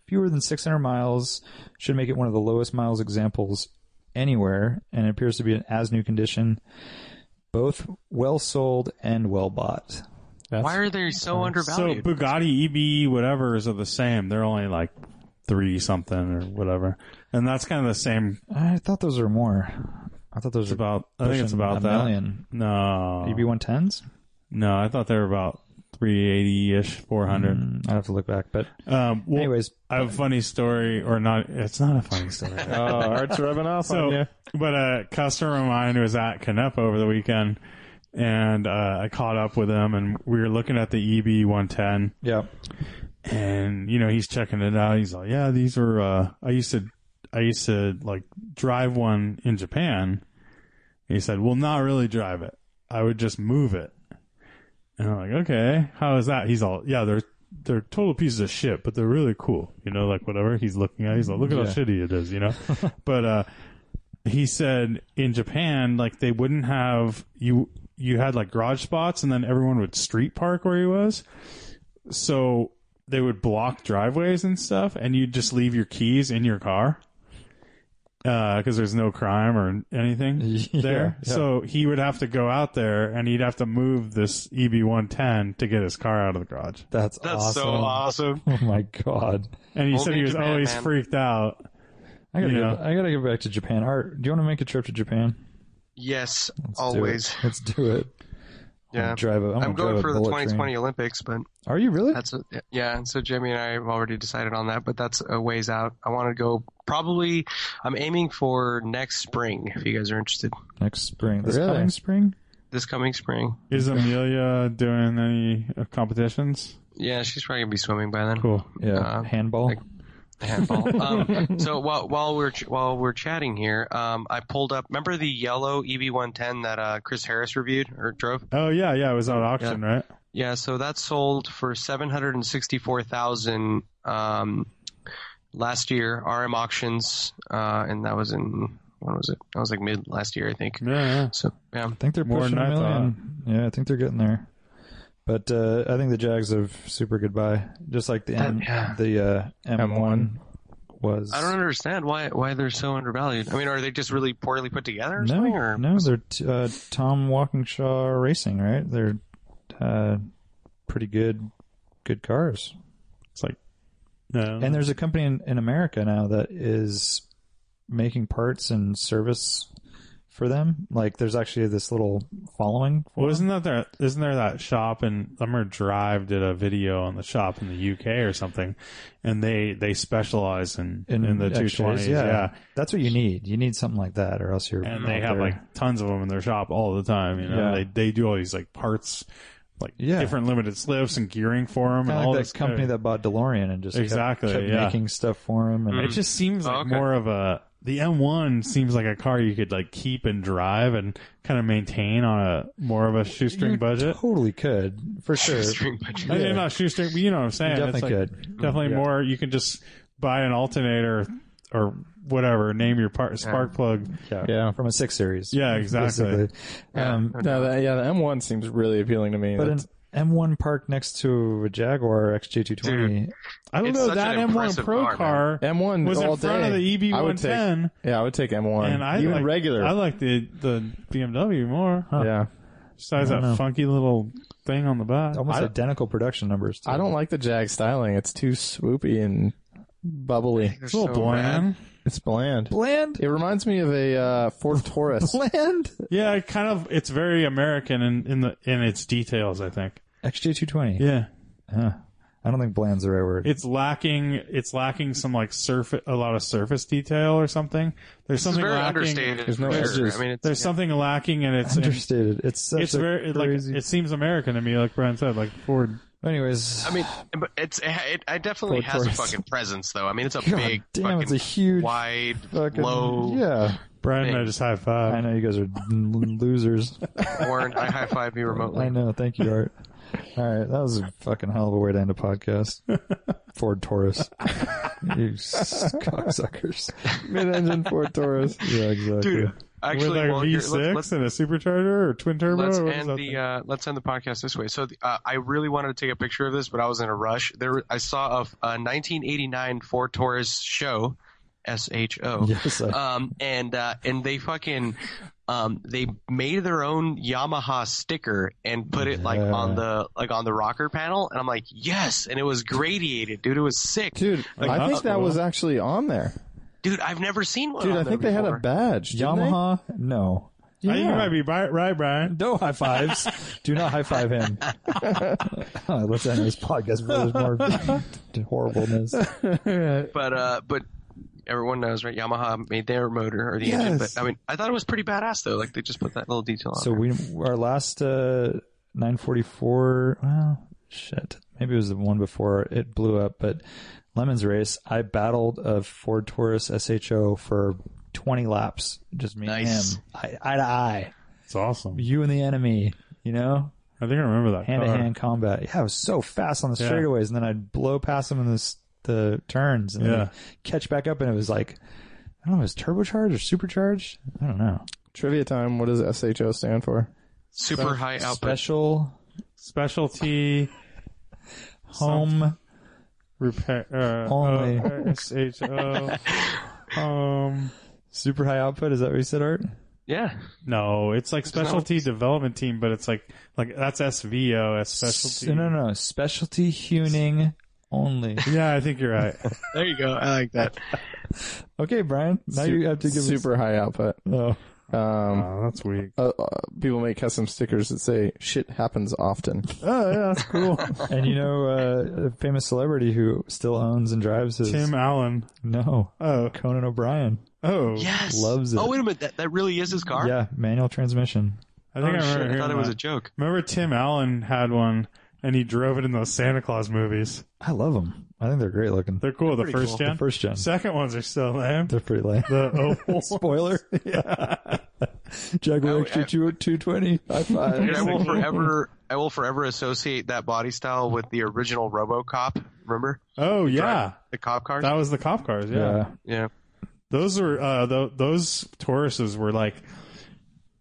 [SPEAKER 2] Fewer than 600 miles should make it one of the lowest miles examples anywhere, and it appears to be in as new condition. Both well sold and well bought.
[SPEAKER 4] That's-
[SPEAKER 3] Why are they so
[SPEAKER 1] So
[SPEAKER 3] undervalued?
[SPEAKER 1] Bugatti E EBE whatever's are the same. They're only like three something or whatever, and that's kind of the same.
[SPEAKER 2] I thought those were more. I thought those
[SPEAKER 1] It's
[SPEAKER 2] were
[SPEAKER 1] about. I think it's
[SPEAKER 2] pushing
[SPEAKER 1] about
[SPEAKER 2] a
[SPEAKER 1] that.
[SPEAKER 2] million. E
[SPEAKER 1] No,
[SPEAKER 2] EB 110s?
[SPEAKER 1] no, I thought they were about 380 ish, 400.
[SPEAKER 2] I'd Hmm, have to look back, but
[SPEAKER 1] Um, well,
[SPEAKER 2] anyways,
[SPEAKER 1] I have a funny story, or not? It's not a funny story.
[SPEAKER 4] Oh, Art's rubbing off on
[SPEAKER 1] So,
[SPEAKER 4] you.
[SPEAKER 1] but a customer of mine was at Canepa over the weekend, and uh, I caught up with him, and we were looking at the E EB 110,
[SPEAKER 2] yeah.
[SPEAKER 1] and you know he's checking it out. He's like, "Yeah, these are. Uh, I used to, I used to like drive one in Japan." He said, "Well, not really drive it. I would just move it." And I'm like, "Okay, how is that?" He's all, "Yeah, they're." They're total pieces of shit, but they're really cool. You know, like whatever he's looking at, he's like, look at
[SPEAKER 2] Yeah.
[SPEAKER 1] how shitty it is, you know? but, uh, he said in Japan, like they wouldn't have you. You had like garage spots, and then everyone would street park where he was. So they would block driveways and stuff, and you'd just leave your keys in your car because there's no crime or anything
[SPEAKER 2] Yeah,
[SPEAKER 1] there.
[SPEAKER 2] yeah.
[SPEAKER 1] So he would have to go out there, and he'd have to move this E EB110 to get his car out of the garage.
[SPEAKER 2] That's,
[SPEAKER 3] That's
[SPEAKER 2] awesome.
[SPEAKER 3] so awesome.
[SPEAKER 2] Oh my god.
[SPEAKER 1] And he
[SPEAKER 3] Only
[SPEAKER 1] said he was
[SPEAKER 3] Japan,
[SPEAKER 1] always
[SPEAKER 3] man.
[SPEAKER 1] freaked out.
[SPEAKER 2] I gotta
[SPEAKER 1] You
[SPEAKER 2] go,
[SPEAKER 1] know.
[SPEAKER 2] I gotta go back to Japan. Art, do you want to make a trip to Japan?
[SPEAKER 3] Yes,
[SPEAKER 2] Let's do
[SPEAKER 3] always.
[SPEAKER 2] it. Let's do it.
[SPEAKER 3] Yeah.
[SPEAKER 2] Drive a, I'm, gonna
[SPEAKER 3] I'm
[SPEAKER 2] drive
[SPEAKER 3] going
[SPEAKER 2] a
[SPEAKER 3] for the
[SPEAKER 2] bullet
[SPEAKER 3] 2020
[SPEAKER 2] Train.
[SPEAKER 3] Olympics, but
[SPEAKER 2] Are you really?
[SPEAKER 3] that's a, yeah. So Jimmy and I have already decided on that, but that's a ways out. I want to go probably. I'm aiming for next spring. If you guys are interested,
[SPEAKER 2] Next spring. This
[SPEAKER 4] Really?
[SPEAKER 2] coming spring?
[SPEAKER 3] this coming spring.
[SPEAKER 1] Is Amelia doing any uh, competitions?
[SPEAKER 3] Yeah, she's probably gonna be swimming by then.
[SPEAKER 1] Cool.
[SPEAKER 2] Yeah.
[SPEAKER 3] Uh,
[SPEAKER 2] Handball.
[SPEAKER 3] like- handball. um, so while while we're ch- while we're chatting here, um, I pulled up. Remember the yellow E EB110 that uh, Chris Harris reviewed or drove?
[SPEAKER 1] Oh yeah, yeah. It was at auction, right?
[SPEAKER 3] Yeah, so that sold for seven hundred and sixty-four thousand um, last year. RM auctions, uh, and that was in when was it? That was like mid last year, I think.
[SPEAKER 1] Yeah. yeah.
[SPEAKER 3] So yeah,
[SPEAKER 2] I think they're
[SPEAKER 1] more
[SPEAKER 2] pushing
[SPEAKER 1] than
[SPEAKER 2] a
[SPEAKER 1] I thought.
[SPEAKER 2] million. Yeah, I think they're getting there. But uh, I think the Jags have super good buy, just like the M,
[SPEAKER 3] yeah.
[SPEAKER 2] the uh, M1
[SPEAKER 4] M1.
[SPEAKER 2] was.
[SPEAKER 3] I don't understand why why they're so undervalued. I mean, are they just really poorly put together or
[SPEAKER 2] No,
[SPEAKER 3] something? Or
[SPEAKER 2] no, they're t- uh, Tom Walkinshaw Racing, right? They're uh, pretty good, good cars.
[SPEAKER 1] It's like, no.
[SPEAKER 2] And there's a company in, in America now that is making parts and service for them. Like there's actually this little following.
[SPEAKER 1] well, isn't that there? Isn't there that shop in Lumber Drive did a video on the shop in the UK or something, and they they specialize in in, the two
[SPEAKER 2] X-rays.
[SPEAKER 1] twenties, yeah.
[SPEAKER 2] That's what you need. You need something like that or else you're
[SPEAKER 1] And they
[SPEAKER 2] out
[SPEAKER 1] have
[SPEAKER 2] there.
[SPEAKER 1] like tons of them in their shop all the time. You know,
[SPEAKER 2] Yeah.
[SPEAKER 1] they they do all these like parts, like
[SPEAKER 2] Yeah.
[SPEAKER 1] different limited slips and gearing for them,
[SPEAKER 2] Kinda
[SPEAKER 1] and
[SPEAKER 2] like
[SPEAKER 1] all
[SPEAKER 2] that
[SPEAKER 1] this kind
[SPEAKER 2] company
[SPEAKER 1] of-
[SPEAKER 2] that bought DeLorean and just kept-
[SPEAKER 1] Exactly,
[SPEAKER 2] kept,
[SPEAKER 1] yeah. Mm.
[SPEAKER 2] making stuff for him. And
[SPEAKER 1] It just seems
[SPEAKER 3] Oh,
[SPEAKER 1] like
[SPEAKER 3] okay.
[SPEAKER 1] more of a the M1 seems like a car you could like keep and drive and kind of maintain on a more of a shoestring
[SPEAKER 2] You
[SPEAKER 1] budget.
[SPEAKER 2] totally could for sure.
[SPEAKER 3] String budget.
[SPEAKER 1] I mean, not shoestring, but you know what I'm saying. It's
[SPEAKER 2] definitely
[SPEAKER 1] like-
[SPEAKER 2] could.
[SPEAKER 3] Mm-hmm.
[SPEAKER 1] Definitely
[SPEAKER 2] Yeah.
[SPEAKER 1] more. You can just buy an alternator or whatever. Name your part spark plug.
[SPEAKER 2] Yeah.
[SPEAKER 4] Yeah.
[SPEAKER 2] From a six series.
[SPEAKER 1] Yeah, exactly.
[SPEAKER 2] basically. Um,
[SPEAKER 4] No, that, yeah, the M1 seems really appealing to me.
[SPEAKER 2] but an
[SPEAKER 4] That's-
[SPEAKER 2] M1 parked next to a Jaguar XJ220.
[SPEAKER 1] I don't
[SPEAKER 3] It's
[SPEAKER 1] know
[SPEAKER 3] such
[SPEAKER 1] that
[SPEAKER 3] an
[SPEAKER 1] M1
[SPEAKER 3] impressive
[SPEAKER 1] Pro
[SPEAKER 3] car, man.
[SPEAKER 1] car
[SPEAKER 4] M1
[SPEAKER 1] was
[SPEAKER 4] all
[SPEAKER 1] in front
[SPEAKER 4] day.
[SPEAKER 1] of the E
[SPEAKER 4] I would take-
[SPEAKER 1] EB110,
[SPEAKER 4] yeah, I would take M1.
[SPEAKER 1] and I
[SPEAKER 4] Even
[SPEAKER 1] like,
[SPEAKER 4] regular.
[SPEAKER 1] I like the the BMW more. Huh.
[SPEAKER 4] yeah.
[SPEAKER 1] Besides that
[SPEAKER 2] know.
[SPEAKER 1] funky little thing on the back.
[SPEAKER 2] Almost
[SPEAKER 4] I-
[SPEAKER 2] identical production numbers. too.
[SPEAKER 4] I don't like the Jag styling. It's too swoopy and bubbly.
[SPEAKER 3] They're
[SPEAKER 1] It's a little
[SPEAKER 3] so
[SPEAKER 1] bland.
[SPEAKER 3] rad.
[SPEAKER 4] It's bland.
[SPEAKER 2] bland.
[SPEAKER 4] It reminds me of a uh, Ford Taurus.
[SPEAKER 2] Bland.
[SPEAKER 1] Yeah, it kind of. It's very American in in the in its details. I think.
[SPEAKER 2] XJ220.
[SPEAKER 1] Yeah,
[SPEAKER 2] Huh. I I don't think bland's the right word.
[SPEAKER 1] It's lacking. It's lacking some like surface, a lot of surface detail or something. There's
[SPEAKER 3] It's
[SPEAKER 1] something
[SPEAKER 3] very
[SPEAKER 1] lacking.
[SPEAKER 3] understated.
[SPEAKER 4] There's no
[SPEAKER 3] for sure.
[SPEAKER 4] edges.
[SPEAKER 3] I mean, it's,
[SPEAKER 1] There's something lacking, and it's and
[SPEAKER 2] Understated. It's such
[SPEAKER 1] it's
[SPEAKER 2] a
[SPEAKER 1] very
[SPEAKER 2] crazy.
[SPEAKER 1] like it seems American to me, like Brian said, like Ford.
[SPEAKER 2] Anyways,
[SPEAKER 3] I mean, but it's it, it definitely
[SPEAKER 2] Ford
[SPEAKER 3] has a
[SPEAKER 2] Taurus.
[SPEAKER 3] fucking presence, though. I mean, it's a
[SPEAKER 2] God
[SPEAKER 3] big,
[SPEAKER 2] damn,
[SPEAKER 3] fucking,
[SPEAKER 2] it's a huge
[SPEAKER 3] wide,
[SPEAKER 2] fucking
[SPEAKER 3] low.
[SPEAKER 2] Yeah,
[SPEAKER 1] Brian and I
[SPEAKER 3] Hey.
[SPEAKER 1] just high
[SPEAKER 2] I
[SPEAKER 1] five.
[SPEAKER 2] know you guys are losers.
[SPEAKER 3] Warren, I high five you
[SPEAKER 2] I
[SPEAKER 3] remotely.
[SPEAKER 2] know. Thank you, Art. All right, that was a fucking hell of a way to end a podcast. Ford Taurus, you s- cocksuckers.
[SPEAKER 4] Mid-engine Ford Taurus.
[SPEAKER 2] Yeah, exactly.
[SPEAKER 3] Dude,
[SPEAKER 1] With
[SPEAKER 3] actually,
[SPEAKER 1] like
[SPEAKER 3] well, here,
[SPEAKER 1] V6
[SPEAKER 3] let's, let's,
[SPEAKER 1] and a supercharger or twin turbo.
[SPEAKER 3] let's
[SPEAKER 1] or what is
[SPEAKER 3] end
[SPEAKER 1] that
[SPEAKER 3] the
[SPEAKER 1] thing?
[SPEAKER 3] uh, let's end the podcast this way. So the, uh, I really wanted to take a picture of this, but I was in a rush. There, I saw a, a 1989 Ford Taurus show, S H O.
[SPEAKER 2] Yes, I,
[SPEAKER 3] um, and uh, and they fucking um, they made their own Yamaha sticker and put it like
[SPEAKER 2] Yeah.
[SPEAKER 3] on the like on the rocker panel, and I'm like, yes, and it was gradiated, dude. It was sick, dude.
[SPEAKER 4] Dude,
[SPEAKER 1] Like,
[SPEAKER 4] I
[SPEAKER 1] that's
[SPEAKER 4] think that
[SPEAKER 1] cool.
[SPEAKER 2] uh-huh.
[SPEAKER 4] was actually on there.
[SPEAKER 3] I've never seen one.
[SPEAKER 4] Dude,
[SPEAKER 3] on
[SPEAKER 4] I
[SPEAKER 3] there
[SPEAKER 4] think they had a
[SPEAKER 3] before.
[SPEAKER 4] badge. didn't
[SPEAKER 2] Yamaha. No,
[SPEAKER 4] they?
[SPEAKER 1] I think you might be bi- right, Brian.
[SPEAKER 2] no high fives. Do not high five him. All right, let's end this podcast before there's more horribleness.
[SPEAKER 3] but uh, but everyone knows, right? Yamaha made their motor or the engine, but
[SPEAKER 2] Yes.
[SPEAKER 3] I mean, I thought it was pretty badass though. Like they just put that little detail on.
[SPEAKER 2] So
[SPEAKER 3] there.
[SPEAKER 2] we our last uh, 944. Well, shit. Maybe it was the one before it blew up. But Lemon's race, I battled a Ford Taurus SHO for 20 laps. Just me
[SPEAKER 3] Nice.
[SPEAKER 2] and him, eye, eye to eye.
[SPEAKER 1] It's awesome.
[SPEAKER 2] You and the enemy. You know,
[SPEAKER 1] I think I remember that.
[SPEAKER 2] hand to
[SPEAKER 1] car.
[SPEAKER 2] hand combat. Yeah, I was so fast on the
[SPEAKER 1] Uh-huh. Yeah.
[SPEAKER 2] straightaways, and then I'd blow past him in this, the turns, and then
[SPEAKER 1] Yeah.
[SPEAKER 2] catch back up, and it was like. I don't know, it was turbocharged or supercharged? I don't know.
[SPEAKER 4] Trivia time. What does SHO stand for?
[SPEAKER 3] super high output.
[SPEAKER 2] Special
[SPEAKER 1] Specialty
[SPEAKER 2] home
[SPEAKER 1] repair. Uh,
[SPEAKER 2] Only.
[SPEAKER 1] S H O. Um.
[SPEAKER 2] Super high output, is that what you said, Art?
[SPEAKER 3] Yeah,
[SPEAKER 1] No, it's like
[SPEAKER 3] not what-
[SPEAKER 1] specialty development team, but it's like like that's SVO as specialty.
[SPEAKER 2] S- No, no, no. Specialty hewing only.
[SPEAKER 1] Yeah, I think you're right.
[SPEAKER 3] there you go. I like that.
[SPEAKER 2] Okay, Brian. Now
[SPEAKER 4] Su-
[SPEAKER 2] you have to give
[SPEAKER 4] super high output.
[SPEAKER 2] us. Oh.
[SPEAKER 4] Um,
[SPEAKER 1] oh, that's weak.
[SPEAKER 4] uh, uh, people make custom stickers that say "shit happens often."
[SPEAKER 1] Oh, yeah, that's cool.
[SPEAKER 2] And you know, uh, a famous celebrity who still owns and drives his.
[SPEAKER 1] Tim Allen.
[SPEAKER 2] No.
[SPEAKER 1] Oh,
[SPEAKER 2] Conan O'Brien.
[SPEAKER 1] oh.
[SPEAKER 3] Yes,
[SPEAKER 2] Loves it.
[SPEAKER 3] Oh wait a minute, that, that really is his car.
[SPEAKER 2] Yeah, manual transmission.
[SPEAKER 1] I
[SPEAKER 3] Oh,
[SPEAKER 1] think I remember
[SPEAKER 3] shit, I
[SPEAKER 1] hearing
[SPEAKER 3] thought it was
[SPEAKER 1] that.
[SPEAKER 3] a joke.
[SPEAKER 1] Remember Tim Allen had one, and he drove it in those Santa Claus movies.
[SPEAKER 2] I love them. I think they're great looking.
[SPEAKER 1] They're cool. the first
[SPEAKER 2] The
[SPEAKER 1] gen,
[SPEAKER 2] first gen.
[SPEAKER 1] second ones are still lame.
[SPEAKER 2] They're pretty lame.
[SPEAKER 1] The oh, oval.
[SPEAKER 2] Spoiler. Yeah. Jaguar
[SPEAKER 1] Oh,
[SPEAKER 3] I-
[SPEAKER 2] Extra
[SPEAKER 1] eh.
[SPEAKER 3] I-
[SPEAKER 2] 2 220. High
[SPEAKER 3] Dude, I
[SPEAKER 2] five.
[SPEAKER 3] will forever, I will forever associate that body style with the original RoboCop. Remember
[SPEAKER 1] oh yeah,
[SPEAKER 3] the cop cars?
[SPEAKER 1] that was the cop cars. yeah.
[SPEAKER 2] Yeah.
[SPEAKER 3] yeah,
[SPEAKER 1] Those were uh, tho- those Tauruses were like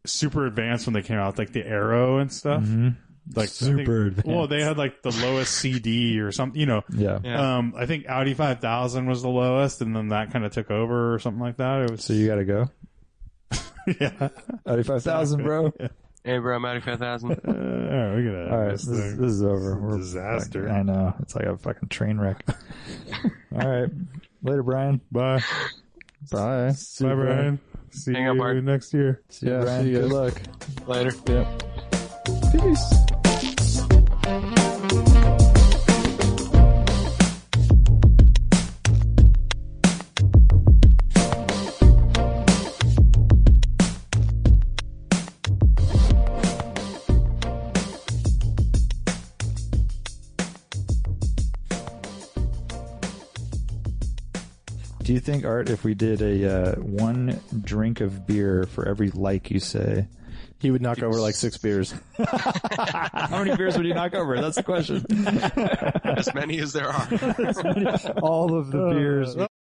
[SPEAKER 1] super advanced when they came out, like the Arrow and stuff. Like I think-
[SPEAKER 2] Mm-hmm. Super advanced.
[SPEAKER 1] Well, they had like the lowest CD or something. You know,
[SPEAKER 2] Yeah.
[SPEAKER 3] Yeah.
[SPEAKER 1] um, I think Audi 5000 was the lowest, and then that kind of took over or something like that. It was
[SPEAKER 2] So you got to go.
[SPEAKER 1] yeah.
[SPEAKER 2] Out of 5,000, bro.
[SPEAKER 3] Hey, bro, I'm out of five thousand.
[SPEAKER 1] Uh, all right, we gotta.
[SPEAKER 2] All right,
[SPEAKER 1] this
[SPEAKER 2] this,
[SPEAKER 1] thing.
[SPEAKER 2] this is over.
[SPEAKER 1] a
[SPEAKER 2] We're
[SPEAKER 1] disaster.
[SPEAKER 2] fucking- I know. It's like a fucking train wreck. All right. Later, Brian.
[SPEAKER 1] Bye,
[SPEAKER 4] Bye.
[SPEAKER 2] See
[SPEAKER 1] bye,
[SPEAKER 2] you,
[SPEAKER 1] Brian. See
[SPEAKER 3] Hang
[SPEAKER 1] you
[SPEAKER 3] up, Mark.
[SPEAKER 1] next year.
[SPEAKER 2] See you,
[SPEAKER 4] Yeah,
[SPEAKER 2] Brian.
[SPEAKER 4] see you
[SPEAKER 2] Good luck.
[SPEAKER 4] guys.
[SPEAKER 3] Later.
[SPEAKER 4] Yep. Peace.
[SPEAKER 2] Do you think, Art, if we did a uh, one drink of beer for every like you say,
[SPEAKER 4] He would knock over like six beers.
[SPEAKER 2] how many beers would you knock over? That's the question.
[SPEAKER 3] As many as there are.
[SPEAKER 4] Uh,
[SPEAKER 2] All of the beers.